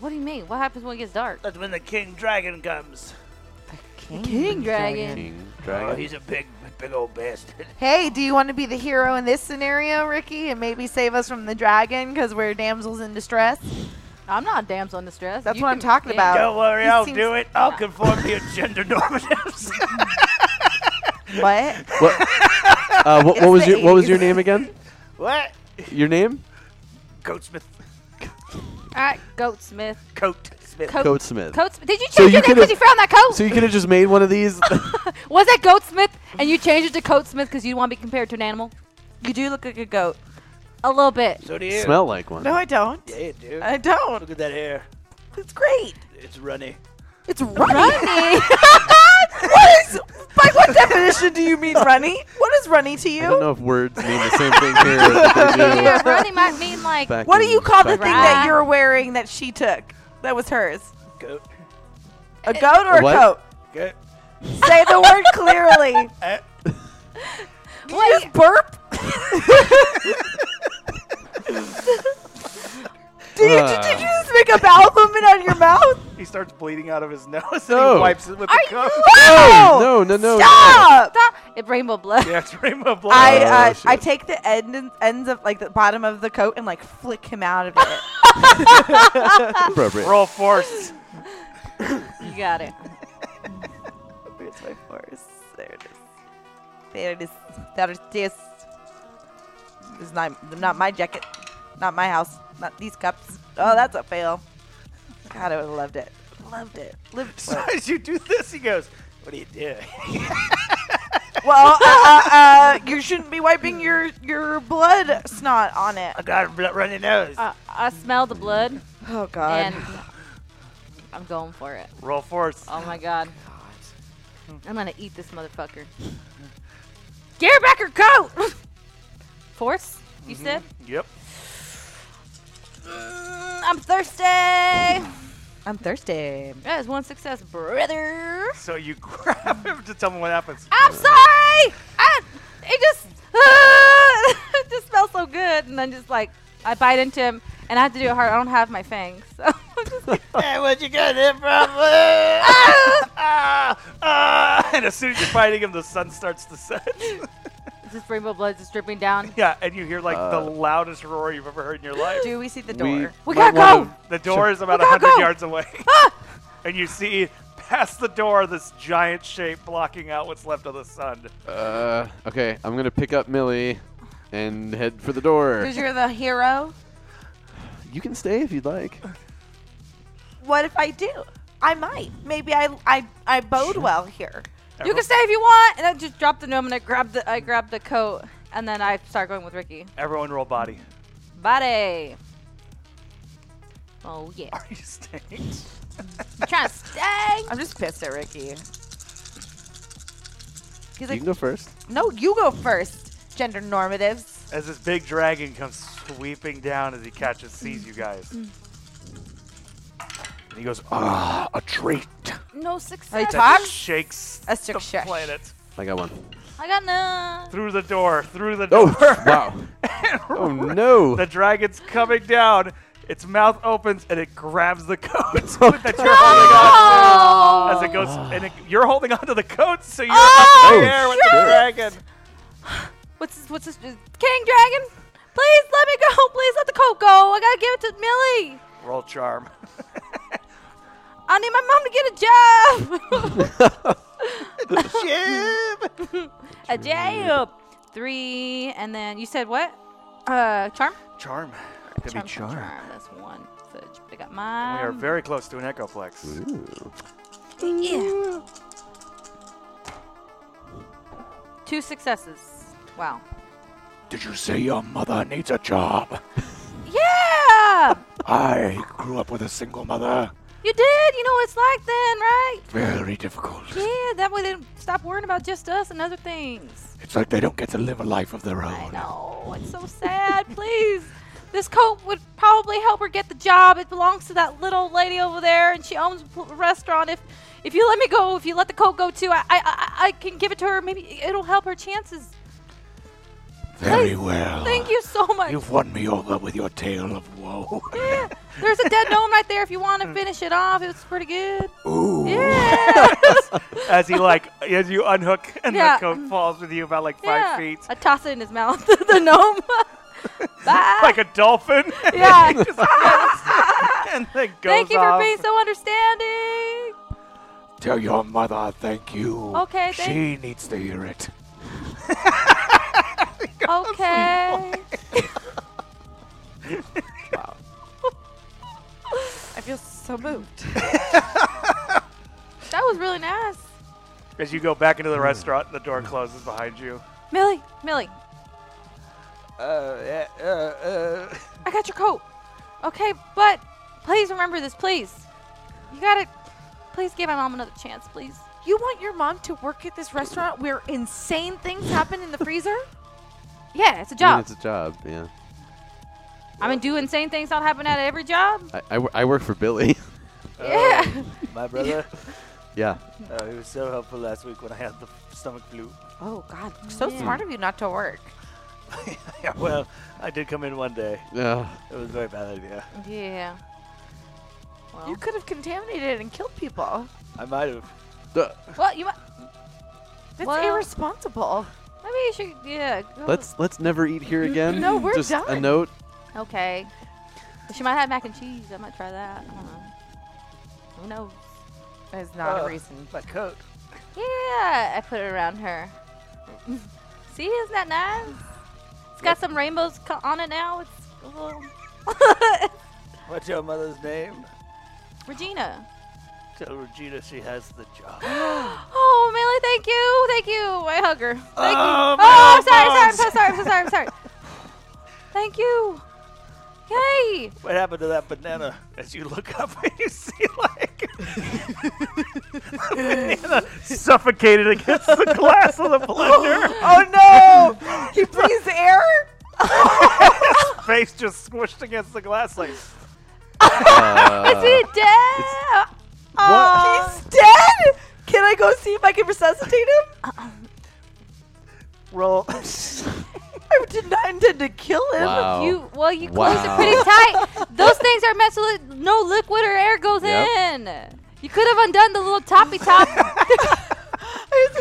Speaker 5: What do you mean? What happens when it gets dark?
Speaker 8: That's when the king dragon comes.
Speaker 3: King,
Speaker 5: dragon.
Speaker 4: King
Speaker 8: Oh,
Speaker 4: dragon.
Speaker 8: he's a big, big old bastard.
Speaker 3: Hey, do you want to be the hero in this scenario, Ricky, and maybe save us from the dragon because we're damsels in distress?
Speaker 5: I'm not a damsel in distress.
Speaker 3: That's
Speaker 5: You
Speaker 3: what I'm talking about.
Speaker 8: Don't worry,
Speaker 3: He
Speaker 8: I'll
Speaker 3: seems-
Speaker 8: do it. I'll conform to your gender normatives.
Speaker 3: What?
Speaker 4: What, uh, what, what was
Speaker 3: the
Speaker 4: your what was your
Speaker 3: 80s.
Speaker 4: name again?
Speaker 8: what?
Speaker 4: Your name?
Speaker 8: Coatsmith.
Speaker 5: All right, Goatsmith.
Speaker 8: Coat. Smith.
Speaker 5: Coat,
Speaker 4: Code Smith.
Speaker 5: Coatsmith. Did you change
Speaker 4: So you
Speaker 5: your name
Speaker 4: could've-
Speaker 5: because you found that coat?
Speaker 4: So you could have just made one of these.
Speaker 5: Was that Goatsmith and you changed it to Coatsmith because you want to be compared to an animal?
Speaker 3: You do look like a goat.
Speaker 5: A little bit.
Speaker 8: so do you.
Speaker 4: Smell like one.
Speaker 3: No, I don't.
Speaker 8: Yeah, you do.
Speaker 3: I don't.
Speaker 8: Look at that hair.
Speaker 3: It's great.
Speaker 8: It's runny.
Speaker 3: It's runny. what is? By what definition do you mean runny? What is runny to
Speaker 4: I don't
Speaker 3: you?
Speaker 4: know if words mean the same thing here. or that they do
Speaker 5: yeah, runny might mean like.
Speaker 4: back
Speaker 3: What do
Speaker 4: in-
Speaker 3: you call the
Speaker 4: back
Speaker 3: thing
Speaker 4: in-
Speaker 3: that you're wearing that she took? That was hers.
Speaker 8: Coat.
Speaker 3: A goat or a
Speaker 4: What?
Speaker 3: coat?
Speaker 8: Coat.
Speaker 3: Say the word clearly.
Speaker 8: Uh,
Speaker 3: Did you just burp? did, you, did, did you just make a bowel movement out of your mouth?
Speaker 8: he starts bleeding out of his nose and
Speaker 4: No.
Speaker 8: he wipes it with
Speaker 5: Are
Speaker 8: the
Speaker 5: you
Speaker 8: coat.
Speaker 4: No, no, no, no.
Speaker 3: Stop!
Speaker 5: Stop. It rainbow blood.
Speaker 8: Yeah, it's rainbow blood.
Speaker 3: I
Speaker 4: Oh,
Speaker 3: uh,
Speaker 4: shit.
Speaker 3: I take the end and ends of like the bottom of the coat and like flick him out of it.
Speaker 4: Appropriate.
Speaker 8: Roll force.
Speaker 5: You got it.
Speaker 3: Where's my force? There it is. There it is. There it is. This is not, not my jacket. Not my house. Not these cups. Oh, that's a fail. God, I would have loved it. Loved it. Lived for
Speaker 8: So
Speaker 3: it.
Speaker 8: as you do this, he goes, What are you doing?
Speaker 3: Well, uh, uh, uh, you shouldn't be wiping your, your blood snot on it.
Speaker 8: I got a blood runny nose.
Speaker 5: Uh, I smell the blood
Speaker 3: Oh, God.
Speaker 5: and I'm going for it.
Speaker 8: Roll force.
Speaker 5: Oh my god. I'm gonna eat this motherfucker. Get her back her coat! Force? You said?
Speaker 8: Mm-hmm. Yep.
Speaker 5: Mm, I'm thirsty! yeah,
Speaker 3: I'm thirsty.
Speaker 5: it's one success, brother.
Speaker 8: So you grab him to tell me what happens.
Speaker 5: I'm sorry! I, it just. it just smells so good. And then just like, I bite into him, and I have to do it hard. I don't have my fangs. So I'm just like,
Speaker 8: hey, where'd you get it from? ah, ah. And as soon as you're fighting him, the sun starts to set.
Speaker 5: this rainbow blood just dripping down.
Speaker 8: yeah, and you hear like the
Speaker 5: Uh.
Speaker 8: loudest roar you've ever heard in your life.
Speaker 3: Do we see the
Speaker 4: We,
Speaker 3: door?
Speaker 5: We
Speaker 4: might
Speaker 5: gotta
Speaker 4: wanna-
Speaker 5: go.
Speaker 8: The door is about
Speaker 5: Look out,
Speaker 8: 100
Speaker 5: go. Ah!
Speaker 8: yards away. and you see past the door this giant shape blocking out what's left of the sun.
Speaker 4: Uh, okay, I'm gonna pick up Millie and head for the door.
Speaker 3: Because you're the hero.
Speaker 4: You can stay if you'd like.
Speaker 3: What if I do? I might. Maybe I, I, I bode well here.
Speaker 5: You can stay if you want. And I just drop the gnome and I grab the I grab the coat and then I start going with Ricky.
Speaker 8: Everyone roll body.
Speaker 5: Body. Oh yeah.
Speaker 8: Are you staying?
Speaker 5: I'm trying to stay.
Speaker 3: I'm just pissed at Ricky. He's
Speaker 4: You
Speaker 3: like,
Speaker 4: can go first.
Speaker 3: no, you go first. Gender normatives.
Speaker 8: As this big dragon comes sweeping down as he catches, sees you guys. And he goes, ah, a treat.
Speaker 5: No
Speaker 3: I
Speaker 5: success.
Speaker 3: talk.
Speaker 8: Shakes
Speaker 3: A
Speaker 8: the
Speaker 3: success.
Speaker 8: planet
Speaker 4: I got one.
Speaker 5: I got none.
Speaker 8: through the door, through the
Speaker 4: Oh,
Speaker 8: door.
Speaker 4: wow. Oh no.
Speaker 8: The dragon's coming down. Its mouth opens and it grabs the coat that you're holding on to.
Speaker 5: Oh.
Speaker 8: as it goes, and it, you're holding onto the coat, so you're
Speaker 5: Oh,
Speaker 8: up in the air with the
Speaker 4: shit.
Speaker 8: dragon.
Speaker 5: What's this, what's this? uh, King Dragon, please let me go. Please let the coat go. I gotta give it to Millie.
Speaker 8: Roll charm.
Speaker 5: I need my mom to get a job. a job. Three, and then you said what? Uh, charm.
Speaker 8: Charm. Could
Speaker 5: Charm,
Speaker 8: be
Speaker 5: charm,
Speaker 8: charm.
Speaker 5: charm. That's one. So I got
Speaker 8: We
Speaker 5: mine.
Speaker 8: are very close to an echoplex.
Speaker 5: Yeah. Two successes. Wow.
Speaker 8: Did you say your mother needs a job?
Speaker 5: Yeah!
Speaker 8: I grew up with a single mother.
Speaker 5: You did! You know what it's like then, right?
Speaker 8: Very difficult.
Speaker 5: Yeah, that way they don't stop worrying about just us and other things.
Speaker 8: It's like they don't get to live a life of their
Speaker 5: I
Speaker 8: own.
Speaker 5: know. It's so sad. Please. This coat would probably help her get the job. It belongs to that little lady over there, and she owns a restaurant. If if you let me go, if you let the coat go too, I I, I, I can give it to her. Maybe it'll help her chances.
Speaker 9: Very
Speaker 5: Please.
Speaker 9: well.
Speaker 5: Thank you so
Speaker 9: Ah,
Speaker 5: much.
Speaker 9: You've won me over with your tale of woe.
Speaker 5: Yeah, there's a dead gnome right there if you want to finish it off. It was pretty good.
Speaker 9: Ooh.
Speaker 5: Yeah.
Speaker 8: As he like, as you unhook and
Speaker 5: Yeah. Mm.
Speaker 8: the coat falls with you about like five
Speaker 5: yeah.
Speaker 8: feet,
Speaker 5: I toss it in his mouth, the gnome. Bye.
Speaker 8: like a dolphin.
Speaker 5: yeah.
Speaker 8: and then goes
Speaker 5: Thank you for
Speaker 8: off.
Speaker 5: being so understanding.
Speaker 10: Tell your mother thank you.
Speaker 5: Okay,
Speaker 10: She
Speaker 5: thank-
Speaker 10: needs to hear it.
Speaker 5: Okay.
Speaker 3: I feel so moved.
Speaker 5: That was really nice.
Speaker 8: As you go back into the
Speaker 2: Mm.
Speaker 8: restaurant, the door closes behind you.
Speaker 5: Millie, Millie,
Speaker 2: Uh, uh, uh, uh.
Speaker 5: I got your coat. Okay, but please remember this, please. You gotta, please give my mom another chance, please.
Speaker 3: You want your mom to work at this restaurant where insane things happen in the freezer?
Speaker 5: Yeah, it's a
Speaker 4: I mean,
Speaker 5: job.
Speaker 4: it's a job. Yeah.
Speaker 5: I mean, do insane things not happen at every job?
Speaker 4: I, I, wo- I work for Billy.
Speaker 5: Yeah.
Speaker 2: My brother,
Speaker 4: yeah.
Speaker 2: oh, he was so helpful last week when I had the stomach flu.
Speaker 3: Oh God, so smart of you not to work.
Speaker 2: yeah, well, I did come in one day.
Speaker 4: Uh,
Speaker 2: It was a very bad idea.
Speaker 5: Yeah. Well,
Speaker 3: You could have contaminated and killed people.
Speaker 2: I might have.
Speaker 4: uh,
Speaker 5: well, you might.
Speaker 3: That's
Speaker 5: Well-
Speaker 3: irresponsible.
Speaker 5: Maybe you should. Yeah. Go.
Speaker 4: let's let's never eat here again.
Speaker 3: No, we're
Speaker 4: Just a
Speaker 3: done.
Speaker 4: note.
Speaker 5: Okay. She might have mac and cheese. I might try that. I don't know. Who knows?
Speaker 3: That is not
Speaker 2: Uh,
Speaker 3: a reason.
Speaker 2: My coat.
Speaker 5: Yeah, I put it around her. See, isn't that nice? It's got some rainbows co- on it now. It's a little
Speaker 2: What's your mother's name?
Speaker 5: Regina.
Speaker 2: Tell Regina she has the job.
Speaker 5: Oh, Millie, thank you, thank you. I hug her. Thank
Speaker 2: Oh,
Speaker 5: you. Oh, I'm sorry, sorry, I'm so sorry, I'm so sorry, I'm sorry. thank you. Yay!
Speaker 2: What happened to that banana? As you look up and you see like the banana
Speaker 8: Suffocated against the glass of the blender.
Speaker 3: Oh no! he breathes air.
Speaker 8: Face just squished against the glass like
Speaker 4: Uh,
Speaker 5: Is he dead? Aw.
Speaker 3: He's dead. Can I go see if I can resuscitate him?
Speaker 8: roll.
Speaker 3: I did not intend to kill him.
Speaker 4: wow.
Speaker 5: You well, you closed it
Speaker 4: Wow.
Speaker 5: pretty tight. Those things are meant so that no liquid or air goes
Speaker 4: Yep.
Speaker 5: in. You could have undone the little toppy top.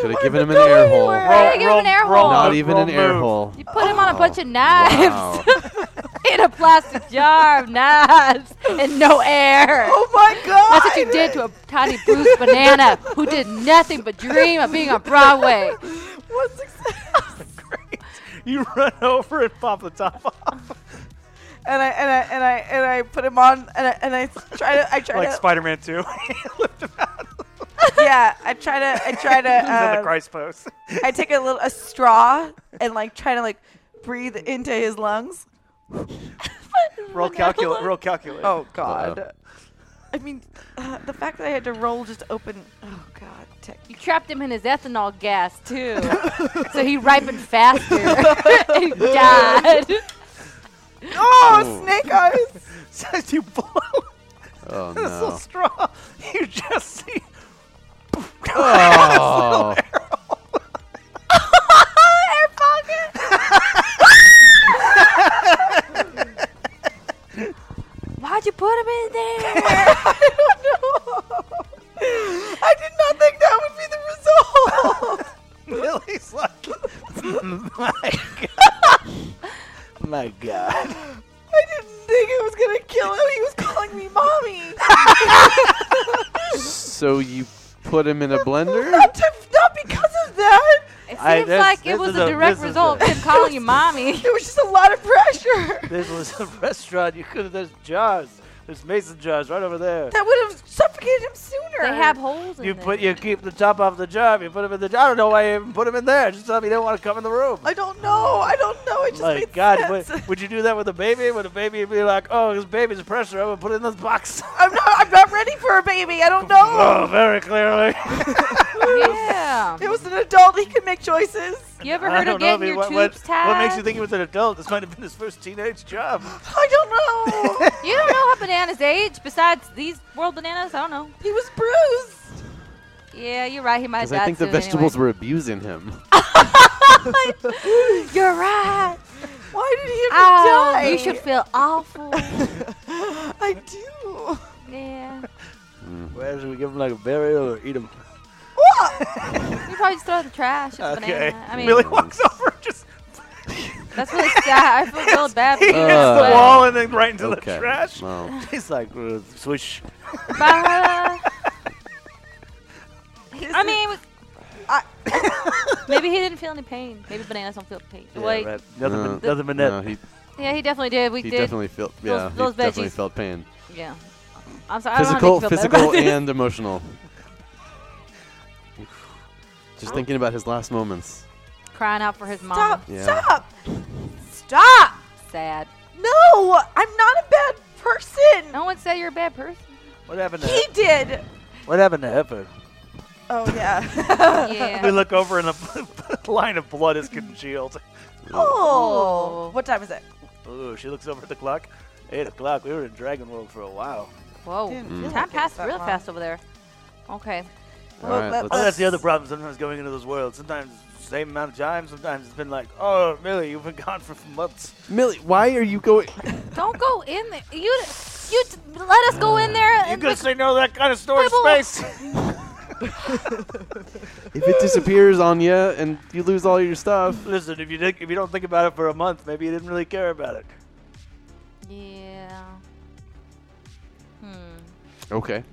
Speaker 4: Could have given him an air hole.
Speaker 5: Roll- give him an air hole.
Speaker 4: Not
Speaker 5: roll-
Speaker 4: even an air
Speaker 8: move.
Speaker 4: hole.
Speaker 5: You put him on a bunch of knives
Speaker 4: Oh, Wow.
Speaker 5: in a plastic jar of knives and no air.
Speaker 3: Oh my God!
Speaker 5: That's what you did to a tiny bruised banana who did nothing but dream of being on Broadway.
Speaker 3: One success.
Speaker 8: Great. You run over and pop the top off
Speaker 3: and I and I and I and I put him on and I, and I try to I try
Speaker 8: like
Speaker 3: to
Speaker 8: Spider-Man 2.
Speaker 3: yeah I try to I try
Speaker 8: on the
Speaker 3: to um,
Speaker 8: Christ pose.
Speaker 3: I take a little a straw and like try to like breathe into his lungs.
Speaker 2: roll calculate roll calculate.
Speaker 3: Oh God! I mean, uh, the fact that I had to roll just open. Oh God! Tech.
Speaker 5: You trapped him in his ethanol gas too, so he ripened faster. he died.
Speaker 3: Oh, snake eyes!
Speaker 8: So as you blow
Speaker 4: Oh
Speaker 8: this little
Speaker 4: no.
Speaker 8: straw, you just see
Speaker 4: Oh.
Speaker 5: Why'd you put him in there?
Speaker 3: I did not think that would be the result.
Speaker 2: Millie's like My God. My God.
Speaker 3: I didn't think it was gonna kill him. He was calling me mommy.
Speaker 4: So you put him in a blender?
Speaker 3: not, to, not because of that.
Speaker 5: It seems
Speaker 2: I- this-
Speaker 5: like it
Speaker 2: this
Speaker 5: was
Speaker 2: is
Speaker 5: a
Speaker 2: a-
Speaker 5: direct
Speaker 2: this is
Speaker 5: result of him calling you mommy.
Speaker 3: It was just a lot of pressure.
Speaker 2: This was a restaurant. You could have there's jars. There's mason jars right over there.
Speaker 3: That would have suffocated him sooner.
Speaker 5: They have holes in
Speaker 2: You
Speaker 5: them.
Speaker 2: put you keep the top off the jar. You put them in the jar. I don't know why you even put them in there. Just tell me you don't want to come in the room.
Speaker 3: I don't know. I don't know. It just
Speaker 2: My
Speaker 3: made
Speaker 2: God,
Speaker 3: sense.
Speaker 2: would, would you do that with a baby? Would a baby be like, "Oh, this baby's pressure. I'm gonna put it in this box."
Speaker 3: I'm not. I'm not ready for a baby. I don't know.
Speaker 2: oh, very clearly.
Speaker 5: yeah.
Speaker 3: It was an adult. He could make choices.
Speaker 5: You ever
Speaker 2: I
Speaker 5: heard
Speaker 2: don't
Speaker 5: of
Speaker 2: know if he-
Speaker 5: getting your
Speaker 2: what, what,
Speaker 5: tubes tied?
Speaker 2: what makes you think he was an adult? This might have been his first teenage job.
Speaker 3: I don't know.
Speaker 5: You don't know how bananas age. Besides these world bananas, I don't know.
Speaker 3: he was bruised.
Speaker 5: Yeah, you're right. He might.
Speaker 4: Because I think the vegetables were abusing him.
Speaker 5: were. You're right.
Speaker 3: Why did he have
Speaker 5: Oh,
Speaker 3: to die?
Speaker 5: you should feel awful.
Speaker 3: I do.
Speaker 5: yeah.
Speaker 2: Where should we give him like a burial or eat him?
Speaker 5: You probably just throw it in the trash. It's a
Speaker 2: Okay.
Speaker 5: banana. I mean,
Speaker 8: Millie walks over and just
Speaker 5: That's really sad. I feel really bad. for
Speaker 2: He
Speaker 5: you.
Speaker 2: hits
Speaker 4: Uh,
Speaker 2: the wall and then right into
Speaker 4: okay.
Speaker 2: the trash.
Speaker 4: Well,
Speaker 2: He's like, uh, swish.
Speaker 5: Bye. I mean, it was- maybe he didn't feel any pain. Maybe bananas don't feel pain. Wait,
Speaker 2: right. Another,
Speaker 4: no,
Speaker 2: min- another minute.
Speaker 4: uh, no, he,
Speaker 5: yeah, he definitely did. We
Speaker 4: he
Speaker 5: did.
Speaker 4: definitely felt. Yeah, he
Speaker 5: those
Speaker 4: definitely
Speaker 5: veggies.
Speaker 4: felt pain.
Speaker 5: yeah. I'm sorry.
Speaker 4: Physical,
Speaker 5: I don't know how to make you feel better
Speaker 4: physical,
Speaker 5: about this.
Speaker 4: and emotional.
Speaker 5: Oh.
Speaker 4: Just thinking about his last moments.
Speaker 5: crying out for his mom.
Speaker 3: Stop!
Speaker 4: Yeah.
Speaker 3: Stop! Stop!
Speaker 5: Sad.
Speaker 3: No, I'm not a bad person.
Speaker 5: No one said you're a bad person.
Speaker 2: What happened to
Speaker 3: He did.
Speaker 2: What happened to Hepper?
Speaker 3: Oh yeah.
Speaker 2: We
Speaker 5: Yeah.
Speaker 2: look over and a line of blood is congealed.
Speaker 3: oh, what time is it?
Speaker 2: Ooh, she looks over at the clock. Eight o'clock. We were in Dragon World for a while.
Speaker 5: Whoa.
Speaker 4: Mm.
Speaker 5: Time passed really fast over there. Okay.
Speaker 4: All
Speaker 3: Well,
Speaker 4: right,
Speaker 3: let-
Speaker 2: Oh,
Speaker 4: let's-
Speaker 2: that's the other problem. Sometimes going into those worlds, sometimes it's the same amount of time. Sometimes it's been like, oh, really? You've been gone for months.
Speaker 4: Millie, why are you going?
Speaker 5: Don't go in there. You, you t- let us go in
Speaker 4: Uh,
Speaker 5: there.
Speaker 2: You
Speaker 5: And
Speaker 2: could
Speaker 5: look-
Speaker 2: say no to that kind of storage
Speaker 5: Bible.
Speaker 2: space.
Speaker 4: if it disappears on you and you lose all your stuff,
Speaker 2: Listen, if you did, if you don't think about it for a month, maybe you didn't really care about it.
Speaker 5: yeah. Hmm.
Speaker 4: okay.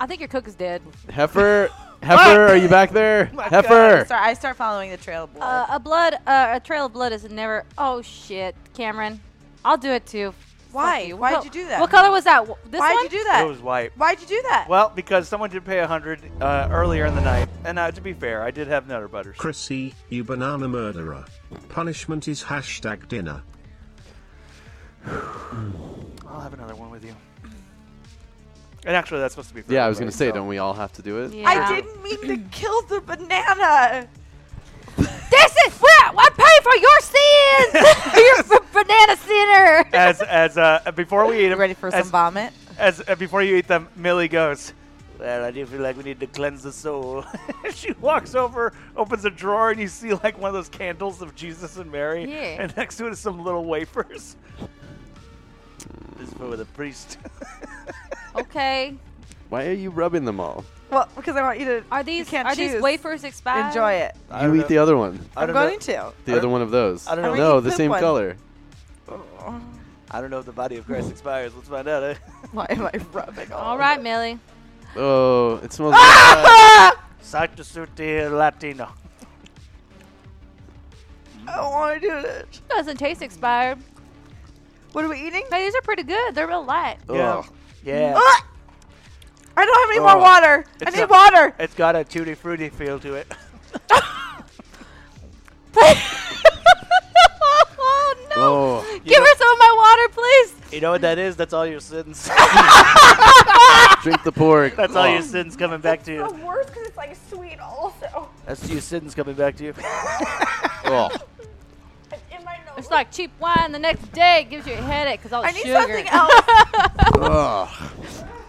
Speaker 5: I think your cook is dead.
Speaker 4: Heifer, Heifer, are you back there?
Speaker 5: Oh
Speaker 4: Heifer.
Speaker 3: Sorry, I start following the trail of blood.
Speaker 5: Uh, a blood, uh, a trail of blood is never. Oh shit, Cameron, I'll do it too. Fuck
Speaker 3: Why?
Speaker 5: you.
Speaker 3: Why'd
Speaker 5: What-
Speaker 3: you do that?
Speaker 5: What color was that? Wh- This
Speaker 3: Why'd
Speaker 5: one?
Speaker 3: you do
Speaker 2: It
Speaker 3: that?
Speaker 2: was white.
Speaker 3: Why'd you do that?
Speaker 2: Well, because someone did pay a hundred uh, earlier in the night, and uh, to be fair, I did have Nutter Butters.
Speaker 6: Chrissy, you banana murderer. Punishment is hashtag dinner.
Speaker 2: I'll have another one with you. And actually, that's supposed to be. For
Speaker 4: Yeah, I was gonna
Speaker 2: everybody,
Speaker 4: say,
Speaker 2: so-
Speaker 4: don't we all have to do it?
Speaker 5: Yeah.
Speaker 3: I didn't mean to kill the banana.
Speaker 5: This is what I pay for your sins. You're a banana sinner.
Speaker 2: As as uh, before we eat them, as,
Speaker 3: vomit?
Speaker 2: as uh, before you eat them, Millie goes. Well, I do feel like we need to cleanse the soul. she walks over, opens a drawer, and you see like one of those candles of Jesus and Mary,
Speaker 5: Yeah.
Speaker 2: and next to it is some little wafers. This is for the priest.
Speaker 5: Okay.
Speaker 4: Why are you rubbing them all?
Speaker 3: Well, because I want you to
Speaker 5: Are these
Speaker 3: can't
Speaker 5: are these
Speaker 3: choose.
Speaker 5: wafers expired?
Speaker 3: enjoy it.
Speaker 2: I
Speaker 4: You
Speaker 2: don't
Speaker 4: eat
Speaker 2: know.
Speaker 4: the other one.
Speaker 2: I
Speaker 3: I'm
Speaker 2: don't know-
Speaker 3: going to.
Speaker 4: The other one of those.
Speaker 2: I don't know.
Speaker 4: No, the
Speaker 3: Pink
Speaker 4: same
Speaker 3: one.
Speaker 4: color.
Speaker 2: I don't know if the body of Christ expires. Let's find out. Eh?
Speaker 3: Why am I rubbing all
Speaker 5: All right, Millie.
Speaker 4: Oh, it smells.
Speaker 5: Ah!
Speaker 4: like
Speaker 2: Sanctus Sancti Latino.
Speaker 3: I don't want to do it.
Speaker 5: Doesn't taste expired.
Speaker 3: What are we eating?
Speaker 5: But these are pretty good. They're real light.
Speaker 4: Yeah.
Speaker 2: Yeah.
Speaker 3: Ah! I don't have any more
Speaker 2: Oh.
Speaker 3: water. I
Speaker 2: It's
Speaker 3: need
Speaker 2: a-
Speaker 3: water.
Speaker 2: It's got a tutti frutti feel to it.
Speaker 5: oh no!
Speaker 4: Oh,
Speaker 5: Give her some of my water, please.
Speaker 2: You know what that is? That's all your sins.
Speaker 4: drink the pork.
Speaker 2: That's all your sins coming back to you.
Speaker 3: worst because it's like sweet also.
Speaker 2: That's your sins coming back to you.
Speaker 4: Oh.
Speaker 3: It's in my nose.
Speaker 5: It's like cheap wine the next day. It gives you a headache because all the
Speaker 3: I need
Speaker 5: sugar.
Speaker 3: something else.
Speaker 4: Oh.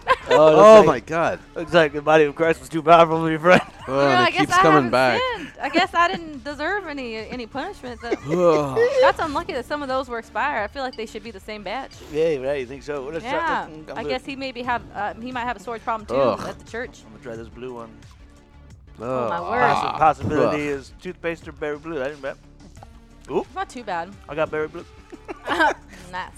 Speaker 2: Oh,
Speaker 4: Oh
Speaker 2: looks
Speaker 4: my
Speaker 2: like,
Speaker 4: god.
Speaker 2: Looks like the body of Christ was too powerful for your friend.
Speaker 4: Oh,
Speaker 5: Yeah,
Speaker 4: and
Speaker 5: I
Speaker 4: it
Speaker 5: guess
Speaker 4: keeps
Speaker 5: I
Speaker 4: coming
Speaker 5: haven't
Speaker 4: back.
Speaker 5: Sinned. I guess I didn't deserve any any punishment. So
Speaker 4: Ugh.
Speaker 5: that's unlucky that some of those were expired. I feel like they should be the same batch.
Speaker 2: Yeah, right. You think so? Let's try-
Speaker 5: Yeah,
Speaker 2: I'm
Speaker 5: I
Speaker 2: gonna-
Speaker 5: guess he maybe have uh, he might have a storage problem too
Speaker 4: Ugh.
Speaker 5: at the church.
Speaker 2: I'm gonna try this blue one.
Speaker 5: Oh, my
Speaker 4: Ugh.
Speaker 5: word,
Speaker 2: Possi-
Speaker 4: Ah,
Speaker 2: possibility is toothpaste or berry blue. I didn't bet.
Speaker 5: it's not too bad.
Speaker 2: I got berry blue.
Speaker 5: Nice.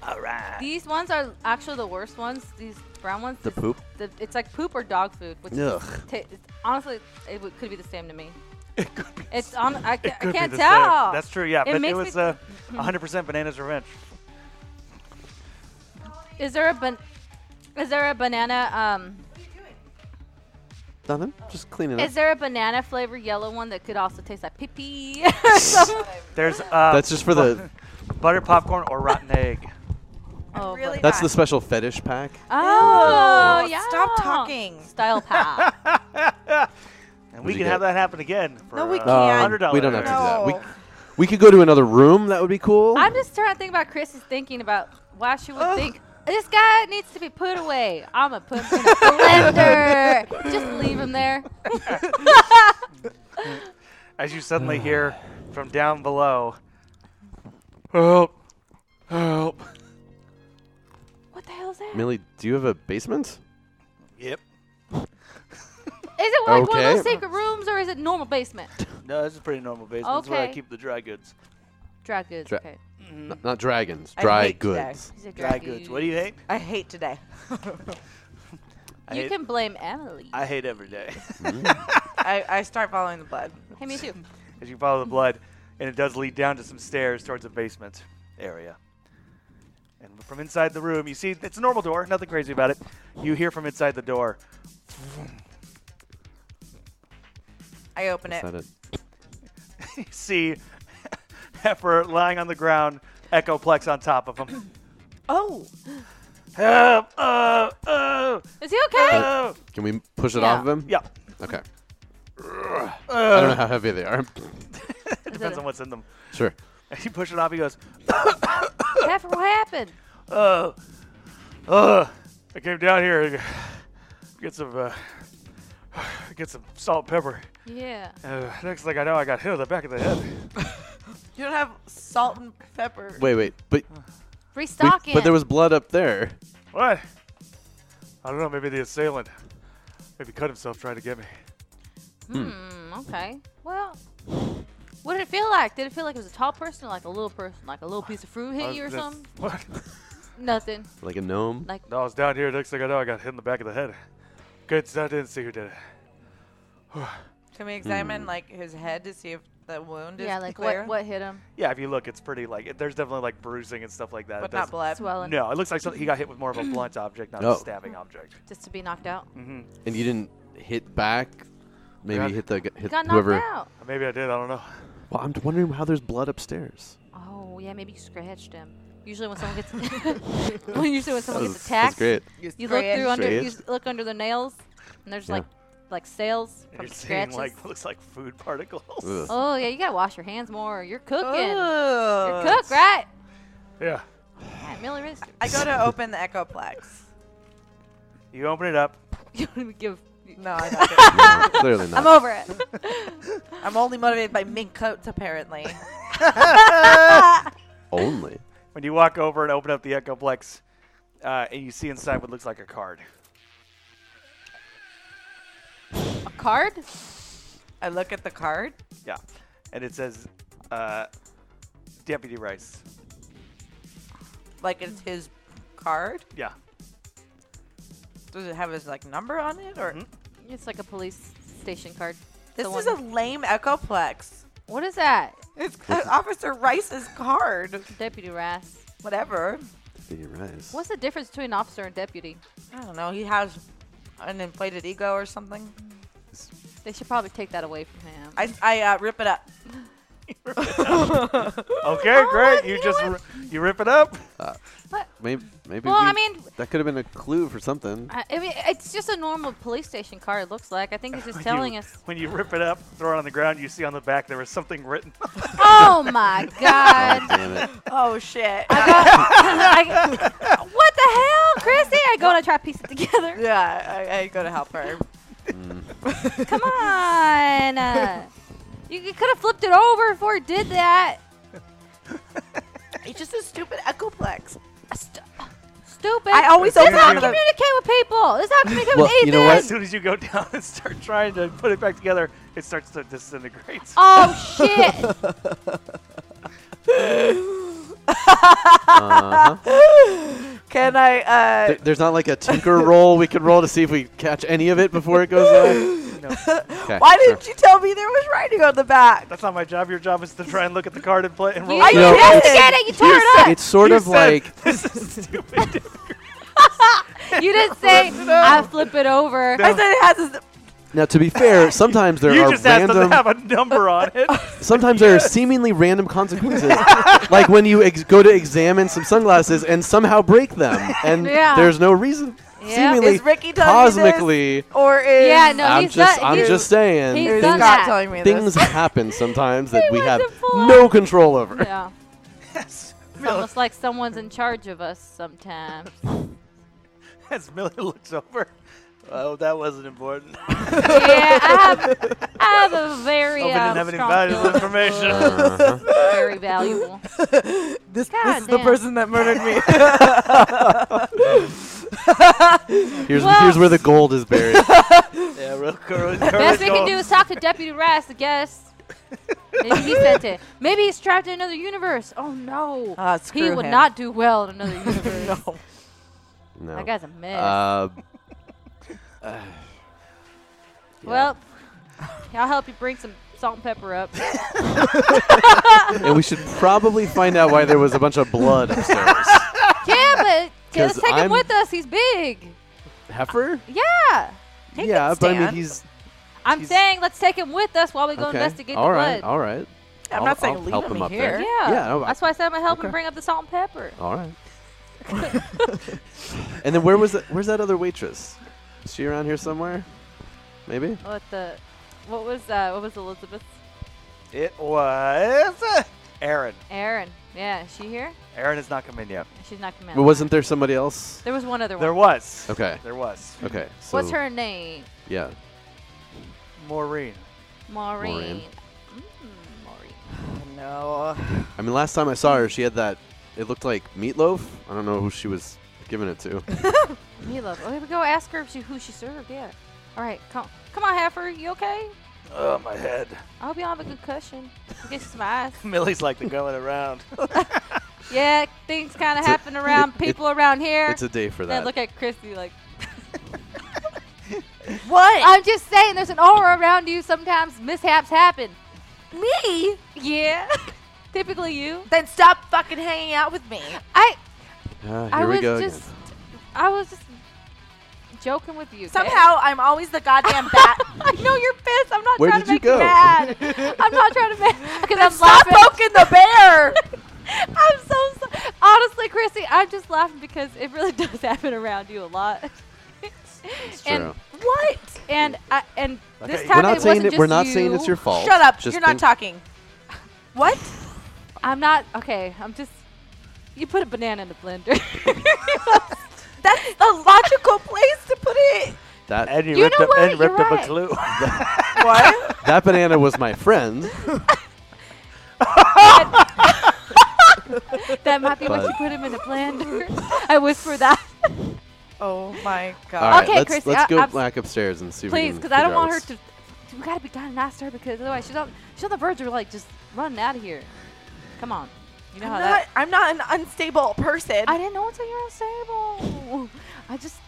Speaker 2: All right.
Speaker 5: These ones are actually the worst ones. These brown ones.
Speaker 4: The
Speaker 5: it's-
Speaker 4: poop?
Speaker 5: The, it's like poop or dog food, which is
Speaker 4: Ugh.
Speaker 5: ta- it's- honestly it w- could be the same to me. It could be. It's on. I, ca- I
Speaker 2: Could be
Speaker 5: can't
Speaker 2: the same.
Speaker 5: tell.
Speaker 2: uh, That's true. Yeah,
Speaker 5: It
Speaker 2: but it
Speaker 5: makes me
Speaker 2: was uh, 100% bananas revenge.
Speaker 5: Is there a ban- Is there a banana? Um,
Speaker 4: Nothing. Just cleaning up.
Speaker 5: Is there a banana flavor yellow one that could also taste like pee pee? or something?
Speaker 2: There's uh,
Speaker 4: That's just for the.
Speaker 2: butter popcorn or rotten egg.
Speaker 5: oh,
Speaker 3: really
Speaker 5: but-
Speaker 4: That's the special fetish pack.
Speaker 5: oh
Speaker 3: Ew,
Speaker 5: yeah.
Speaker 3: stop talking.
Speaker 5: Style pack.
Speaker 2: And we
Speaker 4: Did you
Speaker 2: can have
Speaker 4: get-
Speaker 2: that happen again. For,
Speaker 3: No, we
Speaker 2: uh,
Speaker 3: can't.
Speaker 4: Um,
Speaker 2: $100
Speaker 4: we don't have to
Speaker 3: No.
Speaker 4: do that. We, we could go to another room. That would be cool.
Speaker 5: I'm just trying to think about Chris's thinking about why she would think this guy needs to be put away. I'ma put him in a blender. just leave him there.
Speaker 2: As you suddenly hear from down below,
Speaker 11: Help. Help.
Speaker 5: What the hell is that? Is
Speaker 4: Millie, do you have a basement?
Speaker 2: Yep.
Speaker 5: it like one of
Speaker 4: Okay.
Speaker 5: those secret rooms or is it normal basement?
Speaker 8: No, this is a pretty normal basement. This is where I
Speaker 5: Okay.
Speaker 8: keep the dry goods.
Speaker 5: Dry goods.
Speaker 4: Dra-
Speaker 5: okay.
Speaker 4: N- not dragons,
Speaker 3: I
Speaker 4: dry
Speaker 3: hate today.
Speaker 4: goods.
Speaker 5: These are
Speaker 8: Dry goods. What do you hate?
Speaker 3: I hate today.
Speaker 8: I
Speaker 5: You
Speaker 8: hate,
Speaker 5: can blame Emily.
Speaker 8: I hate every day.
Speaker 3: I, I start following the blood.
Speaker 5: hey, me too.
Speaker 2: As you follow the blood, and it does lead down to some stairs towards a basement area. And from inside the room, you see it's a normal door, nothing crazy about it. You hear from inside the door,
Speaker 3: I open
Speaker 4: Is
Speaker 3: it.
Speaker 4: that it?
Speaker 2: you see Heifer lying on the ground, Echoplex on top of him.
Speaker 3: Oh,
Speaker 2: Help! Oh, oh,
Speaker 5: Is he okay?
Speaker 2: oh.
Speaker 4: Can we push it
Speaker 5: Yeah.
Speaker 4: off of him?
Speaker 2: Yeah,
Speaker 4: Okay. I don't know how heavy they are.
Speaker 2: it depends on what's in them.
Speaker 4: sure.
Speaker 2: You push it off, he goes,
Speaker 5: Heifer, what happened?
Speaker 2: Oh, oh! I came down here to get some, uh, get some salt and pepper.
Speaker 5: Yeah.
Speaker 2: Uh, next thing I know, I got hit on the back of the head.
Speaker 3: you don't have salt and pepper.
Speaker 4: Wait, wait. But we-
Speaker 5: Restock
Speaker 4: but there was blood up there.
Speaker 2: What? I don't know. Maybe the assailant, maybe cut himself trying to get me.
Speaker 5: Hmm, okay. Well, what did it feel like? Did it feel like it was a tall person, or like a little person, like a little piece of fruit hit
Speaker 2: I-
Speaker 5: you or
Speaker 2: Uh, that's-
Speaker 5: something?
Speaker 2: What?
Speaker 5: Nothing.
Speaker 4: Like a gnome.
Speaker 5: Like
Speaker 2: No, I was down here. Next thing I know, I got hit in the back of the head. Good, so I didn't see who did it.
Speaker 3: Can we
Speaker 4: Hmm.
Speaker 3: examine like his head to see if the wound is
Speaker 5: yeah, like
Speaker 3: clear?
Speaker 5: what what hit him?
Speaker 2: Yeah, if you look, it's pretty like it- there's definitely like bruising and stuff like that.
Speaker 3: But
Speaker 2: It
Speaker 3: not
Speaker 2: doesn't-
Speaker 3: blood.
Speaker 5: Swelling.
Speaker 2: No, it looks like something, he got hit with more of a blunt object, not
Speaker 4: Oh.
Speaker 2: a stabbing object.
Speaker 5: Just to be knocked out.
Speaker 4: And you didn't hit back. Maybe
Speaker 2: Yeah.
Speaker 4: hit the gu- hit
Speaker 5: Got knocked
Speaker 4: whoever.
Speaker 5: out.
Speaker 2: Uh, Maybe I did. I don't know.
Speaker 4: Well, I'm wondering how there's blood upstairs.
Speaker 5: Oh yeah, maybe you scratched him. Usually when someone gets well, usually when someone
Speaker 4: That was-
Speaker 5: gets attacked,
Speaker 4: That's great.
Speaker 5: you look through under you
Speaker 4: Scratched.
Speaker 5: s- look under their nails, and there's
Speaker 4: Yeah.
Speaker 5: like like sails
Speaker 2: And
Speaker 5: from
Speaker 2: you're seeing
Speaker 5: scratches.
Speaker 2: like looks like food particles.
Speaker 4: Ugh.
Speaker 5: oh yeah, you gotta wash your hands more. You're cooking.
Speaker 3: Oh.
Speaker 5: You're
Speaker 3: Ugh.
Speaker 5: cooked, right?
Speaker 2: Yeah.
Speaker 5: Yeah, Millie Rister.
Speaker 3: I go to open the Echoplex.
Speaker 2: You open it up.
Speaker 5: you don't even give.
Speaker 3: No, I don't. do it.
Speaker 4: No, clearly not.
Speaker 5: I'm over it.
Speaker 3: I'm only motivated by mink coats, apparently.
Speaker 4: Only.
Speaker 2: When you walk over and open up the Echoplex, uh, and you see inside what looks like a card.
Speaker 5: A card?
Speaker 3: I look at the card.
Speaker 2: Yeah. And it says, uh, Deputy Rice.
Speaker 3: Like it's his card.
Speaker 2: Yeah.
Speaker 3: Does it have his like number on it or?
Speaker 5: It's like a police station card.
Speaker 3: This
Speaker 5: The
Speaker 3: is a
Speaker 5: one-
Speaker 3: lame Echoplex.
Speaker 5: What is that?
Speaker 3: It's got Officer Rice's card.
Speaker 5: Deputy Rass.
Speaker 3: Whatever.
Speaker 4: You're right.
Speaker 5: What's the difference between an officer and deputy?
Speaker 3: I don't know. He has an inflated ego or something.
Speaker 5: They should probably take that away from him.
Speaker 3: I, I uh, rip it up.
Speaker 5: Oh,
Speaker 2: Okay, great. You just r- you rip it up.
Speaker 4: Maybe. maybe
Speaker 5: Well,
Speaker 4: we-
Speaker 5: I mean-
Speaker 4: that could have been a clue for something.
Speaker 5: I, I mean, it's just a normal police station card. It looks like. I think it's just
Speaker 2: When
Speaker 5: telling
Speaker 2: you,
Speaker 5: us.
Speaker 2: When you rip it up, throw it on the ground, you see on the back there was something written.
Speaker 5: Oh my
Speaker 4: God
Speaker 5: god!
Speaker 4: damn it.
Speaker 3: Oh shit.
Speaker 5: I- what the hell, Chrissy? I go and I try to piece it together.
Speaker 3: yeah, I, I go to help her.
Speaker 5: Come on! Uh, you you could have flipped it over before it did that.
Speaker 3: It's just a stupid Echoplex.
Speaker 5: St- stupid.
Speaker 3: I always
Speaker 5: This
Speaker 3: open
Speaker 5: is how I
Speaker 3: it up.
Speaker 5: communicate with people. This is how I communicate
Speaker 4: Well,
Speaker 5: with Ethan.
Speaker 4: you know what?
Speaker 2: as soon as you go down and start trying to put it back together, it starts to disintegrate.
Speaker 5: Oh shit!
Speaker 3: Can I? Uh,
Speaker 4: Th- there's not like a tinker roll we could roll to see if we catch any of it before it goes on. Okay,
Speaker 3: why
Speaker 4: sure.
Speaker 3: didn't you tell me there was writing on the back?
Speaker 2: That's not my job. Your job is to try and look at the card and play and
Speaker 5: You,
Speaker 2: roll.
Speaker 5: you
Speaker 4: No,
Speaker 5: investigate it. You tear it up.
Speaker 4: It's sort
Speaker 2: You
Speaker 4: of
Speaker 2: said,
Speaker 4: like
Speaker 2: this is stupid.
Speaker 5: You didn't say I flip it over.
Speaker 3: I said it has his
Speaker 4: now. To be fair, sometimes there
Speaker 2: you
Speaker 4: are
Speaker 2: just asked them to
Speaker 4: random.
Speaker 2: have a number on it.
Speaker 4: Sometimes there are seemingly random consequences, like when you ex- go to examine some sunglasses and somehow break them, and
Speaker 5: Yeah.
Speaker 4: there's no reason.
Speaker 5: Yeah.
Speaker 4: Seemingly,
Speaker 3: Is Ricky telling me this?
Speaker 4: cosmically,
Speaker 3: or is
Speaker 5: Yeah, no,
Speaker 4: I'm
Speaker 5: he's
Speaker 4: just
Speaker 5: done-
Speaker 4: I'm
Speaker 5: he's-
Speaker 4: just
Speaker 5: he's
Speaker 4: saying
Speaker 3: is
Speaker 5: done
Speaker 3: Scott
Speaker 4: things,
Speaker 5: that.
Speaker 3: telling me
Speaker 4: things
Speaker 3: this?
Speaker 4: happen sometimes that we
Speaker 5: went
Speaker 4: have
Speaker 5: to full
Speaker 4: no control over.
Speaker 5: Yeah. It's almost like someone's in charge of us sometimes.
Speaker 8: As Millie looks over. Oh, that wasn't important.
Speaker 5: yeah, I have, I have a very
Speaker 8: Hope it
Speaker 5: um,
Speaker 8: didn't have any
Speaker 5: strong
Speaker 8: valuable
Speaker 5: feeling for
Speaker 8: information.
Speaker 5: food. very valuable.
Speaker 3: This,
Speaker 5: God
Speaker 3: this is the
Speaker 5: damn.
Speaker 3: person that murdered me.
Speaker 4: Here's
Speaker 5: Well-
Speaker 4: here's where the gold is buried.
Speaker 8: yeah, real courage.
Speaker 5: Best we can do is talk to Deputy Rice, I guess. Maybe he sent it. Maybe he's trapped in another universe. Oh no.
Speaker 3: Ah,
Speaker 5: he
Speaker 3: screw
Speaker 5: would
Speaker 3: him.
Speaker 5: not do well in another universe. no.
Speaker 4: No.
Speaker 5: That guy's a mess.
Speaker 4: Uh,
Speaker 5: Well, I'll help you bring some salt and pepper up.
Speaker 4: and we should probably find out why there was a bunch of blood upstairs.
Speaker 5: yeah, but let's
Speaker 4: 'Cause
Speaker 5: take
Speaker 4: I'm-
Speaker 5: him with us. He's big.
Speaker 4: Heifer?
Speaker 5: Yeah.
Speaker 4: yeah,
Speaker 3: it,
Speaker 4: but I mean
Speaker 3: Stan.
Speaker 4: he's
Speaker 5: I'm
Speaker 4: He's-
Speaker 5: saying let's take him with us while we go
Speaker 4: okay.
Speaker 5: investigate
Speaker 4: all
Speaker 5: the
Speaker 4: right,
Speaker 5: blood.
Speaker 4: all right,
Speaker 3: I'm
Speaker 4: I'll-
Speaker 3: not saying
Speaker 4: I'll
Speaker 3: leave
Speaker 4: help
Speaker 3: him,
Speaker 4: him up
Speaker 3: here.
Speaker 4: there.
Speaker 5: Yeah.
Speaker 4: Yeah, no, I-
Speaker 5: That's why I said I'm gonna help him
Speaker 4: okay.
Speaker 5: bring up the salt and pepper.
Speaker 4: all right. and then where was that? Where's that other waitress? Is she around here somewhere? Maybe.
Speaker 5: What the? What was uh, what was Elizabeth's?
Speaker 2: It was uh, Aaron.
Speaker 5: Erin. Yeah, is she here?
Speaker 2: Aaron has not come in yet.
Speaker 5: She's not coming. out.
Speaker 4: But wasn't there somebody else?
Speaker 5: There was one other one.
Speaker 2: There was.
Speaker 4: Okay.
Speaker 2: There was.
Speaker 4: Okay. So
Speaker 5: What's her name?
Speaker 4: Yeah.
Speaker 2: Maureen.
Speaker 5: Maureen.
Speaker 4: Maureen.
Speaker 5: Mm, Maureen.
Speaker 3: No.
Speaker 4: I mean, last time I saw her, she had that. It looked like meatloaf. I don't know who she was giving it to.
Speaker 5: Mila. Oh, here we go. Ask her if she, who she served. Yeah. All right. Come, come on, Heifer. You okay?
Speaker 8: Oh, my head.
Speaker 5: I hope you don't have a concussion. You Get you some ice.
Speaker 8: Millie's like the going around.
Speaker 5: Yeah, things kind of
Speaker 4: It's a-
Speaker 5: happen around
Speaker 4: it- it-
Speaker 5: people around here.
Speaker 4: it's a day for
Speaker 5: They
Speaker 4: that.
Speaker 5: look at Christy like,
Speaker 3: What?
Speaker 5: I'm just saying, there's an aura around you. Sometimes mishaps happen. Me? Yeah. Typically you.
Speaker 3: then stop fucking hanging out with me.
Speaker 5: I.
Speaker 4: Ah, here
Speaker 5: I
Speaker 4: we
Speaker 5: was
Speaker 4: go
Speaker 5: just.
Speaker 4: again.
Speaker 5: I was just joking with you. okay?
Speaker 3: Somehow I'm always the goddamn bat.
Speaker 5: I know you're pissed. I'm not
Speaker 4: Where
Speaker 5: trying
Speaker 4: did
Speaker 5: to
Speaker 4: you
Speaker 5: make you,
Speaker 4: go?
Speaker 5: mad. I'm not trying to make because I'm
Speaker 3: stop
Speaker 5: laughing.
Speaker 3: poking the bear.
Speaker 5: I'm so, so honestly, Chrissy, I'm just laughing because it really does happen around you a lot.
Speaker 4: It's
Speaker 5: and
Speaker 4: true.
Speaker 3: what?
Speaker 5: and I, and this
Speaker 4: We're
Speaker 5: time
Speaker 4: not
Speaker 5: it
Speaker 4: saying
Speaker 5: wasn't
Speaker 4: it,
Speaker 5: just
Speaker 4: we're not
Speaker 5: you.
Speaker 4: saying it's your fault.
Speaker 3: Shut up.
Speaker 4: Just
Speaker 3: You're not
Speaker 4: think-
Speaker 3: talking. What?
Speaker 5: I'm not okay. I'm just you put a banana in the blender.
Speaker 3: That's the logical place to put it.
Speaker 4: That
Speaker 8: And you,
Speaker 5: You
Speaker 8: ripped
Speaker 5: know
Speaker 8: up and
Speaker 5: what?
Speaker 8: ripped
Speaker 5: You're
Speaker 8: up
Speaker 5: right.
Speaker 8: a clue.
Speaker 3: What?
Speaker 4: that banana was my friend.
Speaker 5: that might be what
Speaker 4: But-
Speaker 5: you put him in the blender. I whisper that,
Speaker 3: oh my
Speaker 4: All
Speaker 3: god.
Speaker 4: right,
Speaker 5: Okay,
Speaker 4: let's,
Speaker 5: Chrissy,
Speaker 4: let's
Speaker 5: I-
Speaker 4: go
Speaker 5: I'm s-
Speaker 4: back upstairs and see. if we
Speaker 5: please,
Speaker 4: can
Speaker 5: because I don't
Speaker 4: figure out
Speaker 5: want her
Speaker 4: what's-
Speaker 5: to. We gotta be kind of nice to her because otherwise she's on she's on the verge of like just running out of here. Come on, you
Speaker 4: Uh,
Speaker 5: know
Speaker 3: I'm
Speaker 5: how
Speaker 3: not,
Speaker 5: that.
Speaker 3: I'm not an unstable person.
Speaker 5: I didn't know until you were unstable. I just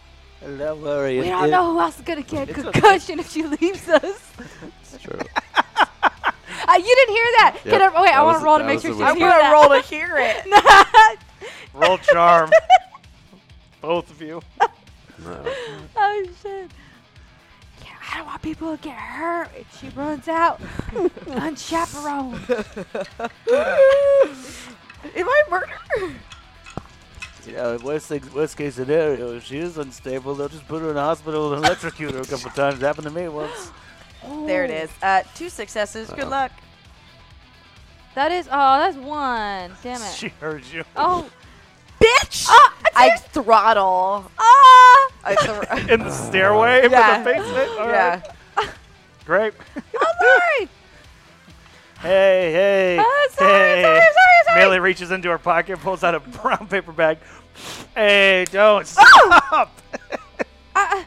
Speaker 8: Don't worry.
Speaker 5: we don't know who else is gonna get
Speaker 8: it's okay.
Speaker 5: concussion if she leaves us.
Speaker 4: It's true.
Speaker 5: Uh, you didn't hear that.
Speaker 4: Yep,
Speaker 5: Can I, wait,
Speaker 4: that
Speaker 5: I want
Speaker 4: was-
Speaker 5: to roll
Speaker 4: that
Speaker 5: to make
Speaker 4: was
Speaker 5: sure
Speaker 4: a
Speaker 5: she
Speaker 4: whisper.
Speaker 5: didn't
Speaker 3: I'm
Speaker 5: hear
Speaker 3: gonna
Speaker 5: that.
Speaker 3: roll
Speaker 2: Roll
Speaker 3: to hear it.
Speaker 2: charm. Both of you.
Speaker 4: No.
Speaker 5: oh shit. Yeah, I don't want people to get hurt if she runs out unchaperoned.
Speaker 3: Am I murder?
Speaker 8: You know, worst, thing, worst case scenario, if she is unstable, they'll just put her in a hospital and electrocute her a couple times. Happened to me once.
Speaker 3: There it is. Uh, two successes. Good
Speaker 4: Uh,
Speaker 3: luck.
Speaker 5: That is oh, that's one. Damn it.
Speaker 8: She heard you.
Speaker 5: Oh,
Speaker 3: Bitch! I throttle.
Speaker 5: ah!
Speaker 3: I thr-
Speaker 2: In the stairway
Speaker 3: Yeah.
Speaker 2: for the basement. All right.
Speaker 3: yeah.
Speaker 2: Great.
Speaker 5: Sorry.
Speaker 2: Hey, hey.
Speaker 5: Oh, sorry,
Speaker 2: hey.
Speaker 5: sorry, sorry, sorry.
Speaker 2: Millie reaches into her pocket, pulls out a brown paper bag. Hey, don't
Speaker 5: Oh!
Speaker 2: stop.
Speaker 5: I,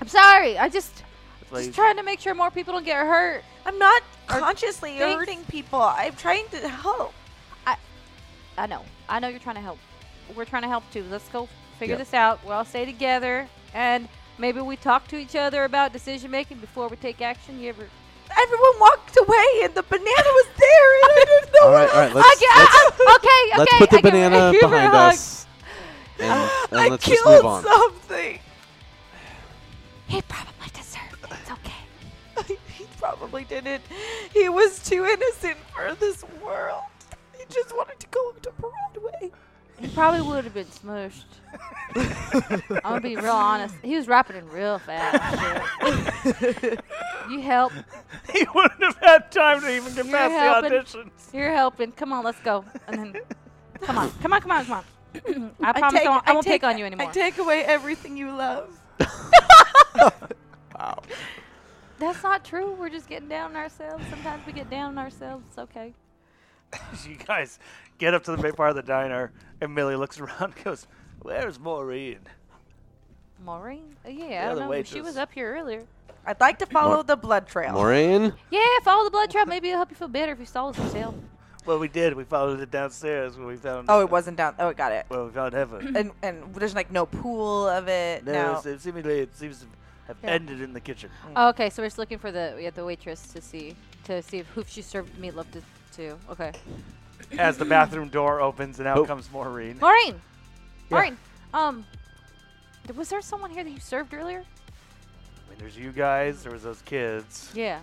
Speaker 5: I'm sorry. I just
Speaker 8: Like,
Speaker 5: just trying to make sure more people don't get hurt.
Speaker 3: I'm not consciously
Speaker 5: thanks.
Speaker 3: hurting people. I'm trying to help.
Speaker 5: I know. I know you're trying to help. We're trying to help too. Let's go figure
Speaker 4: Yeah.
Speaker 5: this out. We'll all stay together and maybe we talk to each other about decision making before we take action. You ever
Speaker 3: Everyone walked away, and the banana was there, and I didn't know.
Speaker 4: All right, all right. Let's,
Speaker 5: Okay,
Speaker 4: let's,
Speaker 5: I- I- okay, okay.
Speaker 4: let's put the
Speaker 5: I give her- I
Speaker 4: banana
Speaker 5: give her a
Speaker 4: behind
Speaker 5: hug.
Speaker 4: us, and, and
Speaker 3: I
Speaker 4: let's just move
Speaker 3: killed
Speaker 4: on.
Speaker 3: something.
Speaker 5: He probably deserved it. It's okay.
Speaker 3: he probably didn't. He was too innocent for this world. He just wanted to go to Broadway.
Speaker 5: He probably would have been smushed. I'm gonna be real honest. He was rapping in real fast. shit. you help.
Speaker 2: he wouldn't have had time to even get
Speaker 5: You're
Speaker 2: past
Speaker 5: helping.
Speaker 2: the auditions.
Speaker 5: You're helping. Come on, let's go. And then, come on, come on, come on, come on. I promise I,
Speaker 3: take-
Speaker 5: won't, I won't
Speaker 3: take-
Speaker 5: pick on you anymore.
Speaker 3: I take away everything you love.
Speaker 5: That's not true. We're just getting down on ourselves. Sometimes we get down on ourselves. It's okay.
Speaker 2: You guys get up to the big part of the diner, and Millie looks around and goes,
Speaker 8: Where's Maureen?
Speaker 5: Maureen? Oh, yeah, I don't
Speaker 8: the
Speaker 5: know. She
Speaker 8: waitress.
Speaker 5: was up here earlier.
Speaker 3: I'd like to follow the blood trail.
Speaker 4: Maureen?
Speaker 5: Yeah, follow the blood trail. Maybe it'll help you feel better if you saw us yourself.
Speaker 8: Well, we did. We followed it downstairs where we found.
Speaker 3: Oh, it wasn't down. Oh, it got it.
Speaker 8: Well, we found heaven.
Speaker 3: And and there's like no pool of it
Speaker 8: no,
Speaker 3: now.
Speaker 8: it's- it seemingly it seems to have ended in the kitchen.
Speaker 5: Oh, okay, so we're just looking for the yeah, the waitress to see to see if who she served meatloaf to. to. Okay,
Speaker 2: As the bathroom door opens and out
Speaker 4: Oh.
Speaker 2: comes Maureen.
Speaker 5: Maureen. Maureen. Um, th- was there someone here that you served earlier?
Speaker 2: I mean, there's you guys, there was those kids.
Speaker 5: Yeah,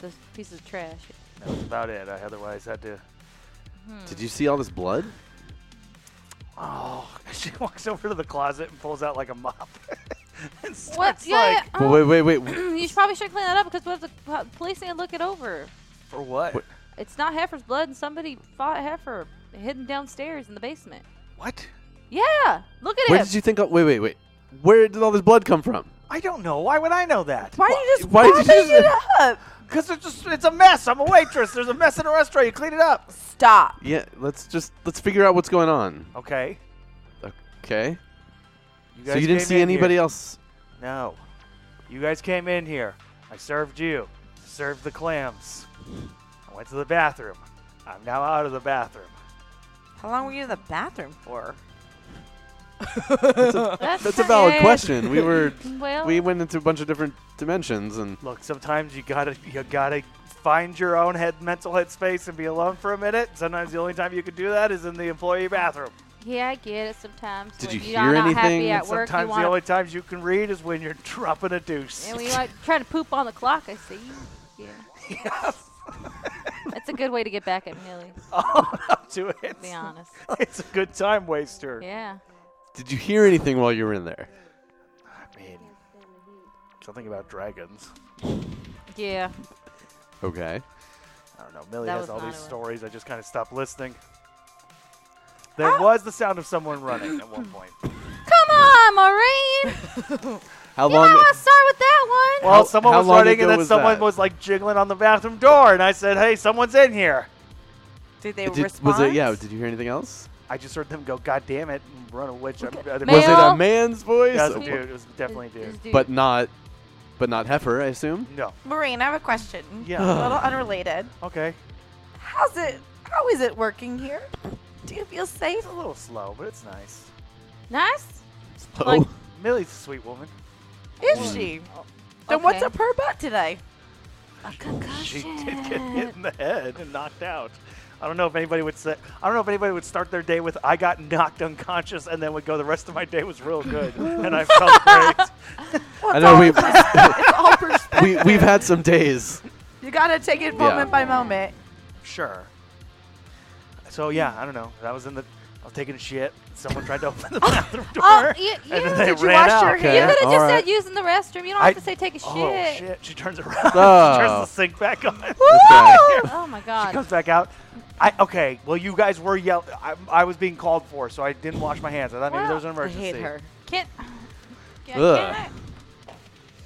Speaker 5: the piece of trash.
Speaker 2: That was about it. I otherwise had to.
Speaker 5: Hmm.
Speaker 4: Did you see all this blood?
Speaker 2: Oh, she walks over to the closet and pulls out like a mop. and
Speaker 5: What?
Speaker 2: starts
Speaker 5: yeah.
Speaker 2: like,
Speaker 5: yeah,
Speaker 4: Well,
Speaker 5: um,
Speaker 4: wait, wait, wait. w-
Speaker 5: you should probably should clean that up because we have the po- police need to look it over.
Speaker 2: for what?
Speaker 4: What?
Speaker 5: It's not Heifer's blood, and somebody fought Heifer hidden downstairs in the basement.
Speaker 2: What?
Speaker 5: Yeah, look at
Speaker 4: Where
Speaker 5: it.
Speaker 4: did you think? All, wait, wait, wait. Where did all this blood come from?
Speaker 2: I don't know. Why would I know that?
Speaker 3: Why you just
Speaker 4: Why
Speaker 3: why
Speaker 4: did you
Speaker 3: it
Speaker 4: just-
Speaker 3: up?
Speaker 2: Because it's just it's a mess. I'm a waitress. There's a mess in a restaurant. You clean it up.
Speaker 3: Stop.
Speaker 4: Yeah, let's just let's figure out what's going on.
Speaker 2: Okay.
Speaker 4: Okay.
Speaker 2: You
Speaker 4: so you didn't
Speaker 2: came
Speaker 4: see
Speaker 2: in here.
Speaker 4: anybody else?
Speaker 2: No. You guys came in here. I served you. I served the clams. I went to the bathroom. I'm now out of the bathroom.
Speaker 3: How long were you in the bathroom for?
Speaker 4: That's a valid question. We were
Speaker 5: Well,
Speaker 4: we went into a bunch of different dimensions and
Speaker 2: Look, sometimes you gotta you gotta find your own head mental headspace and be alone for a minute. Sometimes the only time you can do that is in the employee bathroom.
Speaker 5: yeah, I get it. Sometimes
Speaker 4: Did
Speaker 5: when
Speaker 4: you
Speaker 5: you're
Speaker 4: hear
Speaker 5: not
Speaker 4: anything?
Speaker 5: happy at work, you
Speaker 2: Sometimes the
Speaker 5: want
Speaker 2: only times you can read is when you're dropping a deuce.
Speaker 5: and we like trying to poop on the clock. I see. Yeah. That's a good way to get back at Millie.
Speaker 2: Up to it.
Speaker 5: To be honest.
Speaker 2: It's a good time waster.
Speaker 5: Yeah.
Speaker 4: did you hear anything while you were in there?
Speaker 2: I mean, something about dragons.
Speaker 5: Yeah.
Speaker 4: Okay.
Speaker 2: I don't know. Millie
Speaker 5: That
Speaker 2: has
Speaker 5: was
Speaker 2: all
Speaker 5: not
Speaker 2: these
Speaker 5: a one.
Speaker 2: stories. I just kind of stopped listening.
Speaker 5: Ah!
Speaker 2: There was the sound of someone running at one point.
Speaker 5: Come on, Maureen.
Speaker 4: How
Speaker 5: you might
Speaker 4: long?
Speaker 5: want to start with that one.
Speaker 2: Well, someone
Speaker 4: how
Speaker 2: was
Speaker 4: long
Speaker 2: running,
Speaker 4: ago
Speaker 2: and then
Speaker 4: was
Speaker 2: someone
Speaker 4: that?
Speaker 2: was like jiggling on the bathroom door, and I said, "Hey, someone's in here."
Speaker 3: Did they
Speaker 4: Did-
Speaker 3: respond?
Speaker 4: was it? Yeah. Did you hear anything else?
Speaker 2: I just heard them go, "God damn it!" and run away. which I'm- I-
Speaker 5: Male?
Speaker 4: Was it a man's voice? Oh,
Speaker 2: It was a
Speaker 5: Yes.
Speaker 2: dude. It was definitely a
Speaker 5: This- this
Speaker 2: dude.
Speaker 5: dude.
Speaker 4: But not, but not heifer, I assume.
Speaker 2: No.
Speaker 3: Maureen, I have a question.
Speaker 2: Yeah.
Speaker 3: A little unrelated.
Speaker 2: Okay.
Speaker 3: How's it? How is it working here? Do you feel safe?
Speaker 2: It's a little slow, but it's nice.
Speaker 5: nice.
Speaker 4: Oh,
Speaker 5: Like-
Speaker 2: Millie's a sweet woman.
Speaker 3: Is she? Then what's
Speaker 5: Okay.
Speaker 3: up her butt today?
Speaker 5: A
Speaker 2: She
Speaker 5: concussion.
Speaker 2: did get hit in the head and knocked out. I don't know if anybody would say. I don't know if anybody would start their day with "I got knocked unconscious" and then would go. The rest of my day was real good, and I felt great.
Speaker 3: Well,
Speaker 4: I
Speaker 3: it's
Speaker 4: know
Speaker 3: all-
Speaker 4: we've
Speaker 3: it's all perspective.
Speaker 4: we, we've had some days.
Speaker 3: You gotta take it moment by moment.
Speaker 2: Sure. So yeah, I don't know. I was in the. I was taking a shit. Someone tried to open the bathroom door.
Speaker 5: Oh, you, you,
Speaker 2: and then they
Speaker 5: you
Speaker 3: Did you
Speaker 2: ran
Speaker 3: wash
Speaker 2: out.
Speaker 3: your
Speaker 4: Okay.
Speaker 5: could
Speaker 3: hands?
Speaker 5: have just
Speaker 4: All right.
Speaker 5: said using the restroom. You don't
Speaker 2: I-
Speaker 5: have to say take a
Speaker 2: oh
Speaker 5: shit.
Speaker 2: shit! She turns around. she turns
Speaker 4: Oh.
Speaker 2: the sink back on.
Speaker 4: Okay.
Speaker 5: Oh my
Speaker 2: She
Speaker 5: god.
Speaker 2: comes back out. I okay. Well, you guys were yelled. I, I was being called for, so I didn't wash my hands. I thought maybe there was an
Speaker 3: I
Speaker 2: emergency.
Speaker 3: hate her.
Speaker 5: Can, can,
Speaker 4: Ugh.
Speaker 5: can, I,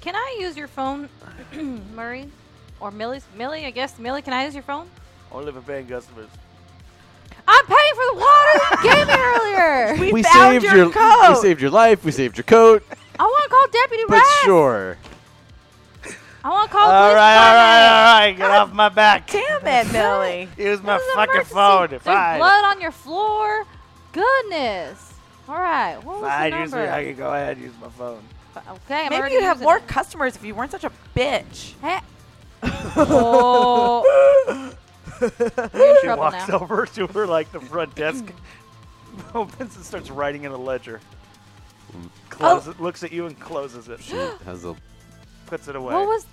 Speaker 5: can I use your phone, Murray? Or Millie's? Millie, I guess. Millie, can I use your phone?
Speaker 8: Only for paying customers.
Speaker 5: I'm paying for the water you gave me earlier.
Speaker 3: We, found your, coat.
Speaker 4: we saved your life. We saved your coat.
Speaker 5: I want to call Deputy
Speaker 4: But
Speaker 5: Rass.
Speaker 4: sure.
Speaker 5: I want to call
Speaker 2: All
Speaker 5: police
Speaker 2: right, all
Speaker 5: department.
Speaker 2: right, all right. Get off my back.
Speaker 3: Damn it, Millie.
Speaker 2: Use my
Speaker 5: This is an
Speaker 2: fucking
Speaker 5: emergency.
Speaker 2: phone.
Speaker 5: There's
Speaker 2: Fine.
Speaker 5: blood on your floor. Goodness. All right. What was
Speaker 8: Fine,
Speaker 5: the
Speaker 8: use
Speaker 5: number?
Speaker 8: me. I can go ahead and use my phone.
Speaker 5: Okay, I'm
Speaker 3: Maybe
Speaker 5: already
Speaker 3: you'd have
Speaker 5: using
Speaker 3: more
Speaker 5: it.
Speaker 3: customers if you weren't such a bitch.
Speaker 5: Hey. oh. You're in
Speaker 2: She
Speaker 5: trouble
Speaker 2: walks
Speaker 5: now.
Speaker 2: over to her like the front desk, opens and starts writing in a ledger. Close
Speaker 5: Oh.
Speaker 2: it, looks at you and closes it.
Speaker 4: She has a.
Speaker 2: Puts it away.
Speaker 5: What was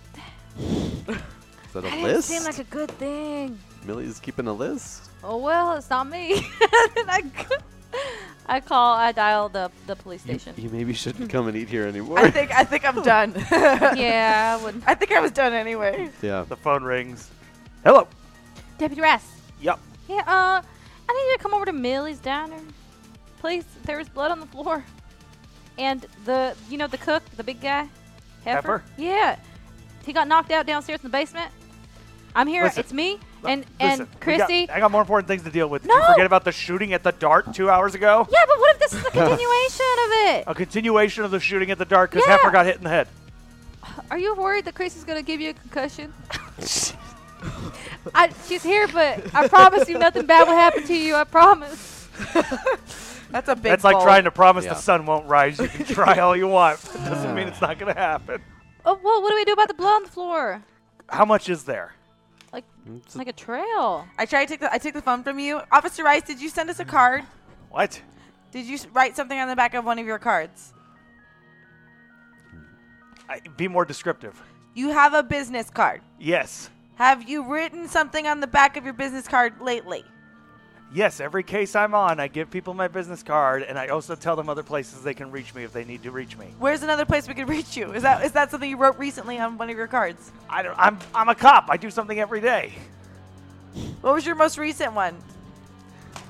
Speaker 4: Is that a
Speaker 5: that? Didn't
Speaker 4: list?
Speaker 5: seem like a good thing.
Speaker 4: Millie's keeping a list.
Speaker 5: Oh well, it's not me. and I, c- I call. I dial the the police
Speaker 4: You,
Speaker 5: station.
Speaker 4: you maybe shouldn't come and eat here anymore.
Speaker 3: I think I think I'm done.
Speaker 5: yeah, I wouldn't.
Speaker 3: I think I was done anyway.
Speaker 4: yeah.
Speaker 2: the phone rings. Hello.
Speaker 5: Deputy Rass.
Speaker 2: Yep.
Speaker 5: Yeah. Uh, I need you to come over to Millie's diner, please. There was blood on the floor, and the you know the cook, the big guy,
Speaker 2: Heifer?
Speaker 5: Yeah, he got knocked out downstairs in the basement. I'm here.
Speaker 2: Listen.
Speaker 5: it's me and
Speaker 2: Listen, we
Speaker 5: and
Speaker 2: got-
Speaker 5: Christy.
Speaker 2: I got more important things to deal with. Did
Speaker 5: No.
Speaker 2: you forget about the shooting at the dart two hours ago?
Speaker 5: Yeah, but what if this is a continuation of it.
Speaker 2: A continuation of the shooting at the dark because
Speaker 5: Yeah.
Speaker 2: Heifer got hit in the head.
Speaker 5: Are you worried that Chris is gonna give you a concussion? I, she's here, but I promise you nothing bad will happen to you. I promise.
Speaker 3: That's a big.
Speaker 2: That's like
Speaker 3: bowl.
Speaker 2: trying to promise
Speaker 4: Yeah.
Speaker 2: the sun won't rise. You can try all you want. but It doesn't mean it's not going to happen.
Speaker 5: Oh well, what do we do about the blood on the floor?
Speaker 2: How much is there?
Speaker 5: Like, like a trail.
Speaker 3: I try to take the. I take the phone from you, Officer Rice. Did you send us a card?
Speaker 2: What?
Speaker 3: Did you s- write something on the back of one of your cards?
Speaker 2: I, be more descriptive.
Speaker 3: You have a business card.
Speaker 2: Yes.
Speaker 3: Have you written something on the back of your business card lately?
Speaker 2: Yes, every case I'm on, I give people my business card, and I also tell them other places they can reach me if they need to reach me.
Speaker 3: Where's another place we could reach you? Is that is that something you wrote recently on one of your cards?
Speaker 2: I don't, I'm, I'm a cop. I do something every day.
Speaker 3: What was your most recent one?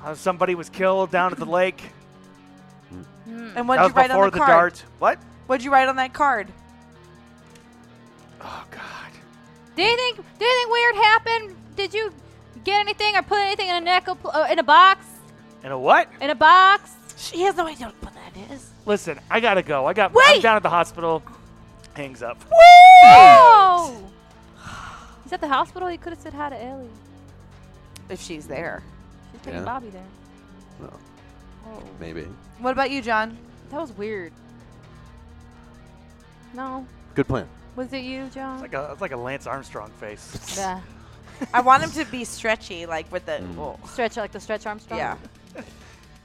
Speaker 2: Uh, somebody was killed down at the lake.
Speaker 5: Hmm.
Speaker 3: And what
Speaker 2: That was
Speaker 3: did you write on
Speaker 2: before
Speaker 3: the,
Speaker 2: the,
Speaker 3: card?
Speaker 2: dart. What?
Speaker 3: What'd you write on that card?
Speaker 2: Oh, God.
Speaker 5: Did anything? Did anything weird happen? Did you get anything or put anything in a neck uh, in a box?
Speaker 2: And a what?
Speaker 5: In a box?
Speaker 3: She has no idea what that is.
Speaker 2: Listen, I gotta go. I got. I'm
Speaker 5: Wait!
Speaker 2: down at the hospital. Hangs up.
Speaker 5: Oh! He's at the hospital. He could have said hi to Ellie.
Speaker 3: If she's there.
Speaker 5: She's taking
Speaker 4: Yeah.
Speaker 5: Bobby there.
Speaker 4: Well,
Speaker 5: Oh,
Speaker 4: maybe.
Speaker 3: What about you, John?
Speaker 5: that was weird. No,
Speaker 4: Good plan.
Speaker 5: was it you, John?
Speaker 2: It's like a, it's like a Lance Armstrong face.
Speaker 5: Yeah.
Speaker 3: I want him to be stretchy, like with the.
Speaker 4: Mm.
Speaker 3: well,
Speaker 5: Stretch like the stretch Armstrong.
Speaker 3: yeah.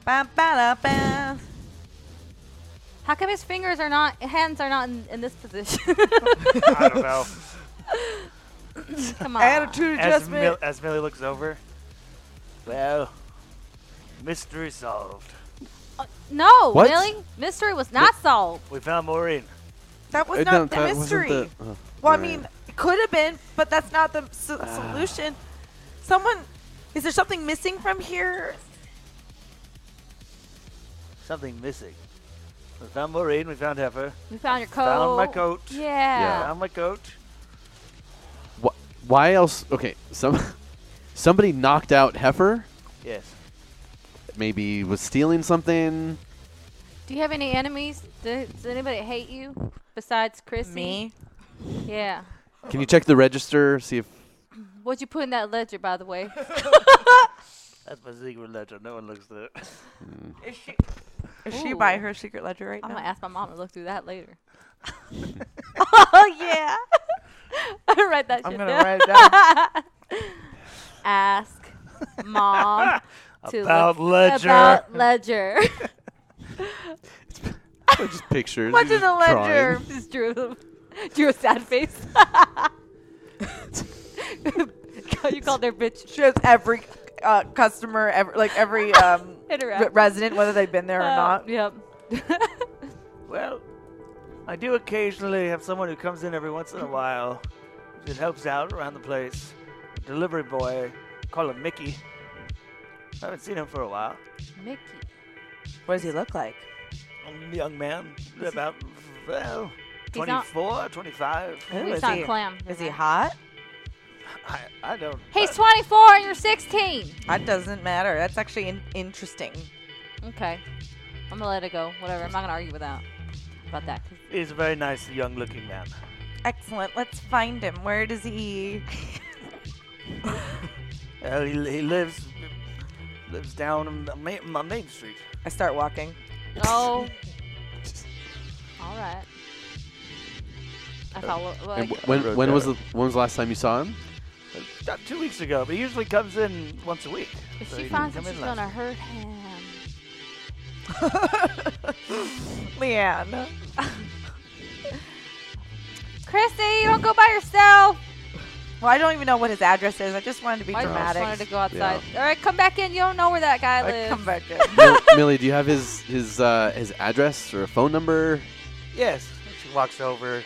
Speaker 3: Ba, ba, da, ba.
Speaker 5: How come his fingers are not, hands are not in, in this position?
Speaker 2: I don't know.
Speaker 5: Come on.
Speaker 3: Attitude
Speaker 2: As,
Speaker 3: adjustment.
Speaker 2: Mil- as Millie looks over. Well, mystery solved.
Speaker 5: No,
Speaker 4: What?
Speaker 5: Millie. Mystery was not solved.
Speaker 2: We found Maureen.
Speaker 3: that was
Speaker 4: Uh,
Speaker 3: not the
Speaker 4: that wasn't
Speaker 3: mystery.
Speaker 4: the- oh,
Speaker 3: well, I
Speaker 4: man.
Speaker 3: mean, it could have been, but that's not the so-
Speaker 4: Ah.
Speaker 3: solution. Someone. Is there something missing from here?
Speaker 2: Something missing. We found Maureen. We found Heifer.
Speaker 5: We found your coat.
Speaker 2: Found my coat.
Speaker 5: Yeah. Ah.
Speaker 2: Found my coat.
Speaker 4: Wh- why else? Okay, some somebody knocked out Heifer.
Speaker 2: Yes.
Speaker 4: Maybe was stealing something.
Speaker 5: Do you have any enemies? Do- Does anybody hate you besides Chrissy? Yeah.
Speaker 4: Can you check the register? See if
Speaker 5: What'd you put in that ledger, by the way?
Speaker 2: That's my secret ledger. No one looks at it.
Speaker 3: Is she, is she by
Speaker 5: Ooh.
Speaker 3: her secret ledger right
Speaker 5: I'm
Speaker 3: now?
Speaker 5: gonna ask my mom to look through that later.
Speaker 3: oh yeah.
Speaker 5: I'm gonna write that
Speaker 2: I'm
Speaker 5: shit
Speaker 2: gonna
Speaker 5: down.
Speaker 2: write it down.
Speaker 5: Ask mom to
Speaker 2: About
Speaker 5: look
Speaker 2: ledger.
Speaker 5: About ledger.
Speaker 4: just pictures.
Speaker 3: What's
Speaker 4: you're
Speaker 3: in the
Speaker 4: just
Speaker 3: ledger?
Speaker 4: drawing.
Speaker 5: Just drew, a- drew a sad face. you called their bitch.
Speaker 3: She has every uh, customer, ever like every um, re-
Speaker 5: Interact.
Speaker 3: resident, whether they've been there or
Speaker 5: Uh,
Speaker 3: not.
Speaker 5: Yep.
Speaker 2: Well, I do occasionally have someone who comes in every once in a while that helps out around the place. Delivery boy, call him Mickey. I haven't seen him for a while.
Speaker 5: Mickey.
Speaker 3: What does he look like?
Speaker 2: A young man, about, well,
Speaker 5: He's not-
Speaker 2: 24, 25.
Speaker 3: Who
Speaker 5: He's
Speaker 3: is
Speaker 5: not
Speaker 3: he?
Speaker 5: clam.
Speaker 3: Is he hot?
Speaker 2: I, I don't. uh,
Speaker 5: He's 24 and you're 16.
Speaker 3: That doesn't matter. That's actually in- interesting.
Speaker 5: Okay. I'm gonna let it go. Whatever. I'm not gonna argue with that. About that. 'cause
Speaker 2: He's a very nice, young looking man.
Speaker 3: Excellent. Let's find him. Where does he?
Speaker 2: Uh, he, he lives lives down on the ma- my main street.
Speaker 3: I start walking.
Speaker 5: Oh. All right. I follow. Well,
Speaker 4: And
Speaker 5: like,
Speaker 4: wh- when when was the when was the last time you saw him?
Speaker 2: About two weeks ago, but he usually comes in once a week.
Speaker 5: if
Speaker 2: so
Speaker 5: she
Speaker 2: he didn't
Speaker 5: finds him,
Speaker 2: come in
Speaker 5: she's
Speaker 2: last
Speaker 5: gonna hurt him.
Speaker 3: Leanne.
Speaker 5: Chrissy, you don't go by yourself.
Speaker 3: Well, I don't even know what his address is. I just wanted to be
Speaker 5: I just
Speaker 3: dramatic.
Speaker 5: wanted to go outside. All right, come back in. You don't know where that guy
Speaker 3: I
Speaker 5: lives.
Speaker 3: come back in.
Speaker 4: Mil- Millie, do you have his his uh, his address or a phone number?
Speaker 2: Yes. She walks over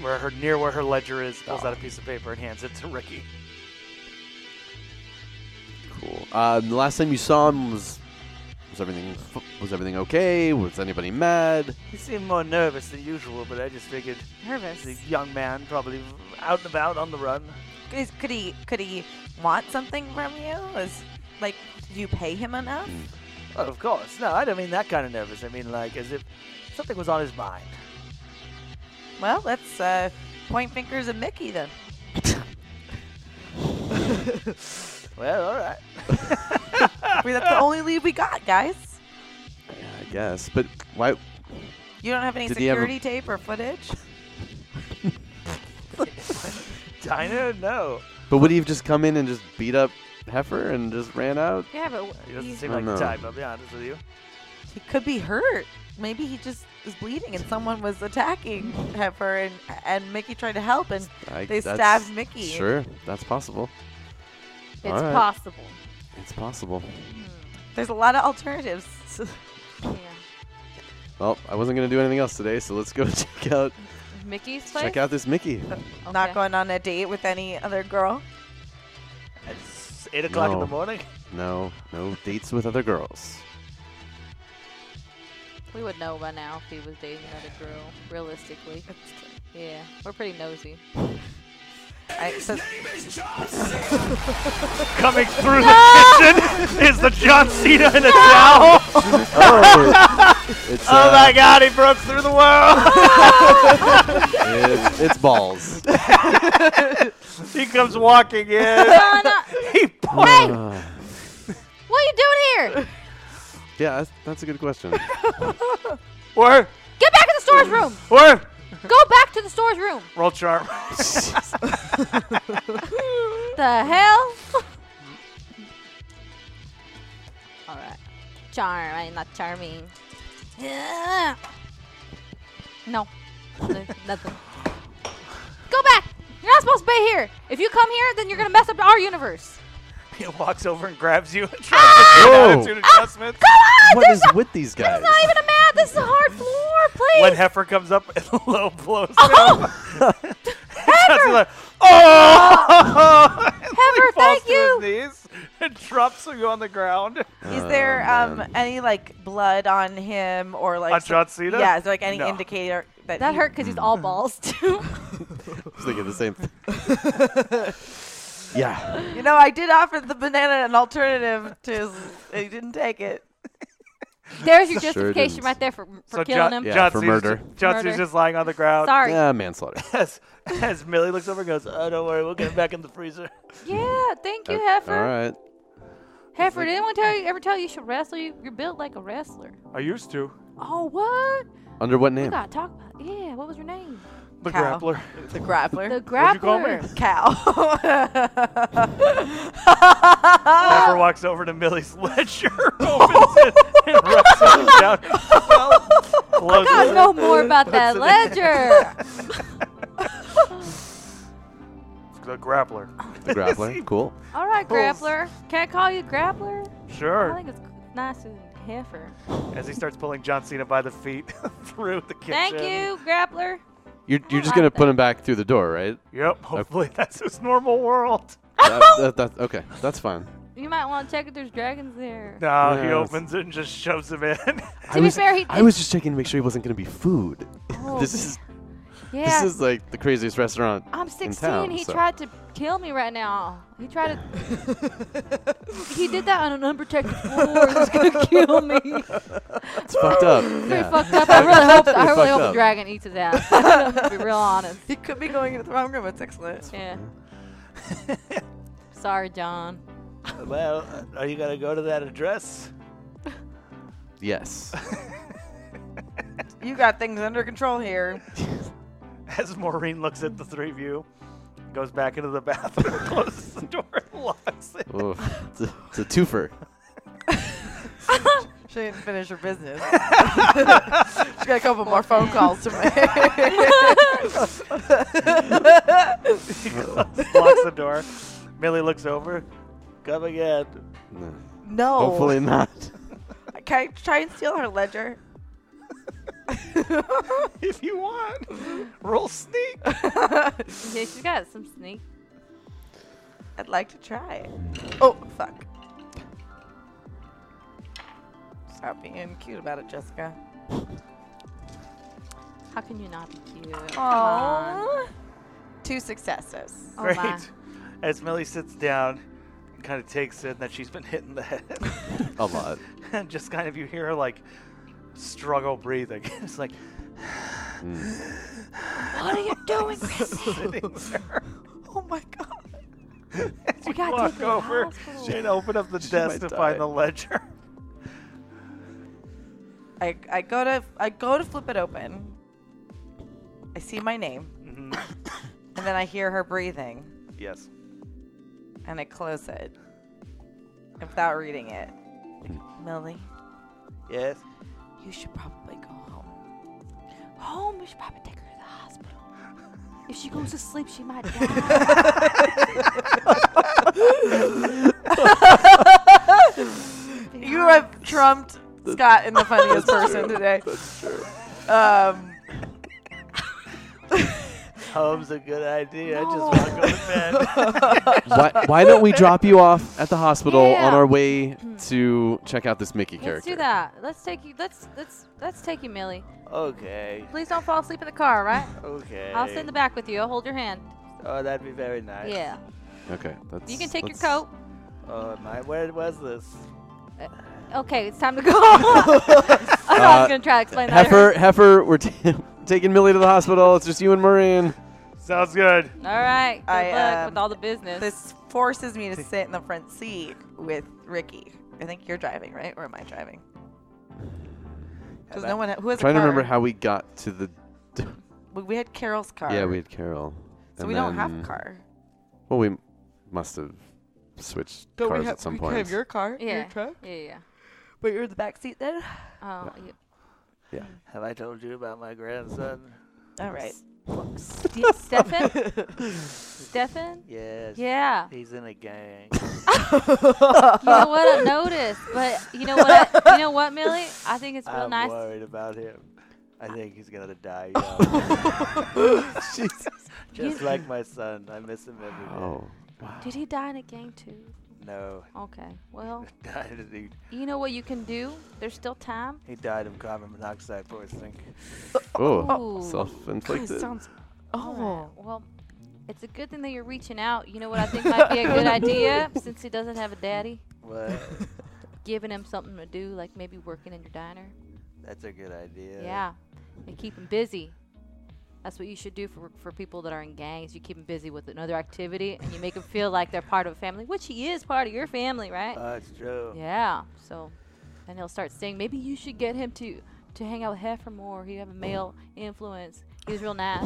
Speaker 2: where her near where her ledger is, pulls out a piece of paper and hands it to Ricky.
Speaker 4: Cool. Um, the last time you saw him was was everything f- was everything okay? Was anybody mad?
Speaker 2: He seemed more nervous than usual, but I just figured
Speaker 5: Nervous.
Speaker 2: he's a young man, probably out and about on the run.
Speaker 3: Is, could he? Could he want something from you? Is like, do you pay him enough?
Speaker 2: Well, of course. No, I don't mean that kind of nervous. I mean like as if something was on his mind.
Speaker 3: Well, let's uh, point fingers at Mickey then.
Speaker 2: Well, all right.
Speaker 3: I mean, that's the only lead we got, guys.
Speaker 4: Yeah, I guess. But why?
Speaker 3: You don't have any
Speaker 4: Did he ever-
Speaker 3: security tape or footage?
Speaker 2: Diner, no.
Speaker 4: But would he have just come in and just beat up Heifer and just ran out?
Speaker 5: Yeah, but
Speaker 2: He doesn't
Speaker 5: he-
Speaker 2: seem
Speaker 4: I
Speaker 2: like the
Speaker 4: know.
Speaker 2: type. I'll be honest with you.
Speaker 3: He could be hurt. Maybe he just is bleeding and someone was attacking Heifer and, and Mickey tried to help and
Speaker 4: I,
Speaker 3: They
Speaker 4: that's-
Speaker 3: stabbed Mickey.
Speaker 4: Sure, that's possible.
Speaker 5: it's
Speaker 4: All right.
Speaker 5: possible.
Speaker 4: It's possible.
Speaker 3: there's a lot of alternatives.
Speaker 5: Yeah.
Speaker 4: Well, I wasn't gonna do anything else today, so let's go check out
Speaker 5: Mickey's place.
Speaker 4: check out this Mickey.
Speaker 3: Not
Speaker 5: Okay.
Speaker 3: going on a date with any other girl.
Speaker 2: It's eight o'clock in
Speaker 4: No.
Speaker 2: the morning.
Speaker 4: No, no dates with other girls.
Speaker 5: We would know by now if he was dating another girl. Realistically. Yeah, we're pretty nosy.
Speaker 3: I, so,
Speaker 2: Coming through the kitchen is the John Cena in a towel.
Speaker 4: Oh, it's,
Speaker 2: Oh
Speaker 4: uh,
Speaker 2: my God, he broke through the wall.
Speaker 4: It's, it's balls.
Speaker 2: he comes walking in.
Speaker 5: Donna,
Speaker 2: He pours
Speaker 4: Uh,
Speaker 5: what are you doing here?
Speaker 4: yeah, that's, that's a good question.
Speaker 2: Where?
Speaker 5: Get back in the store's room.
Speaker 2: Where?
Speaker 5: Go back to the store's room.
Speaker 2: Roll charm.
Speaker 5: The hell? All right. Charm, I'm not charming. Yeah. No. No, Nothing. Go back. You're not supposed to be here. If you come here, then you're gonna mess up our universe.
Speaker 2: He walks over and grabs you and tries to
Speaker 4: Whoa.
Speaker 2: get attitude
Speaker 5: Ah!
Speaker 2: adjustments.
Speaker 5: Come on.
Speaker 4: what
Speaker 5: there's
Speaker 4: is
Speaker 5: not-
Speaker 4: with these guys?
Speaker 5: It's not even a mat. This is a hard floor. Please.
Speaker 2: When Heifer comes up and low blows
Speaker 5: oh,
Speaker 2: Hefer. Like, oh! And he
Speaker 5: Heifer,
Speaker 2: falls
Speaker 5: thank
Speaker 2: to his
Speaker 5: you.
Speaker 2: knees and drops you on the ground.
Speaker 3: is there
Speaker 4: Oh,
Speaker 3: um
Speaker 4: man.
Speaker 3: any like blood on him or like
Speaker 2: On
Speaker 3: some-
Speaker 2: John Cena?
Speaker 3: Yeah, is there like any
Speaker 2: No.
Speaker 3: indicator that
Speaker 5: that
Speaker 3: he-
Speaker 5: hurt because he's all balls
Speaker 4: I
Speaker 5: too.
Speaker 4: was thinking the same thing. yeah.
Speaker 3: You know, I did offer the banana an alternative to his, he didn't take it.
Speaker 5: There's your
Speaker 4: Sure
Speaker 5: justification
Speaker 4: didn't.
Speaker 5: right there for, for
Speaker 2: so
Speaker 5: killing
Speaker 2: John,
Speaker 5: him.
Speaker 4: Yeah,
Speaker 2: John
Speaker 4: for
Speaker 2: Cena's
Speaker 4: murder.
Speaker 2: ju- John Cena's
Speaker 5: Murder.
Speaker 2: just lying on the ground.
Speaker 5: Sorry. Yeah.
Speaker 4: Yeah, manslaughter.
Speaker 2: As, as Millie looks over and goes, oh, don't worry, we'll get him back in the freezer.
Speaker 5: thank you,
Speaker 4: Uh, All
Speaker 5: Heifer.
Speaker 4: right.
Speaker 5: Heifer, did anyone tell you ever tell you you should wrestle? You, you're built like a wrestler.
Speaker 2: I used to.
Speaker 5: Oh, what?
Speaker 4: Under what
Speaker 5: We
Speaker 4: name?
Speaker 5: gotta talk about. Yeah, what was her name?
Speaker 2: The
Speaker 3: Cow.
Speaker 2: grappler.
Speaker 3: The grappler.
Speaker 5: The
Speaker 2: What'd you call me?
Speaker 5: grappler.
Speaker 3: cow.
Speaker 5: Oh.
Speaker 2: Heifer walks over to Millie's ledger, opens it, and wrestles him down himself. Blows
Speaker 5: I
Speaker 2: it.
Speaker 5: know more about that ledger.
Speaker 2: The grappler.
Speaker 4: The grappler. Cool.
Speaker 5: All right, grappler. Can I call you grappler? I
Speaker 2: Sure.
Speaker 5: think it's nicer than Heifer.
Speaker 2: As he starts pulling John Cena by the feet through the kitchen.
Speaker 5: Thank you, grappler.
Speaker 4: You're, you're just
Speaker 5: like
Speaker 4: gonna put him back through the door, right?
Speaker 2: Yep, hopefully that's his normal world.
Speaker 4: That- that- that- okay, that's fine.
Speaker 5: You might want to check if there's dragons there.
Speaker 2: No, he
Speaker 4: Yes.
Speaker 2: opens it and just shoves him in.
Speaker 4: I
Speaker 5: be
Speaker 4: was,
Speaker 5: fair, he-
Speaker 4: I was just checking to make sure he wasn't gonna be food.
Speaker 5: Oh,
Speaker 4: this is
Speaker 5: yeah, Uh,
Speaker 4: this is like the craziest restaurant.
Speaker 5: I'm 16.
Speaker 4: town,
Speaker 5: he
Speaker 4: so-
Speaker 5: tried to kill me right now. He tried to. he did that on an unprotected floor. He's gonna kill me.
Speaker 4: It's fucked up.
Speaker 5: Pretty
Speaker 4: Yeah.
Speaker 5: fucked up. I really hope. I
Speaker 4: Pretty
Speaker 5: really
Speaker 4: fucked
Speaker 5: hope
Speaker 4: up.
Speaker 5: the dragon eats his ass. I'm gonna be real honest.
Speaker 3: he could be going into the wrong room. It's excellent.
Speaker 5: Yeah. Sorry, John.
Speaker 2: well, uh, are you gonna go to that address?
Speaker 4: Yes.
Speaker 3: You got things under control here.
Speaker 2: As Maureen looks at the three of you, goes back into the bathroom, closes the door, and locks it.
Speaker 4: Oof. It's, a, it's a twofer.
Speaker 3: She didn't finish her business. She's got a couple more phone calls to make.
Speaker 2: locks the door. Millie looks over. Come again.
Speaker 4: No.
Speaker 3: no.
Speaker 4: Hopefully
Speaker 5: Oh.
Speaker 4: not.
Speaker 3: Can I try and steal her ledger?
Speaker 2: If you want. Roll sneak.
Speaker 5: Yeah, she's got some sneak.
Speaker 3: I'd like to try. Oh, fuck. Stop being cute about it, Jessica.
Speaker 5: How can you not be cute? Come on.
Speaker 3: Aww. Two successes.
Speaker 5: Oh,
Speaker 2: Great.
Speaker 5: my.
Speaker 2: As Millie sits down and kind of takes it, that she's been hitting the head.
Speaker 4: A lot.
Speaker 2: and just kind of you hear her like struggle breathing. it's like
Speaker 5: What are you doing, Chrissy?
Speaker 2: sitting there.
Speaker 3: Oh my god.
Speaker 5: We got to take
Speaker 2: Walk
Speaker 5: her to the
Speaker 2: over
Speaker 5: hospital.
Speaker 2: and open up the desk
Speaker 4: might
Speaker 2: to
Speaker 4: die.
Speaker 2: find the ledger.
Speaker 3: I, I go to I go to flip it open. I see my name. and then I hear her breathing
Speaker 2: yes.
Speaker 3: and I close it. Without reading it. Millie,
Speaker 2: Yes.
Speaker 5: You should probably go "Oh, home. Home? We should probably take her to the hospital. If she goes to sleep, she might die.
Speaker 3: you have trumped Scott in the funniest person today. That's true. Um
Speaker 2: Home's a good idea. I just want to go to bed.
Speaker 4: why, why don't we drop you off at the hospital
Speaker 5: Yeah. Hmm.
Speaker 4: on our way to check out this Mickey
Speaker 5: let's
Speaker 4: character?
Speaker 5: do that. Let's take you. Let's let's let's take you, Millie.
Speaker 2: okay.
Speaker 5: Please don't fall asleep in the car, all right?
Speaker 2: Okay.
Speaker 5: I'll sit in the back with you. I'll hold your hand.
Speaker 2: Oh, that'd be very nice.
Speaker 5: Yeah.
Speaker 4: Okay. That's,
Speaker 5: You can take your
Speaker 4: that's-
Speaker 5: coat.
Speaker 2: Oh, my. Where was this?
Speaker 5: Okay, it's time to go. I thought I
Speaker 4: Uh,
Speaker 5: was gonna try to explain that.
Speaker 4: Heifer, Heifer, we're t- taking Millie to the hospital. It's just you and Maureen.
Speaker 2: Sounds good.
Speaker 5: All right. Good
Speaker 3: I,
Speaker 5: luck
Speaker 3: um,
Speaker 5: with all the business.
Speaker 3: this forces me to sit in the front seat with Ricky. I think you're driving, right? Or am I driving? Because no one ha- who has a
Speaker 4: trying to
Speaker 3: car?
Speaker 4: remember how we got to the.
Speaker 3: We- we had Carol's car.
Speaker 4: Yeah, we had Carol.
Speaker 3: So
Speaker 4: And
Speaker 3: we don't have
Speaker 4: then-
Speaker 3: a car.
Speaker 4: Well, we must have switched cars at some point.
Speaker 3: car,
Speaker 5: yeah. Yeah, yeah.
Speaker 3: but you're in the back seat then.
Speaker 5: Oh, yeah.
Speaker 2: Have I told you about my grandson?
Speaker 3: All right.
Speaker 5: Ste- Stefan? Stefan?
Speaker 2: Yes.
Speaker 5: Yeah.
Speaker 2: He's in a gang.
Speaker 5: You know what I noticed, but you know what? I, you know what, Millie? I think it's
Speaker 3: Oh,
Speaker 5: real
Speaker 2: I'm
Speaker 5: nice.
Speaker 2: worried about him. I think he's gonna die young. Just like my son. I miss him every day.
Speaker 4: Oh.
Speaker 5: Did he die in a gang too?
Speaker 2: No.
Speaker 5: Okay. Well,
Speaker 2: Died- he,
Speaker 5: you know what you can do. There's still time.
Speaker 2: he died of carbon monoxide poisoning.
Speaker 4: Oh.
Speaker 5: Ooh.
Speaker 3: God, it
Speaker 4: Self-inflicted.
Speaker 3: sounds.
Speaker 5: All
Speaker 3: Oh,
Speaker 5: right, Well, it's a good thing that you're reaching out. You know what I think might be a good idea since he doesn't have a daddy.
Speaker 2: What?
Speaker 5: Giving him something to do, like maybe working in your diner.
Speaker 2: That's a good idea.
Speaker 5: Yeah, and keep them busy. That's what you should do for for people that are in gangs. You keep them busy with another activity, and you make them feel like they're part of a family, which he is part of your family, right?
Speaker 2: Oh, it's true.
Speaker 5: yeah. So, and he'll start saying, maybe you should get him to to hang out with Heifer more. He'd have a male influence. He's real nice.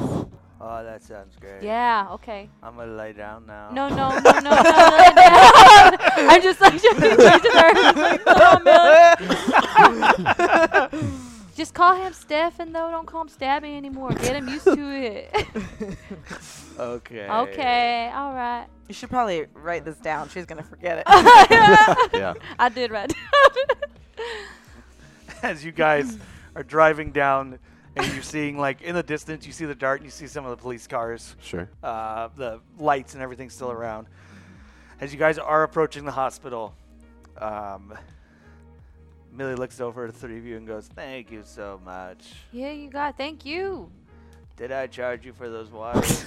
Speaker 2: Oh, that sounds great.
Speaker 5: Yeah. Okay.
Speaker 2: I'm gonna lay down now.
Speaker 5: No, no, no, no, no, no, no. I'm just like just to like, no, Millie. Just call him Stefan, though. Don't call him Stabby anymore. Get him used to it.
Speaker 2: Okay.
Speaker 5: okay, all right.
Speaker 3: You should probably write this down. She's gonna forget it.
Speaker 4: yeah.
Speaker 5: I did write down.
Speaker 2: As you guys are driving down, and you're seeing like in the distance, you see the dart, and you see some of the police cars,
Speaker 4: Sure.
Speaker 2: uh, the lights, and everything still around. As you guys are approaching the hospital, um, Millie looks over at the three of you and goes, "Thank you so much.
Speaker 5: yeah, you got. Thank you.
Speaker 2: Did I charge you for those wires?"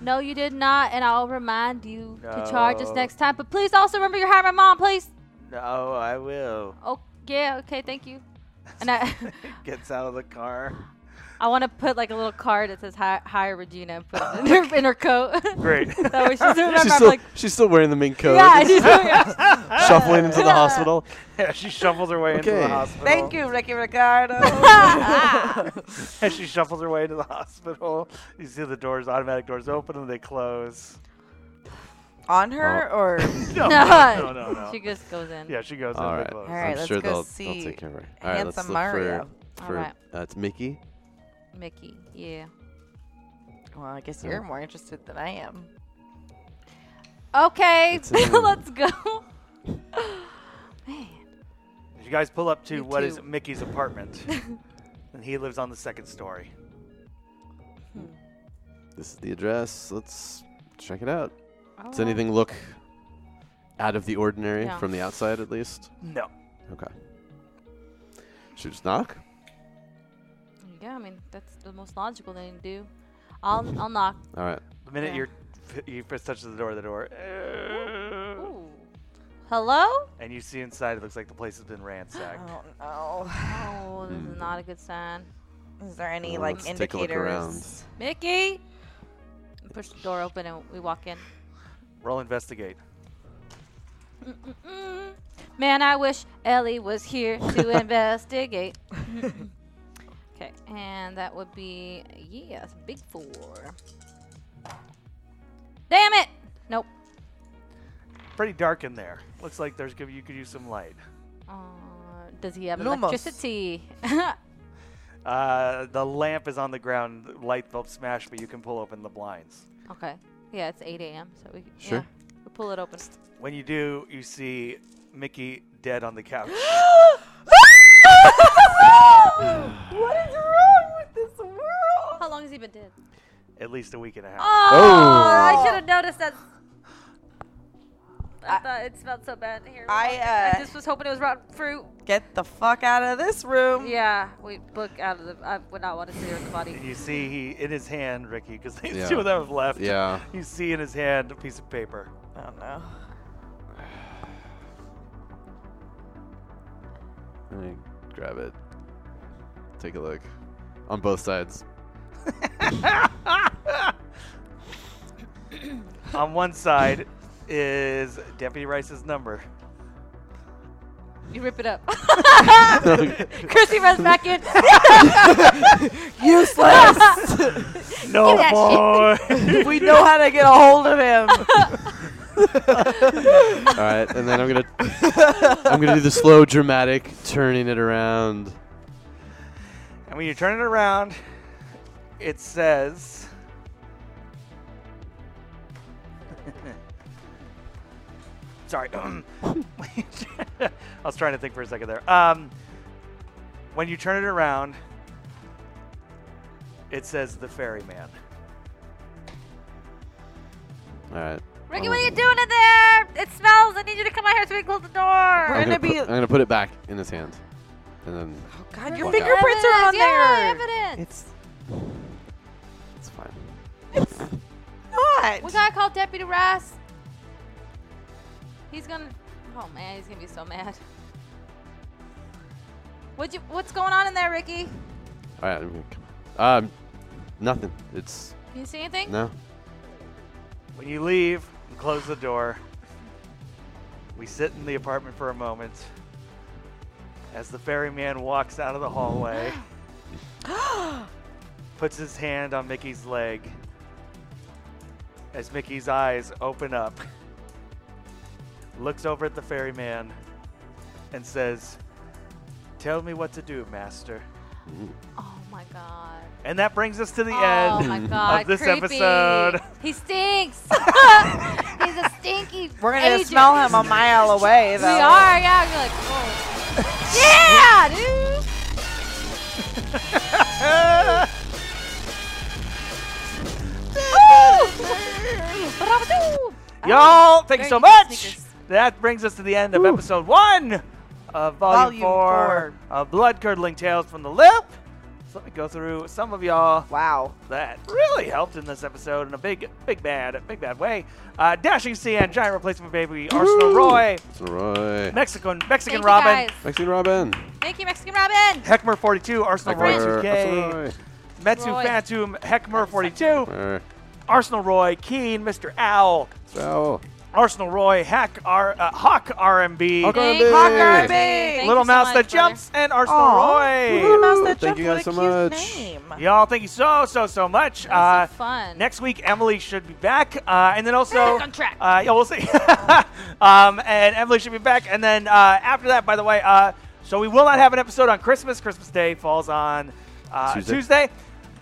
Speaker 5: No, you did not, and I'll remind you to charge us
Speaker 2: No.
Speaker 5: next time. But please also remember you're hiring my mom, please.
Speaker 2: no, I will.
Speaker 5: Oh, yeah. Okay, thank you. And I,
Speaker 2: Gets out of the car.
Speaker 5: I want to put like a little card that says "Hi, hi Regina" and put it in her, in her coat.
Speaker 2: Great.
Speaker 5: that way she's remember.
Speaker 4: She's
Speaker 5: I'm
Speaker 4: still,
Speaker 5: like,
Speaker 4: she's still wearing the mink coat.
Speaker 5: yeah, she's doing
Speaker 4: shuffling into the hospital.
Speaker 2: yeah, she shuffles her way into the
Speaker 4: Okay.
Speaker 2: hospital.
Speaker 3: Thank you, Ricky Ricardo.
Speaker 2: As she shuffles her way to the hospital, you see the doors, automatic doors open and they close.
Speaker 3: On her
Speaker 4: Uh,
Speaker 3: or
Speaker 2: No,
Speaker 5: No.
Speaker 2: no, no, no.
Speaker 5: She just goes in.
Speaker 2: yeah, she goes in
Speaker 4: All
Speaker 2: and they
Speaker 4: right.
Speaker 2: close.
Speaker 3: All right,
Speaker 4: I'm
Speaker 3: let's
Speaker 4: sure
Speaker 3: go
Speaker 4: they'll,
Speaker 3: see
Speaker 4: they'll take care of her. All right, let's look
Speaker 3: Handsome
Speaker 4: for,
Speaker 3: Mario.
Speaker 5: All
Speaker 4: for
Speaker 5: right.
Speaker 4: uh, it's Mickey.
Speaker 5: Mickey. Yeah.
Speaker 3: well, I guess you're more interested than I am.
Speaker 5: Okay,
Speaker 4: It's in-
Speaker 5: let's go. Man,
Speaker 2: As you guys pull up to
Speaker 5: You
Speaker 2: what is
Speaker 5: too.
Speaker 2: Mickey's apartment, and he lives on the second story.
Speaker 4: This is the address. Let's check it out. Does
Speaker 3: Oh.
Speaker 5: all right.
Speaker 4: anything look out of the ordinary
Speaker 5: No.
Speaker 4: from the outside, at least?
Speaker 2: No.
Speaker 4: Okay. Should we just knock?
Speaker 5: Yeah, I mean that's the most logical thing to do. I'll I'll knock.
Speaker 4: All right.
Speaker 2: The minute
Speaker 5: Yeah.
Speaker 2: your you first touches the door, the door.
Speaker 5: Ooh. Hello?
Speaker 2: eh, and you see inside. It looks like the place has been ransacked.
Speaker 3: Oh no.
Speaker 5: Oh, this is not a good sign.
Speaker 3: Is there any
Speaker 4: Well,
Speaker 3: like
Speaker 4: let's take a look around.
Speaker 3: indicators?
Speaker 5: Mickey! We push the door open and we walk in.
Speaker 2: Roll investigate.
Speaker 5: Mm. Man, I wish Ellie was here to investigate. okay, and that would be yeah, it's a big four. Damn it! Nope.
Speaker 2: Pretty dark in there. Looks like there's gonna- you could use some light.
Speaker 5: Uh, does he have
Speaker 3: Lumos.
Speaker 5: electricity?
Speaker 2: Uh, the lamp is on the ground. The Light bulb smashed, but you can pull open the blinds.
Speaker 5: okay. Yeah, it's 8 a.m. So we
Speaker 4: Sure.
Speaker 5: yeah, we pull it open.
Speaker 2: When you do, you see Mickey dead on the couch.
Speaker 3: What is wrong with this world?
Speaker 5: How long has he been dead?
Speaker 2: At least a week and a half.
Speaker 5: Oh, I should have noticed that. I, thought it smelled so bad here.
Speaker 3: I, uh,
Speaker 5: I just was hoping it was rotten fruit.
Speaker 3: Get the fuck out of this room.
Speaker 5: Yeah, we book out of the. I would not want to see her in the body.
Speaker 2: And you see he in his hand, Ricky, because there's
Speaker 4: Yeah.
Speaker 2: two of them left.
Speaker 4: Yeah.
Speaker 2: You see in his hand a piece of paper.
Speaker 3: Oh no.
Speaker 4: Let me grab it. Take a look. On both sides.
Speaker 2: on one side is Deputy Rice's number.
Speaker 5: You rip it up. Chrissy runs back in.
Speaker 3: Useless.
Speaker 2: No
Speaker 5: that
Speaker 2: more.
Speaker 3: we know how to get a hold of him.
Speaker 4: All right, and then I'm gonna I'm gonna do the slow, dramatic turning it around.
Speaker 2: and when you turn it around, it says. Sorry. I was trying to think for a second there. Um, when you turn it around, it says the ferryman.
Speaker 4: All right.
Speaker 5: Ricky, what are you doing in there? It smells. I need you to come out here so we can close the door.
Speaker 3: We're
Speaker 4: I'm
Speaker 3: gonna
Speaker 4: gonna,
Speaker 3: be- Oh,
Speaker 4: put, I'm gonna put it back in his hand, and then
Speaker 3: God, your
Speaker 4: Fuck
Speaker 3: fingerprints are on
Speaker 5: yeah,
Speaker 3: there.
Speaker 5: evidence.
Speaker 4: it's it's fine.
Speaker 3: What?
Speaker 5: We gotta call Deputy Rice. He's gonna. Oh man, he's gonna be so mad. What you? What's going on in there, Ricky? Can
Speaker 4: All right, I'm gonna come. on. Um, nothing. It's
Speaker 5: you see anything?
Speaker 4: no.
Speaker 2: When you leave and close the door, we sit in the apartment for a moment as the ferryman walks out of the hallway, puts his hand on Mickey's leg, as Mickey's eyes open up, looks over at the ferryman, and says, Tell me what to do, master.
Speaker 5: Oh my god.
Speaker 2: And that brings us to the
Speaker 5: oh
Speaker 2: end
Speaker 5: my god.
Speaker 2: of this
Speaker 5: creepy.
Speaker 2: episode.
Speaker 5: He stinks. He's a stinky.
Speaker 3: We're gonna
Speaker 5: agent.
Speaker 3: smell him a mile away,
Speaker 5: We
Speaker 3: though.
Speaker 5: are, yeah. You're like, whoa. yeah, dude. Woo!
Speaker 2: Y'all, thank you
Speaker 5: Oh, Very
Speaker 2: so
Speaker 5: good
Speaker 2: much.
Speaker 5: sneakers.
Speaker 2: That brings us to the end of episode one of Volume,
Speaker 3: Volume
Speaker 2: 4 of Blood Curdling Tales from the Lip. So let me go through some of y'all
Speaker 3: Wow.
Speaker 2: that really helped in this episode in a big, big bad, big bad way. Uh, Dashing CN, Giant Replacement Baby, Arsenal Roy,
Speaker 4: It's Roy.
Speaker 2: Mexican Mexican
Speaker 5: Thank you
Speaker 2: Robin,
Speaker 5: guys.
Speaker 4: Mexican Robin.
Speaker 5: Thank you, Mexican Robin.
Speaker 2: Heckmer 42, Arsenal Roy
Speaker 4: Roy.
Speaker 2: 2K, Metsu
Speaker 5: Roy.
Speaker 2: Phantom, Heckmer 42,
Speaker 4: Roy.
Speaker 2: Arsenal Roy, Keen, Mr. Owl,
Speaker 4: Owl.
Speaker 2: Arsenal Roy, Hack R, uh, Hawk RMB.
Speaker 4: Hawk RMB.
Speaker 5: Thank you.
Speaker 3: Hawk
Speaker 5: Thank you
Speaker 2: Little
Speaker 5: so
Speaker 2: Mouse
Speaker 5: much,
Speaker 2: that
Speaker 5: brother.
Speaker 2: jumps and Arsenal
Speaker 3: Little
Speaker 2: Roy.
Speaker 3: Mouse that
Speaker 4: Thank
Speaker 3: jumped
Speaker 4: you
Speaker 3: with
Speaker 4: guys
Speaker 3: a
Speaker 4: so
Speaker 3: cute
Speaker 4: much.
Speaker 3: name.
Speaker 2: Y'all, thank you so so so much.
Speaker 5: That was
Speaker 2: uh,
Speaker 5: so fun.
Speaker 2: Next week, Emily should be back, uh, and then also,
Speaker 5: Back on track.
Speaker 2: uh, yeah, we'll see. um, and Emily should be back, and then uh, after that, by the way, uh, so we will not have an episode on Christmas. Christmas Day falls on uh,
Speaker 4: Tuesday.
Speaker 2: Tuesday.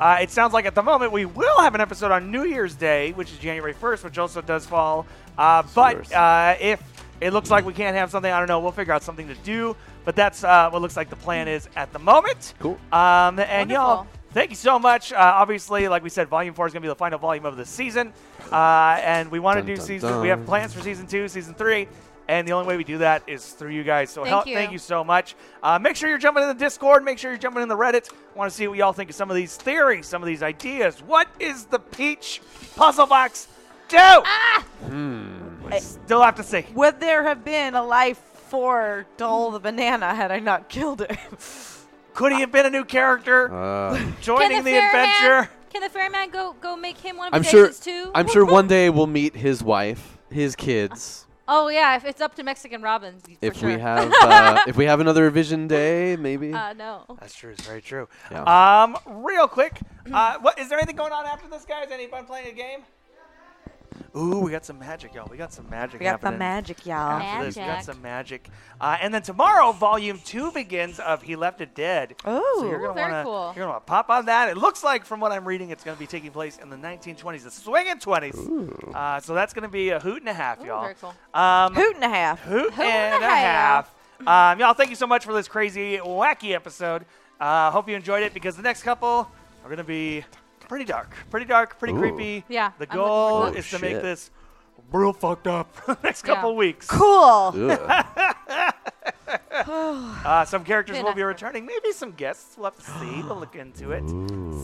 Speaker 2: Uh, it sounds like at the moment we will have an episode on New Year's Day, which is January 1st, which also does fall. Uh, but
Speaker 4: worse.
Speaker 2: uh, if it looks like we can't have something, I don't know. We'll figure out something to do. But that's uh, what looks like the
Speaker 5: Hmm.
Speaker 2: plan is at the moment.
Speaker 4: Cool.
Speaker 2: Um, and y'all,
Speaker 5: Wonderful.
Speaker 2: thank you so much. Uh, obviously, like we said, Volume 4 is going to be the final volume of the season. Uh, and we want to
Speaker 4: Dun,
Speaker 2: do
Speaker 4: dun,
Speaker 2: season, we
Speaker 4: dun.
Speaker 2: have plans for season 2, season 3. And the only way we do that is through you guys. So
Speaker 5: Thank
Speaker 2: help,
Speaker 5: you.
Speaker 2: thank you so much. Uh, make sure you're jumping in the Discord. Make sure you're jumping in the Reddit. want to see what y'all think of some of these theories, some of these
Speaker 5: Ah!
Speaker 2: ideas. What is the Peach Puzzle Box do? Still have to see.
Speaker 3: Would there have been a life for Dole the banana had I not killed him?
Speaker 2: Could he have been a new character
Speaker 4: Uh,
Speaker 2: joining the
Speaker 5: ferryman-
Speaker 2: adventure?
Speaker 5: Can the ferryman go go make him one of
Speaker 4: I'm
Speaker 5: his
Speaker 4: sure.
Speaker 5: aces too?
Speaker 4: I'm sure one day we'll meet his wife, his kids.
Speaker 5: Oh yeah, if it's up to Mexican Robin. For
Speaker 4: If
Speaker 5: sure.
Speaker 4: we have, uh, if we have another Vision Day, maybe.
Speaker 5: Uh, no.
Speaker 2: That's true. It's very true.
Speaker 4: Yeah.
Speaker 2: Um, real quick, uh, what is there anything going on after this, guys? Any fun playing a game? Ooh, we got some magic, y'all. We got some magic.
Speaker 3: We got the
Speaker 2: happening.
Speaker 3: magic, y'all.
Speaker 2: After this, we got
Speaker 5: Magic.
Speaker 2: some magic. Uh, and then tomorrow, Volume Two begins of He Left It Dead. So you're
Speaker 3: Ooh.
Speaker 2: gonna
Speaker 5: Very
Speaker 2: wanna,
Speaker 5: cool.
Speaker 2: You're gonna pop on that. It looks like, from what I'm reading, it's gonna be taking place in the 1920s, the swinging 20s. Uh, so that's gonna be a hoot and a half,
Speaker 5: Ooh,
Speaker 2: y'all.
Speaker 5: very cool.
Speaker 2: Um,
Speaker 3: Hoot and a half.
Speaker 2: hoot,
Speaker 5: Hoot
Speaker 2: and, a half. Um, y'all, thank you so much for this crazy, wacky episode. Uh, hope you enjoyed it because the next couple are gonna be pretty dark, pretty dark, pretty
Speaker 4: Ooh.
Speaker 2: creepy.
Speaker 5: Yeah,
Speaker 2: The
Speaker 5: I'm looking forward
Speaker 2: goal
Speaker 4: to it.
Speaker 2: is
Speaker 4: Oh,
Speaker 2: to make
Speaker 4: shit.
Speaker 2: this real fucked up next
Speaker 5: Yeah.
Speaker 2: couple weeks.
Speaker 3: Cool.
Speaker 4: Ugh.
Speaker 2: Uh, some characters
Speaker 5: Be
Speaker 2: will
Speaker 5: nice
Speaker 2: be
Speaker 5: for-
Speaker 2: returning. Maybe some guests. We'll have to see. We'll look into it.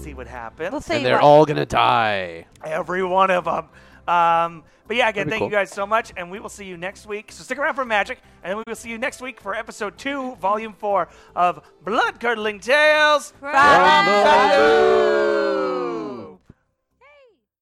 Speaker 2: See what happens.
Speaker 3: Let's see
Speaker 4: and they're
Speaker 3: what-
Speaker 4: all gonna die.
Speaker 2: Every one of them. Um, but yeah, again,
Speaker 4: That'd be
Speaker 2: thank
Speaker 4: cool.
Speaker 2: you guys so much, and we will see you next week. So stick around for magic, and we will see you next week for episode two, volume four of Blood Curdling Tales.
Speaker 5: Right.
Speaker 4: From the-